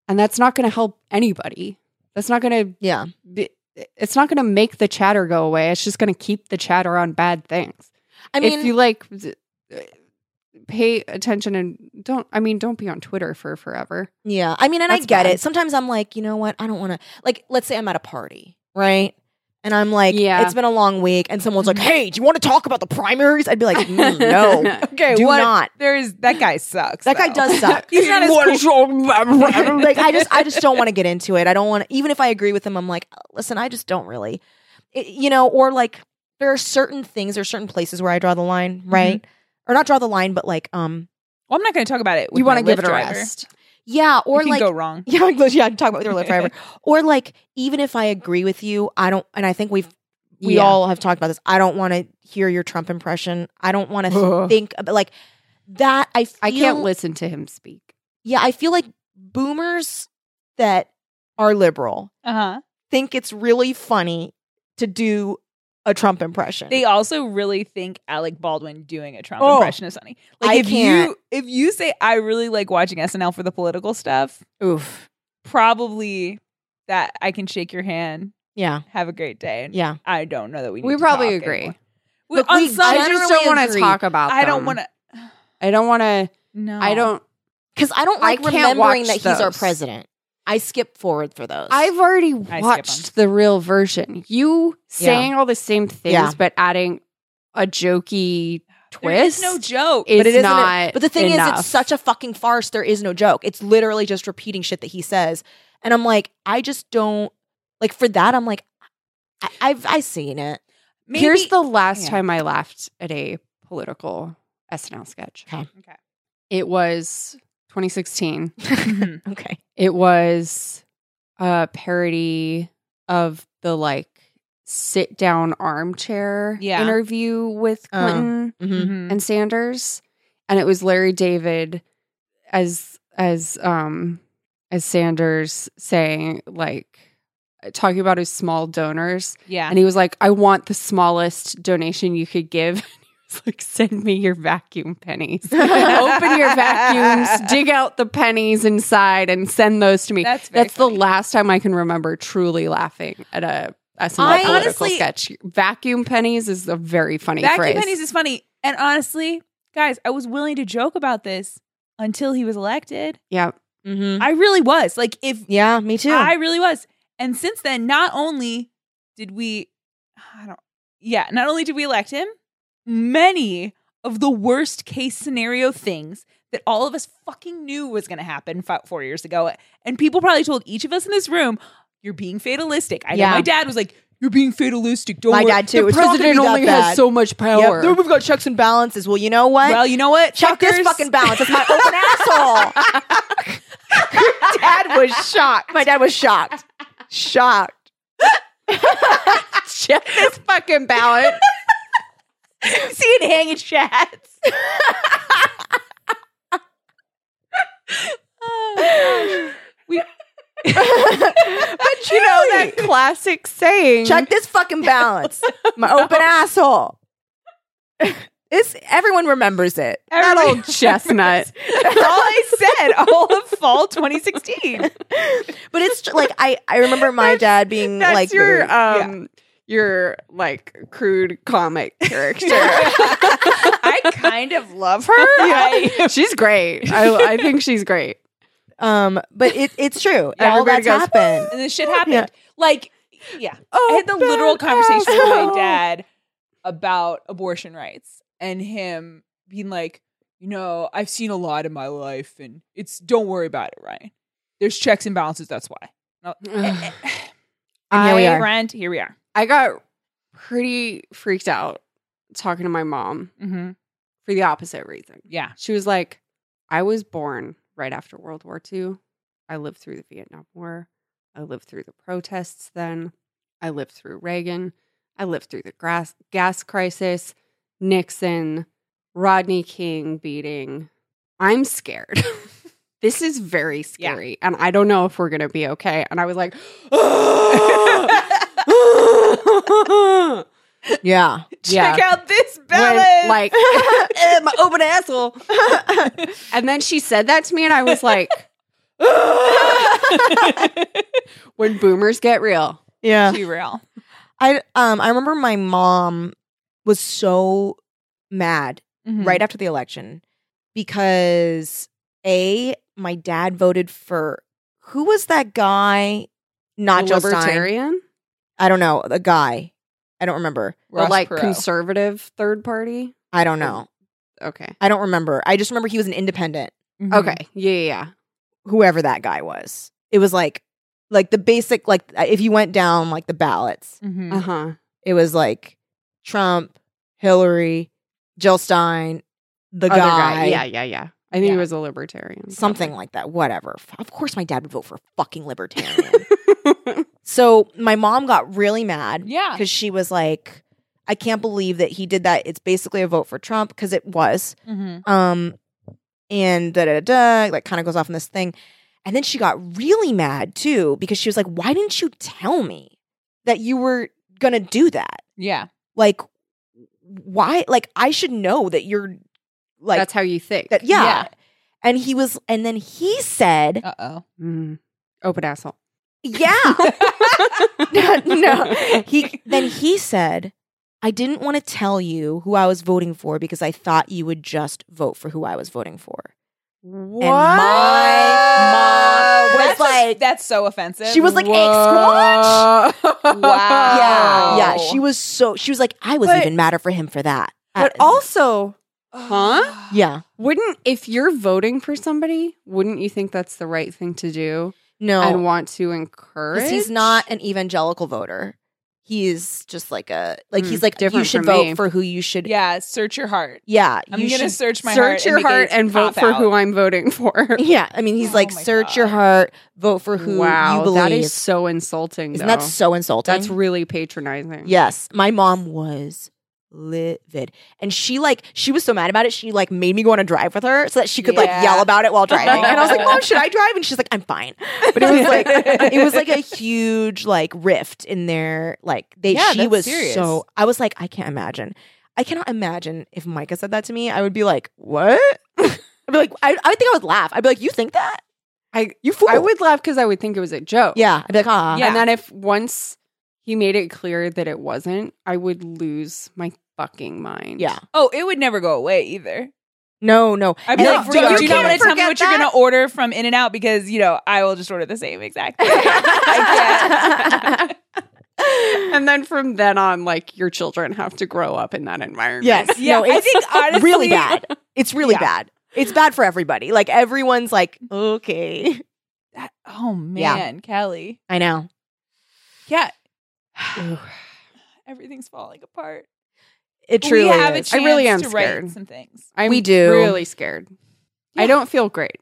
and that's not going to help anybody. That's not going Yeah, to it's not going to make the chatter go away. It's just going to keep the chatter on bad things. I mean, if you like, d- pay attention and don't. I mean, don't be on Twitter for forever. Yeah. I mean, and I That's get bad. it. Sometimes I'm like, you know what? I don't want to, like, let's say I'm at a party, right? And I'm like, Yeah. it's been a long week. And someone's Mm-hmm. like, hey, do you want to talk about the primaries? I'd be like, "Mm, no, okay, do what? not. There is that guy sucks. That guy though. does suck. He's not as cool. like, I just, I just don't want to get into it. I don't want to, even if I agree with him, I'm like, listen, I just don't really, It- you know, or like, there are certain things, there are certain places where I draw the line, Mm-hmm. right? Or not draw the line, but like, um, Well, I'm not going to talk about it. With you want to give it a driver. rest. yeah, or it can like, go wrong. Yeah, like, yeah, talk about with your Lyft driver. Or like, even if I agree with you, I don't, and I think we've we Yeah. all have talked about this. I don't want to hear your Trump impression. I don't want to think about like that. I feel, I can't listen to him speak. Yeah, I feel like boomers that are liberal Uh huh. think it's really funny to do a Trump impression. They also really think Alec Baldwin doing a Trump Oh. impression is funny. Like I if can't. you if you say I really like watching SNL for the political stuff, Oof. probably that I can shake your hand, yeah, have a great day. And yeah. I don't know that we need We to probably talk agree. anymore. We- Look, on we- some- I just don't generally want to agree. talk about. I don't them. want to. I don't want to. No, I don't. Because I don't I like can't remembering that watch he's our those. president. I skip forward for those. I've already skip watched the real version. You saying all the same things, Yeah. but adding a jokey There is twist. no joke. is but it isn't. not but the thing enough. is, it's such a fucking farce. There is no joke. It's literally just repeating shit that he says, and I'm like, I just don't like for that. I'm like, I, I've I seen it. Maybe- Here's the last yeah. time I laughed at a political SNL sketch. Okay. Okay. It was 2016. Mhm. Okay. It was a parody of the like sit down armchair Yeah. interview with Oh. Clinton. Mhm. and Sanders, and it was Larry David as as um as Sanders saying like talking about his small donors, yeah. and he was like, "I want the smallest donation you could give." And he was like, "Send me your vacuum pennies. Open your vacuums, dig out the pennies inside, and send those to me." That's very That's the funny. last time I can remember truly laughing at a. SNL I political honestly- sketch. Vacuum pennies is a very funny Vacuum phrase. pennies is funny. And honestly, guys, I was willing to joke about this until he was elected. yeah, Mm-hmm. I really was. Like, if Yeah, me too. I really was. And since then, not only did we, I don't, yeah, not only did we elect him, many of the worst case scenario things that all of us fucking knew was going to happen fou- four years ago. And people probably told each of us in this room, you're being fatalistic. I Yeah. know my dad was like, you're being fatalistic. Don't My worry. dad, too. The It's not gonna president be that only bad. has so. much Yep. Then we've got checks and balances. Well, you know what? Well, you know what? Check this fuckers? fucking balance. It's my open asshole. dad was shocked. My dad was shocked. Shocked. Check this fucking ballot. See it hanging chats. Oh, but you know that classic saying. Check this fucking balance. My open asshole. It's everyone remembers it. that old chestnut. That's all I did all of fall 2016. But it's tr- like I I remember my That's- dad being That's like your very- yeah. um your like crude comic character. I kind of love her. I- she's great. I, I think she's great. Um, but it, it's true. Yeah, All everybody that's goes, "Oh." happened. and this shit happened. Yeah. Like, yeah. I had the literal conversation with my dad about abortion rights and him being like, you know, I've seen a lot in my life and it's don't worry about it, Ryan. There's checks and balances, that's why. No- and here we I are. rant, here we are. I got pretty freaked out talking to my mom Mm-hmm. for the opposite reason. Yeah. She was like, I was born right after World War II. I lived through the Vietnam War. I lived through the protests then. I lived through Reagan. I lived through the grass, gas crisis, Nixon, Rodney King beating. I'm scared. this is very Yeah. scary. And I don't know if we're going to be okay. And I was like, Yeah. Yeah. Check out this when, balance. like, eh, my open asshole. And then she said that to me, and I was like, when boomers get real. yeah. Be real. I um I remember my mom was so mad Mm-hmm. right after the election because a my dad voted for who was that guy? Not the Joe Stein. libertarian, I don't know. The guy. I don't remember. the Ross like Perot. conservative third party. I don't know. Okay. I don't remember. I just remember he was an independent. Mhm. Okay. Yeah, yeah, yeah. Whoever that guy was. It was like like the basic like uh, if you went down like the ballots. Mhm. Uh huh. it was like Trump, Hillary, Jill Stein, the guy, Yeah, yeah, yeah. I think Yeah. he was a libertarian. something like that, whatever. F- Of course, my dad would vote for a fucking libertarian. so my mom got really mad Yeah. because she was like, I can't believe that he did that. It's basically a vote for Trump because it was. Mhm. Um, and da da da, da, like kind of goes off in this thing. And then she got really mad too because she was like, Why didn't you tell me that you were going to do that? Yeah. like why like i should know that you're like That's how you think. that yeah. Yeah. and he was and then he said Uh oh. Mm. Open asshole. yeah no, no. he then he said i didn't want to tell you who i was voting for because i thought you would just vote for who i was voting for What? and my mom was That's just- like that's so offensive. she was like egg squash Whoa. Wow. yeah yeah she was so she was like i was But- even madder for him for that But Uh, also, Huh? yeah wouldn't if you're voting for somebody, wouldn't you think that's the right thing to do no and want to 'Cause encourage? he's not an evangelical voter. He's just like a like Mm, he's like you different should from vote me. for who you should. Yeah, Yeah, search your heart. you I'm gonna should- search my heart. search your and the heart gates and vote pop for out. who I'm voting for. Yeah, I mean, he's Oh like my search your God. heart, vote for who wow, you believe. that is so insulting. Isn't though. that so insulting? That's really patronizing. yes. My mom was livid, and she like she was so mad about it. She like made me go on a drive with her so that she could Yeah. like yell about it while driving. and I was like, Mom, should I drive? And she's like, I'm fine. But it was like it was like a huge like rift in their like they Yeah, she that's was serious. so I was like I can't imagine. I cannot imagine if Micah said that to me. I would be like, "What?" I'd be like, I, I think I would laugh. I'd be like, "You think that? I You fool!" I would laugh because I would think it was a joke. Yeah, I'd be like, "Ah." Yeah. And then if once he made it clear that it wasn't, I would lose my fucking mind. Yeah. Oh, it would never go away either. No, no. I'd be And like, then- do you you, not can't want to tell me forget what you're that. going to order from In and Out because you know I will just order the same exact. thing. I and then from then on, like your children have to grow up in that environment. Yes. Yeah, no, I it's think honestly- really bad. It's really Yeah. bad. It's bad for everybody. Like everyone's like, okay. can't. oh Yeah. man, Kelly, I know. yeah, everything's falling apart. It But truly we have is. a chance I really am to write scared. some things. I'm We do. really scared. I Yeah. don't feel great.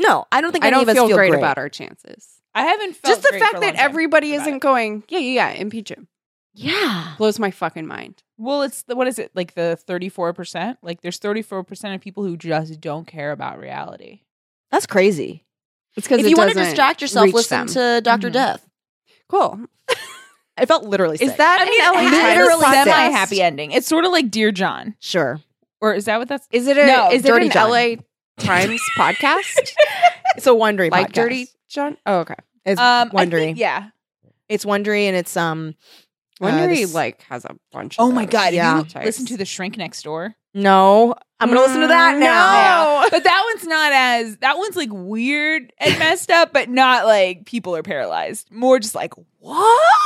no, I don't think I any don't of us feel, great, great about our chances. I haven't felt Just the great for fact a that long time everybody about isn't it. going, yeah, yeah, yeah, impeach him. Yeah. Blows my fucking mind. Well, it's the, what is it like the thirty four percent? Like there's thirty four percent of people who just don't care about reality. That's crazy. It's because If you want to distract yourself, listen to doctor Mhm. Death. cool. I felt literally Is sick. that I mean, an LA it's LA Times literally process. semi happy ending. It's sort of like Dear John, sure. or is that what that's? Is it a No, is it Dirty an John. LA Crimes podcast? It's a Wondery like podcast. Dirty John? Oh, okay. It's Um, I Wondery. think- yeah. It's Wondery, and it's um. Uh, Wondery this- like has a bunch. Oh of my those god! Yeah. Yeah. You listen to the Shrink Next Door. No, I'm gonna listen to that Mm, now. no. but that one's not as that one's like weird and messed up, but not like people are paralyzed. More just like what?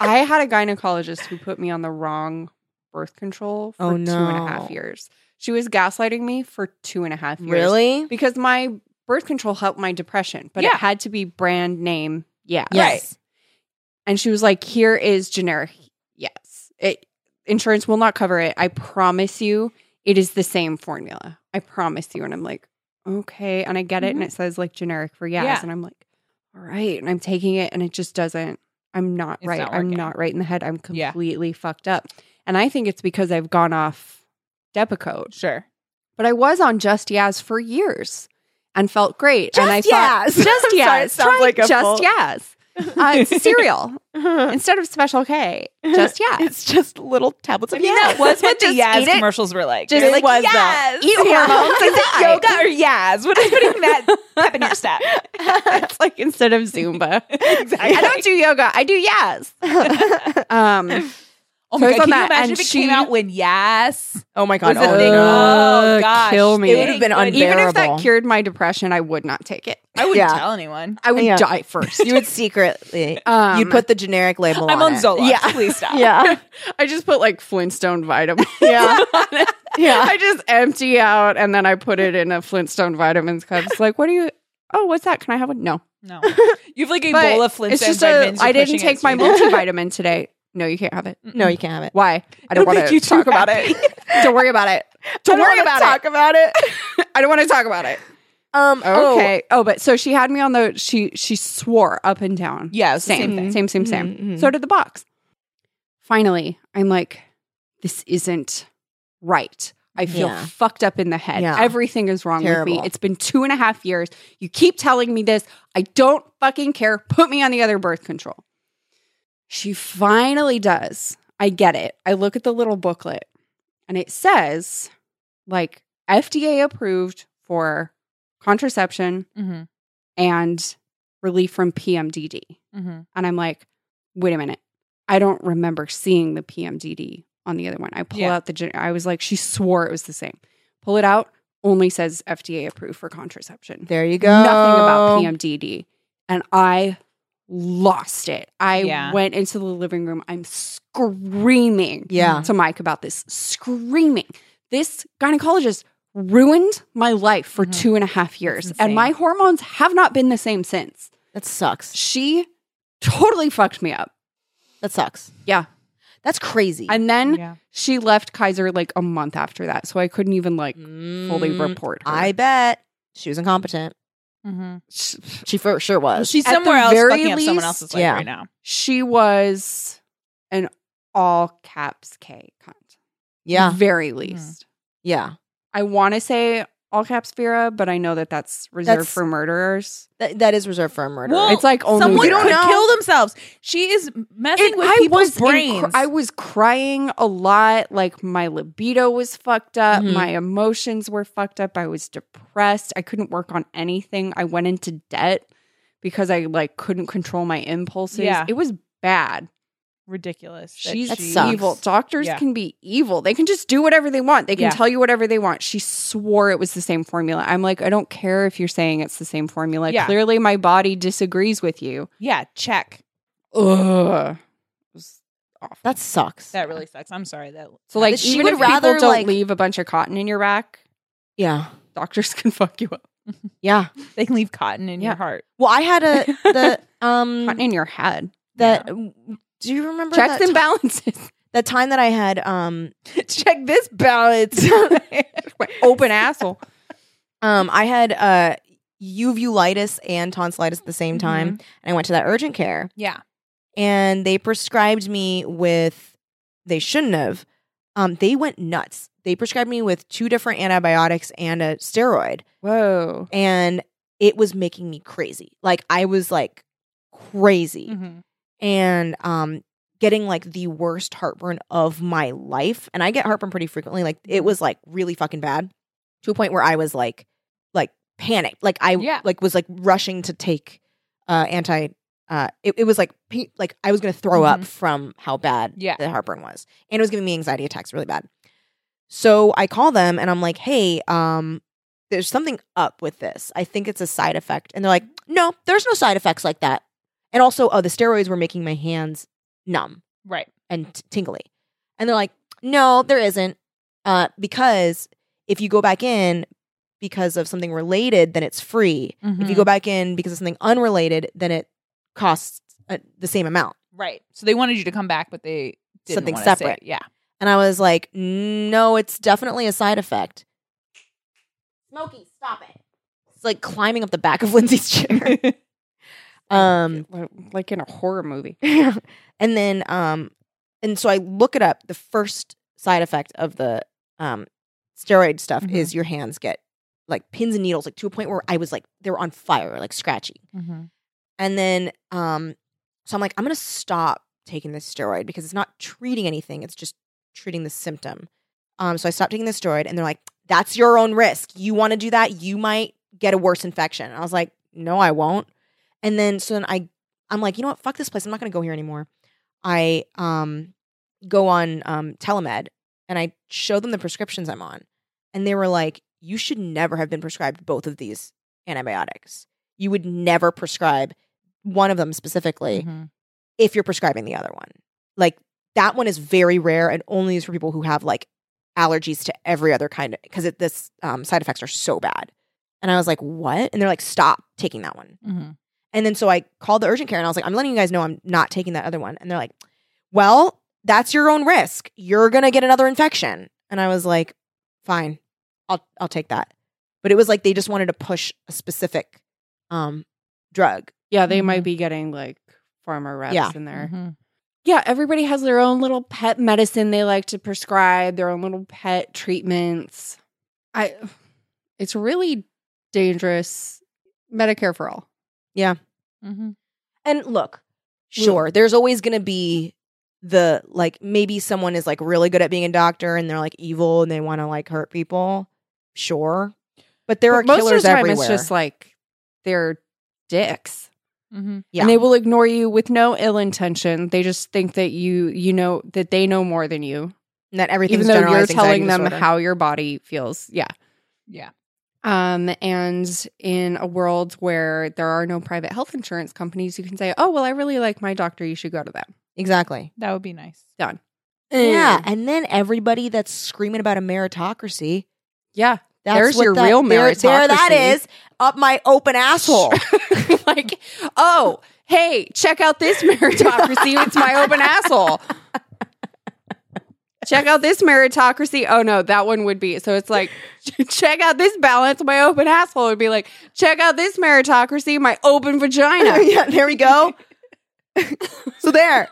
I had a gynecologist who put me on the wrong birth control for Oh, two and no. a half years. She was gaslighting me for two and a half years. Really? Because my birth control helped my depression, but Yeah. it had to be brand name. Yeah. Yes. And she was like, here is generic. Yes. It insurance will not cover it. I promise you it is the same formula. I promise you. And I'm like, okay. And I get it. And it says like generic for yes. Mm-hmm. Yeah. And I'm like, all right. And I'm taking it and it just doesn't. I'm not It's right. not I'm working. not right in the head. I'm Yeah. completely fucked up. And I think it's because I've gone off Depakote. Sure. But I was on Just Yaz for years and felt great. and I Just Yaz. thought, Just I'm sorry, Yaz. it sounds Try like a Just full- Yaz. Uh, it's cereal instead of Special K. Just Yaz. It's just little tablets I of mean, yes. that was what the Just Yaz eat it. commercials were like. Just They're it was that. Yaz. Eat hormones and Is it die. yoga or Yaz? What are you putting that pep in your step? it's like instead of Zumba. exactly. I don't do yoga. I do Yaz. um, oh my First on god! Can you that, imagine and if it she- came out when Yaz? Oh my god! was a Oh, thing. no. Oh, Uh, gosh. kill me. It would have been Even if unbearable. even if that cured my depression, I would not take it. I wouldn't Yeah. tell anyone. I would Yeah. die first. you would secretly Um, you'd put the generic label. I'm on it. Zoloft. Yeah, Please stop. yeah, I just put like Flintstone vitamin. yeah, on it. yeah. I just empty out and then I put it in a Flintstone vitamins cup. It's like, what do you? Oh, what's that? Can I have one? No, No. You have like a But bowl of Flintstone it's just a. vitamins you're I didn't pushing take my against your- multivitamin today. No, you can't have it. No, you can't have it. Why? I don't It'll want make to you too talk about happy. it. don't worry about it. Don't, worry about it. Talk about it. I don't want to talk about it. Um. Okay. Oh. but so she had me on the she she swore up and down. Yeah, it was the same, same thing. same, same, same. Mm-hmm. So did the box. Finally, I'm like, this isn't right. I feel Yeah. fucked up in the head. Yeah. Everything is wrong with Terrible. me. It's been two and a half years. You keep telling me this. I don't fucking care. Put me on the other birth control. She finally does. I get it. I look at the little booklet and it says, like, FDA approved for contraception Mhm, and relief from PMDD. mhm. And I'm like, wait a minute. I don't remember seeing the PMDD on the other one. I pull Yeah. out the, gen- I was like, she swore it was the same. Pull it out, only says FDA approved for contraception. there you go. Nothing about PMDD. And I lost it. I Yeah. went into the living room. I'm screaming Yeah. to Mike about this, screaming. This gynecologist ruined my life for Mm-hmm. Mhm. two and a half years, insane. and my hormones have not been the same since. That sucks. She totally fucked me up. That sucks. Yeah. That's crazy. Mm. And then Yeah. she left Kaiser like a month after that. So I couldn't even like fully Mm, report her. I bet she was incompetent. Mhm. Sh- She for sure was. She's Mm-hmm. at the somewhere else very fucking up someone least- else's life yeah. right now. she was an all caps K cunt. yeah, Mm-hmm. Very least. yeah. I want to say all caps Vera, but I know that that's reserved That's- for murderers. That, that is reserved for a murder. Well, it's like only Someone You don't could know. kill themselves. She is messing And with I people's was in cr- brains. I was crying a lot. Like my libido was fucked up. Mm-hmm. Mhm. My emotions were fucked up. I was depressed. I couldn't work on anything. I went into debt because I like couldn't control my impulses. Yeah. It was bad. ridiculous. that She's That she- sucks. evil. Doctors Yeah. can be evil. They can just do whatever they want. They can Yeah. tell you whatever they want. She swore it was the same formula. I'm like, I don't care if you're saying it's the same formula. Yeah. Clearly my body disagrees with you. Yeah, check. Ugh. It was awful. that sucks. That really sucks. I'm sorry that. So like, She even would if rather, people don't like- leave a bunch of cotton in your rack, yeah, doctors can fuck you up. yeah. They can leave cotton in your Yeah. heart. Well, I had a the um Cotton in your head. that. Do you remember Checks that, and ti- balances. that time that I had um check this balance. Open asshole. Um, I had uh uvulitis and tonsillitis at the same time, Mm-hmm. and I went to that urgent care, yeah. and they prescribed me with they shouldn't have. Um, they went nuts. They prescribed me with two different antibiotics and a steroid, Whoa. and it was making me crazy. Like I was like crazy, and um, getting like the worst heartburn of my life. And I get heartburn pretty frequently. Like it was like really fucking bad to a point where I was like panicked. Like I Yeah. like was like rushing to take uh anti uh it, it was like pa- like I was going to throw up from how bad Yeah. the heartburn was. And it was giving me anxiety attacks really bad. So I call them and I'm like, "Hey, um there's something up with this. I think it's a side effect." And they're like, "No, there's no side effects like that." And also, oh, the steroids were making my hands numb Right. and t- tingly. And they're like, no, there isn't. Uh, because if you go back in because of something related, then it's free. Mm-hmm. If you go back in because of something unrelated, then it costs uh, the same amount. right. So they wanted you to come back, but they didn't Something wanna say it. separate. Yeah. And I was like, no, it's definitely a side effect. Smokey, stop it. It's like climbing up the back of Lindsay's chair. um, like in a horror movie. and then um and so I look it up. The first side effect of the um steroid stuff Mhm. is your hands get like pins and needles, like to a point where I was like they were on fire, like scratchy. And then um so I'm like, I'm gonna stop taking this steroid because it's not treating anything, it's just treating the symptom. Um so I stopped taking the steroid and they're like, That's your own risk. You wanna do that, you might get a worse infection. And I was like, No, I won't. And then so then I I'm like, you know what, fuck this place. I'm not gonna go here anymore. I um go on um telemed and I show them the prescriptions I'm on. And they were like, You should never have been prescribed both of these antibiotics. You would never prescribe one of them specifically if you're prescribing the other one. Like that one is very rare and only is for people who have like allergies to every other kind of because this um, side effects are so bad. And I was like, what? And they're like, stop taking that one. And then so I called the urgent care and I was like, I'm letting you guys know I'm not taking that other one. And they're like, well, that's your own risk. You're going to get another infection. And I was like, fine, I'll, I'll take that. But it was like they just wanted to push a specific um, drug. Yeah, they Mhm. might be getting like farmer reps Yeah. in there. Mm-hmm. Yeah, everybody has their own little pet medicine they like to prescribe, their own little pet treatments. I it's really dangerous. Medicare for all. And look, Yeah. sure, there's always going to be the like maybe someone is like really good at being a doctor and they're like evil and they want to like hurt people. Sure. But there But are most killers of the time everywhere. it's just like they're dicks. yeah. And they will ignore you with no ill intention. They just think that you you know that they know more than you. And that everything's Even though you're generalized anxiety telling them disorder. how your body feels. Yeah. Yeah. Um, and in a world where there are no private health insurance companies, you can say, "Oh, well, I really like my doctor. You should go to them." exactly. Mm. That would be nice. Yeah, and then everybody that's screaming about a meritocracy. yeah. That's There's what your that- real there- There that meritocracy. is up my open asshole. like, oh, hey, check out this meritocracy. It's my open asshole. Check out this meritocracy. Oh no, that one would be. So it's like, check out this balance. My open asshole would be like, check out this meritocracy. My open vagina. yeah, there we go. so there.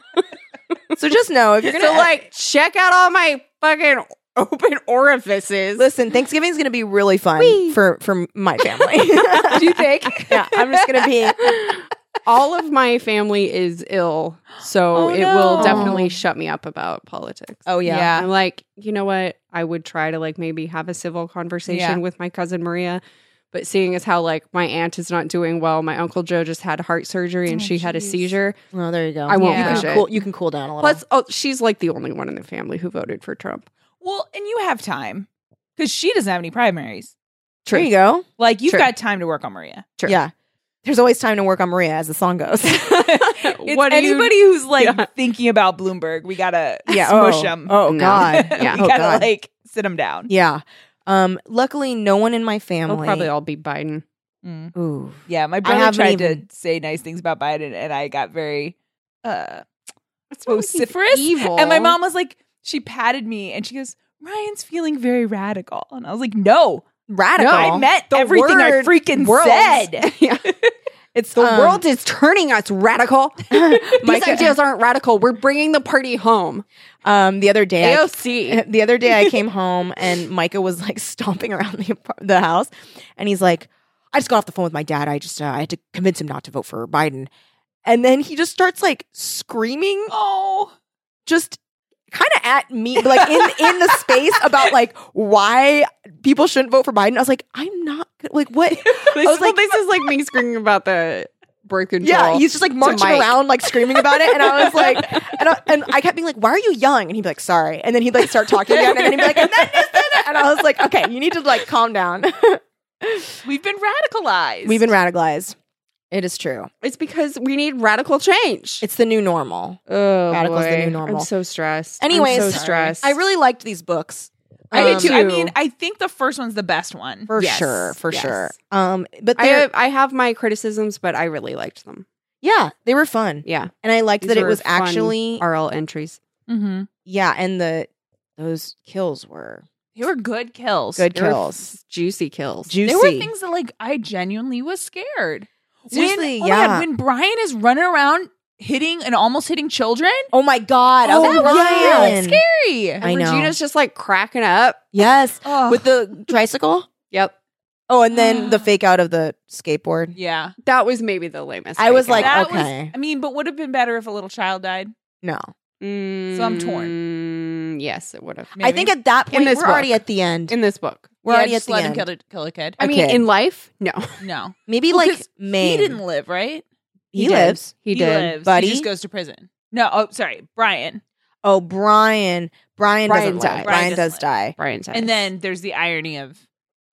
So just know if you're gonna so like, check out all my fucking open orifices. Listen, Thanksgiving's going to be really fun Whee! for for my family. Do you think? yeah, I'm just going to be all of my family is ill, so Oh, it no. will definitely shut me up about politics. Oh yeah. Yeah. I'm like, you know what? I would try to like maybe have a civil conversation Yeah. with my cousin Maria, but seeing as how like my aunt is not doing well, my uncle Joe just had heart surgery and Oh, she had a jeez. seizure. Well, Oh, there you go. I won't you push can it. cool you can cool down a little. Plus, oh, she's like the only one in the family who voted for Trump. Well, and you have time because she doesn't have any primaries. there you go. Like you've True. got time to work on Maria. Sure. Yeah. There's always time to work on Maria as the song goes. it's What do you- anybody who's like Yeah. thinking about Bloomberg, we gotta yeah. smush oh, them. Oh No. god. yeah. we Oh, gotta God. like sit them down. Yeah. Um luckily no one in my family They'll Oh, probably all be Biden. Mm. Ooh. Yeah, my brother haven't tried even- to say nice things about Biden, and I got very uh That's vociferous. evil. And my mom was like, she patted me, and she goes, "Ryan's feeling very radical," and I was like, "No, Radical. I meant everything I word freaking world. said." Um, yeah. it's The world is turning us radical. These Micah- ideas aren't radical. We're bringing the party home. um the other day I- AOC. the other day I came home and Micah was like stomping around the apar- the house, and he's like, "I just got off the phone with my dad. I just uh, I had to convince him not to vote for Biden," and then he just starts like screaming, Oh, just kind of at me like in in the space about like why people shouldn't vote for Biden. I was like, I'm not gonna- like what This, was well, like- this is like me screaming about the birth control. Yeah, he's just like marching Mike. around, like screaming about it, and I was like, and I, and I kept being like, "Why are you young?" And he'd be like, "Sorry," and then he'd like start talking again, and then he'd be like, "And then this, and that," and I was like, "Okay, you need to like calm down." We've been radicalized. We've been radicalized. It is true. it's because we need radical change. It's the new normal. oh, radical's the boy. new normal. I'm so stressed. Anyways, I'm so stressed. I really liked these books. I did Um, too. I too. mean, I think the first one's the best one. for Yes, sure, for yes. sure. Um, but I they, have, I have my criticisms, but I really liked them. yeah, they were fun, Yeah, and I liked These that it were was fun actually RL entries. Mm-hmm. yeah, and the those kills were They were good kills. good They were kills, f- juicy kills. juicy. There were things that like I genuinely was scared. Seriously, when, oh my God, yeah. when Brian is running around hitting and almost hitting children, oh my god! I was that was crying. really scary. I- And know. Regina's just like cracking up. Yes, Ugh. with the tricycle. Yep, Oh, and then the fake out of the skateboard. yeah, that was maybe the lamest. I was like, that okay. was. I mean, but would have been better if a little child died. No, So I'm torn. Mm, Yes, it would have. I think at that In point we're this book. already at the end. In this book, We're yeah, already at just the let end. him kill, a- kill a kid. I A mean, kid. in life, no, No, Maybe Well, like 'cause May. he didn't live, right? He, lives. He, He did. lives. Buddy? he just goes to prison. No, oh, sorry, Brian. Oh, Brian. Brian, Brian doesn't died. live. Brian, Brian does doesn't die. Brian dies. And then there's the irony of,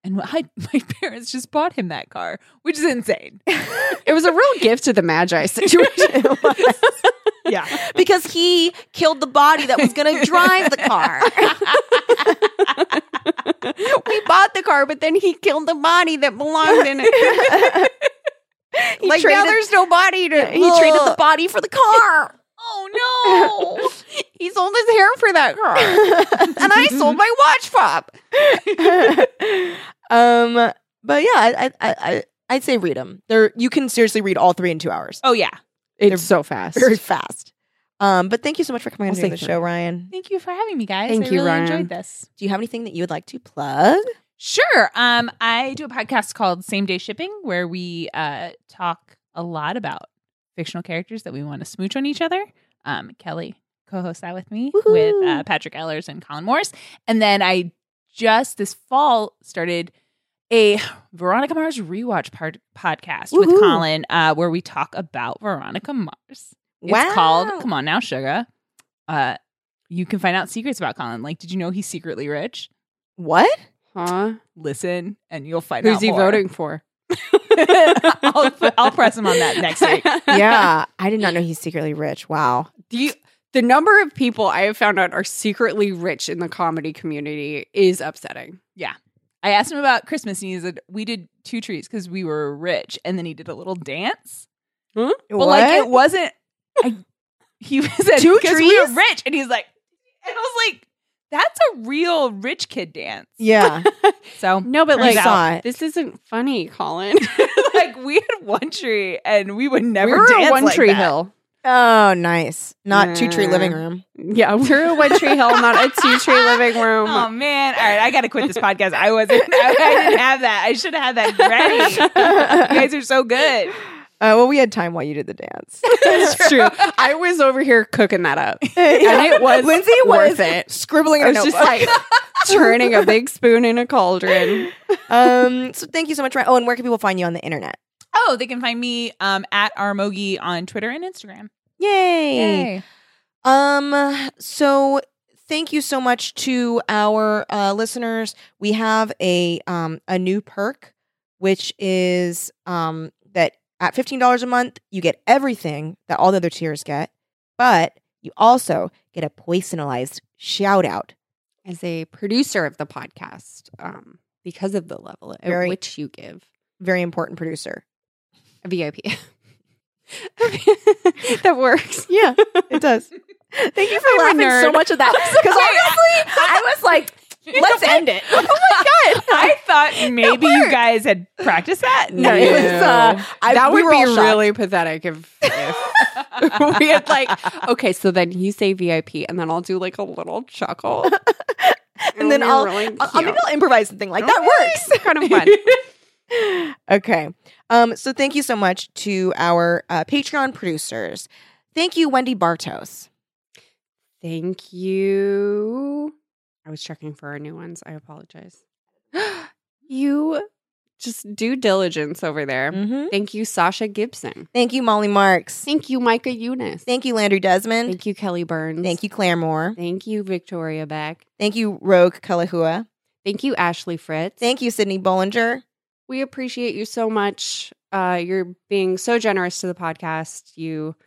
and I, my parents just bought him that car, which is insane. it was a real gift to the Magi situation. Yeah. Because he killed the body that was going to drive the car. we bought the car, but then he killed the body that belonged in it. He like now traded- there's no body to. he traded the body for the car. Oh no. He sold his hair for that car, and I sold my watch pop. um, but yeah, I, I, I, I'd say read them. They're, you can seriously read all three in two hours. Oh yeah. It's so fast. very fast. Um, but thank you so much for coming on Well, doing the thank you. show, Ryan. Thank you for having me, guys. Thank I you, really Ryan. enjoyed this. Do you have anything that you would like to plug? Sure. Um, I do a podcast called Same Day Shipping where we uh talk a lot about fictional characters that we want to smooch on each other. Um, Kelly co-hosts that with me Woohoo. with uh, Patrick Ellers and Colin Morris, and then I just this fall started a Veronica Mars rewatch pod- podcast Woohoo. with Colin, uh, where we talk about Veronica Mars. It's called Come On Now, Sugar. Uh, you can find out secrets about Colin. Like, did you know he's secretly rich? What? Huh? listen and you'll find out. Who's he more. voting for? I'll, I'll press him on that next week. Yeah, I did not know he's secretly rich. Wow. Do you, the number of people I have found out are secretly rich in the comedy community is upsetting. I asked him about Christmas and he said, We did two trees because we were rich. And then he did a little dance. But like, it wasn't, I, he said, Two "'Cause we were trees? rich. And he's like, And I was like, That's a real rich kid dance. yeah, So, No, but I Turns like, out- saw it. this isn't funny, Colin. like, we had one tree and we would never we were dance. a One like Tree that. Hill. Oh, nice. Not two tree Mm. living room. Yeah, we were a One Tree Hill, not a Two Tree Living Room. Oh Um, man! All right, I gotta quit this podcast. I wasn't. I, I didn't have that. I should have had that ready. You uh, guys are so good. well, we had time while you did the dance. That's true. I was over here cooking that up. and it was Lindsay worth was it. scribbling in I a was just notebook. like turning a big spoon in a cauldron. um, so thank you so much, Ryan. Oh, and where can people find you on the internet? Oh, they can find me um, at Armogi on Twitter and Instagram. Yay. Um so thank you so much to our uh, listeners. We have a um a new perk which is um that at $15 a month you get everything that all the other tiers get, but you also get a personalized shout out. As a producer of the podcast, um, because of the level at Very- which you give, Very important producer. a VIP. that works. Yeah, it does. Thank you for I'm a laughing so nerd. much at that because honestly, I was like, let's end it. Oh my god! I thought maybe you guys had practiced that. No, it was. Uh, I, that we would were be all shocked. really pathetic if, if we had like, okay, so then you say VIP, and then I'll do like a little chuckle, And then I'll, I'll, I'll maybe I'll improvise something like that. Works. kind of fun. okay. Um, so thank you so much to our uh, Patreon producers. Thank you, Wendy Bartos. Thank you. I was checking for our new ones. I apologize. you just due diligence over there. Mm-hmm. Thank you, Sasha Gibson. Thank you, Molly Marks. Thank you, Micah Eunice. Thank you, Landry Desmond. Thank you, Kelly Burns. Thank you, Claire Moore. Thank you, Victoria Beck. Thank you, Rogue Kalahua. Thank you, Ashley Fritz. Thank you, Sydney Bollinger. we appreciate you so much. Uh, you're being so generous to the podcast. You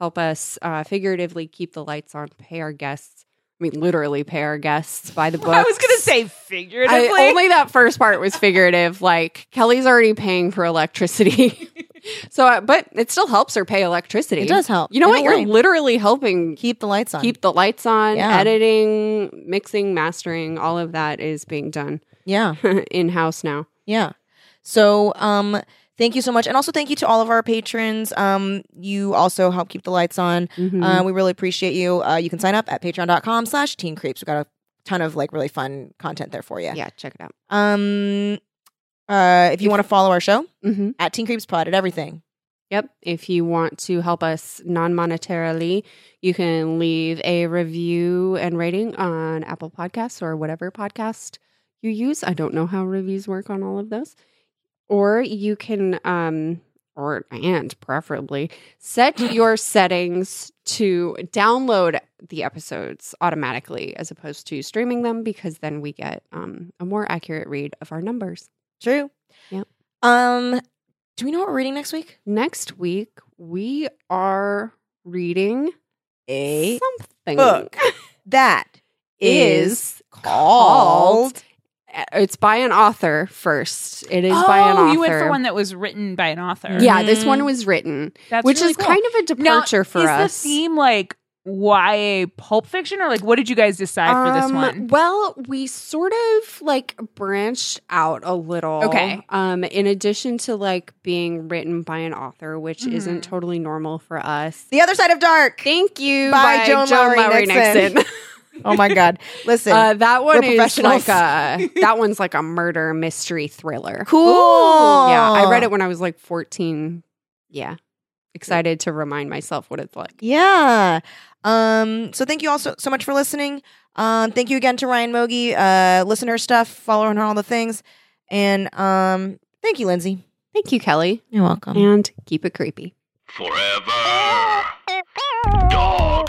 help us uh, figuratively keep the lights on, pay our guests. I mean, literally pay our guests by the book. I was gonna say figuratively. I, only that first part was figurative. Like Kelly's already paying for electricity, so uh, but it still helps her pay electricity. It does help. You know In what? a You're way. literally helping keep the lights on. keep the lights on, Yeah. editing, mixing, mastering. All of that is being done yeah, in house now. yeah. So, um, thank you so much, and also thank you to all of our patrons. Um, you also help keep the lights on. Mm-hmm. Uh, we really appreciate you. Uh, you can sign up at patreon.com slash teen creeps. We've got a ton of like really fun content there for you. yeah, check it out. Um, uh, if you want to follow our show hmm at Teen Creeps Pod at everything. Yep. If you want to help us non monetarily, you can leave a review and rating on Apple Podcasts or whatever podcast you use. I don't know how reviews work on all of those. Or you can, um, or and preferably, set your settings to download the episodes automatically as opposed to streaming them because then we get um, a more accurate read of our numbers. True. Yep. Um, do we know what we're reading next week? Next week, we are reading. A something book that is called. it's by an author first. It is by an Oh, author. you went for one that was written by an author. yeah, this one was written, That's which really is cool. kind of a Now, departure for is us. the theme like YA pulp fiction, or like what did you guys decide for this Um, one? Well, we sort of like branched out a little. Okay. Um, in addition to like being written by an author, which isn't Mhm. totally normal for us. The Other Side of Dark. Thank you By Joan Lowry Nixon. Oh my God. Listen. uh, that one is professionals. like a that one's like a murder mystery thriller. cool. Yeah, I read it when I was like 14. Yeah. Excited to remind myself what it's like. Yeah. Um, so thank you all so, so much for listening. Um, thank you again to Ryan Mogi. Uh, listen to her stuff, follow her on all the things. And um, thank you, Lindsay. Thank you, Kelly. You're welcome. And keep it creepy. Forever. Dog.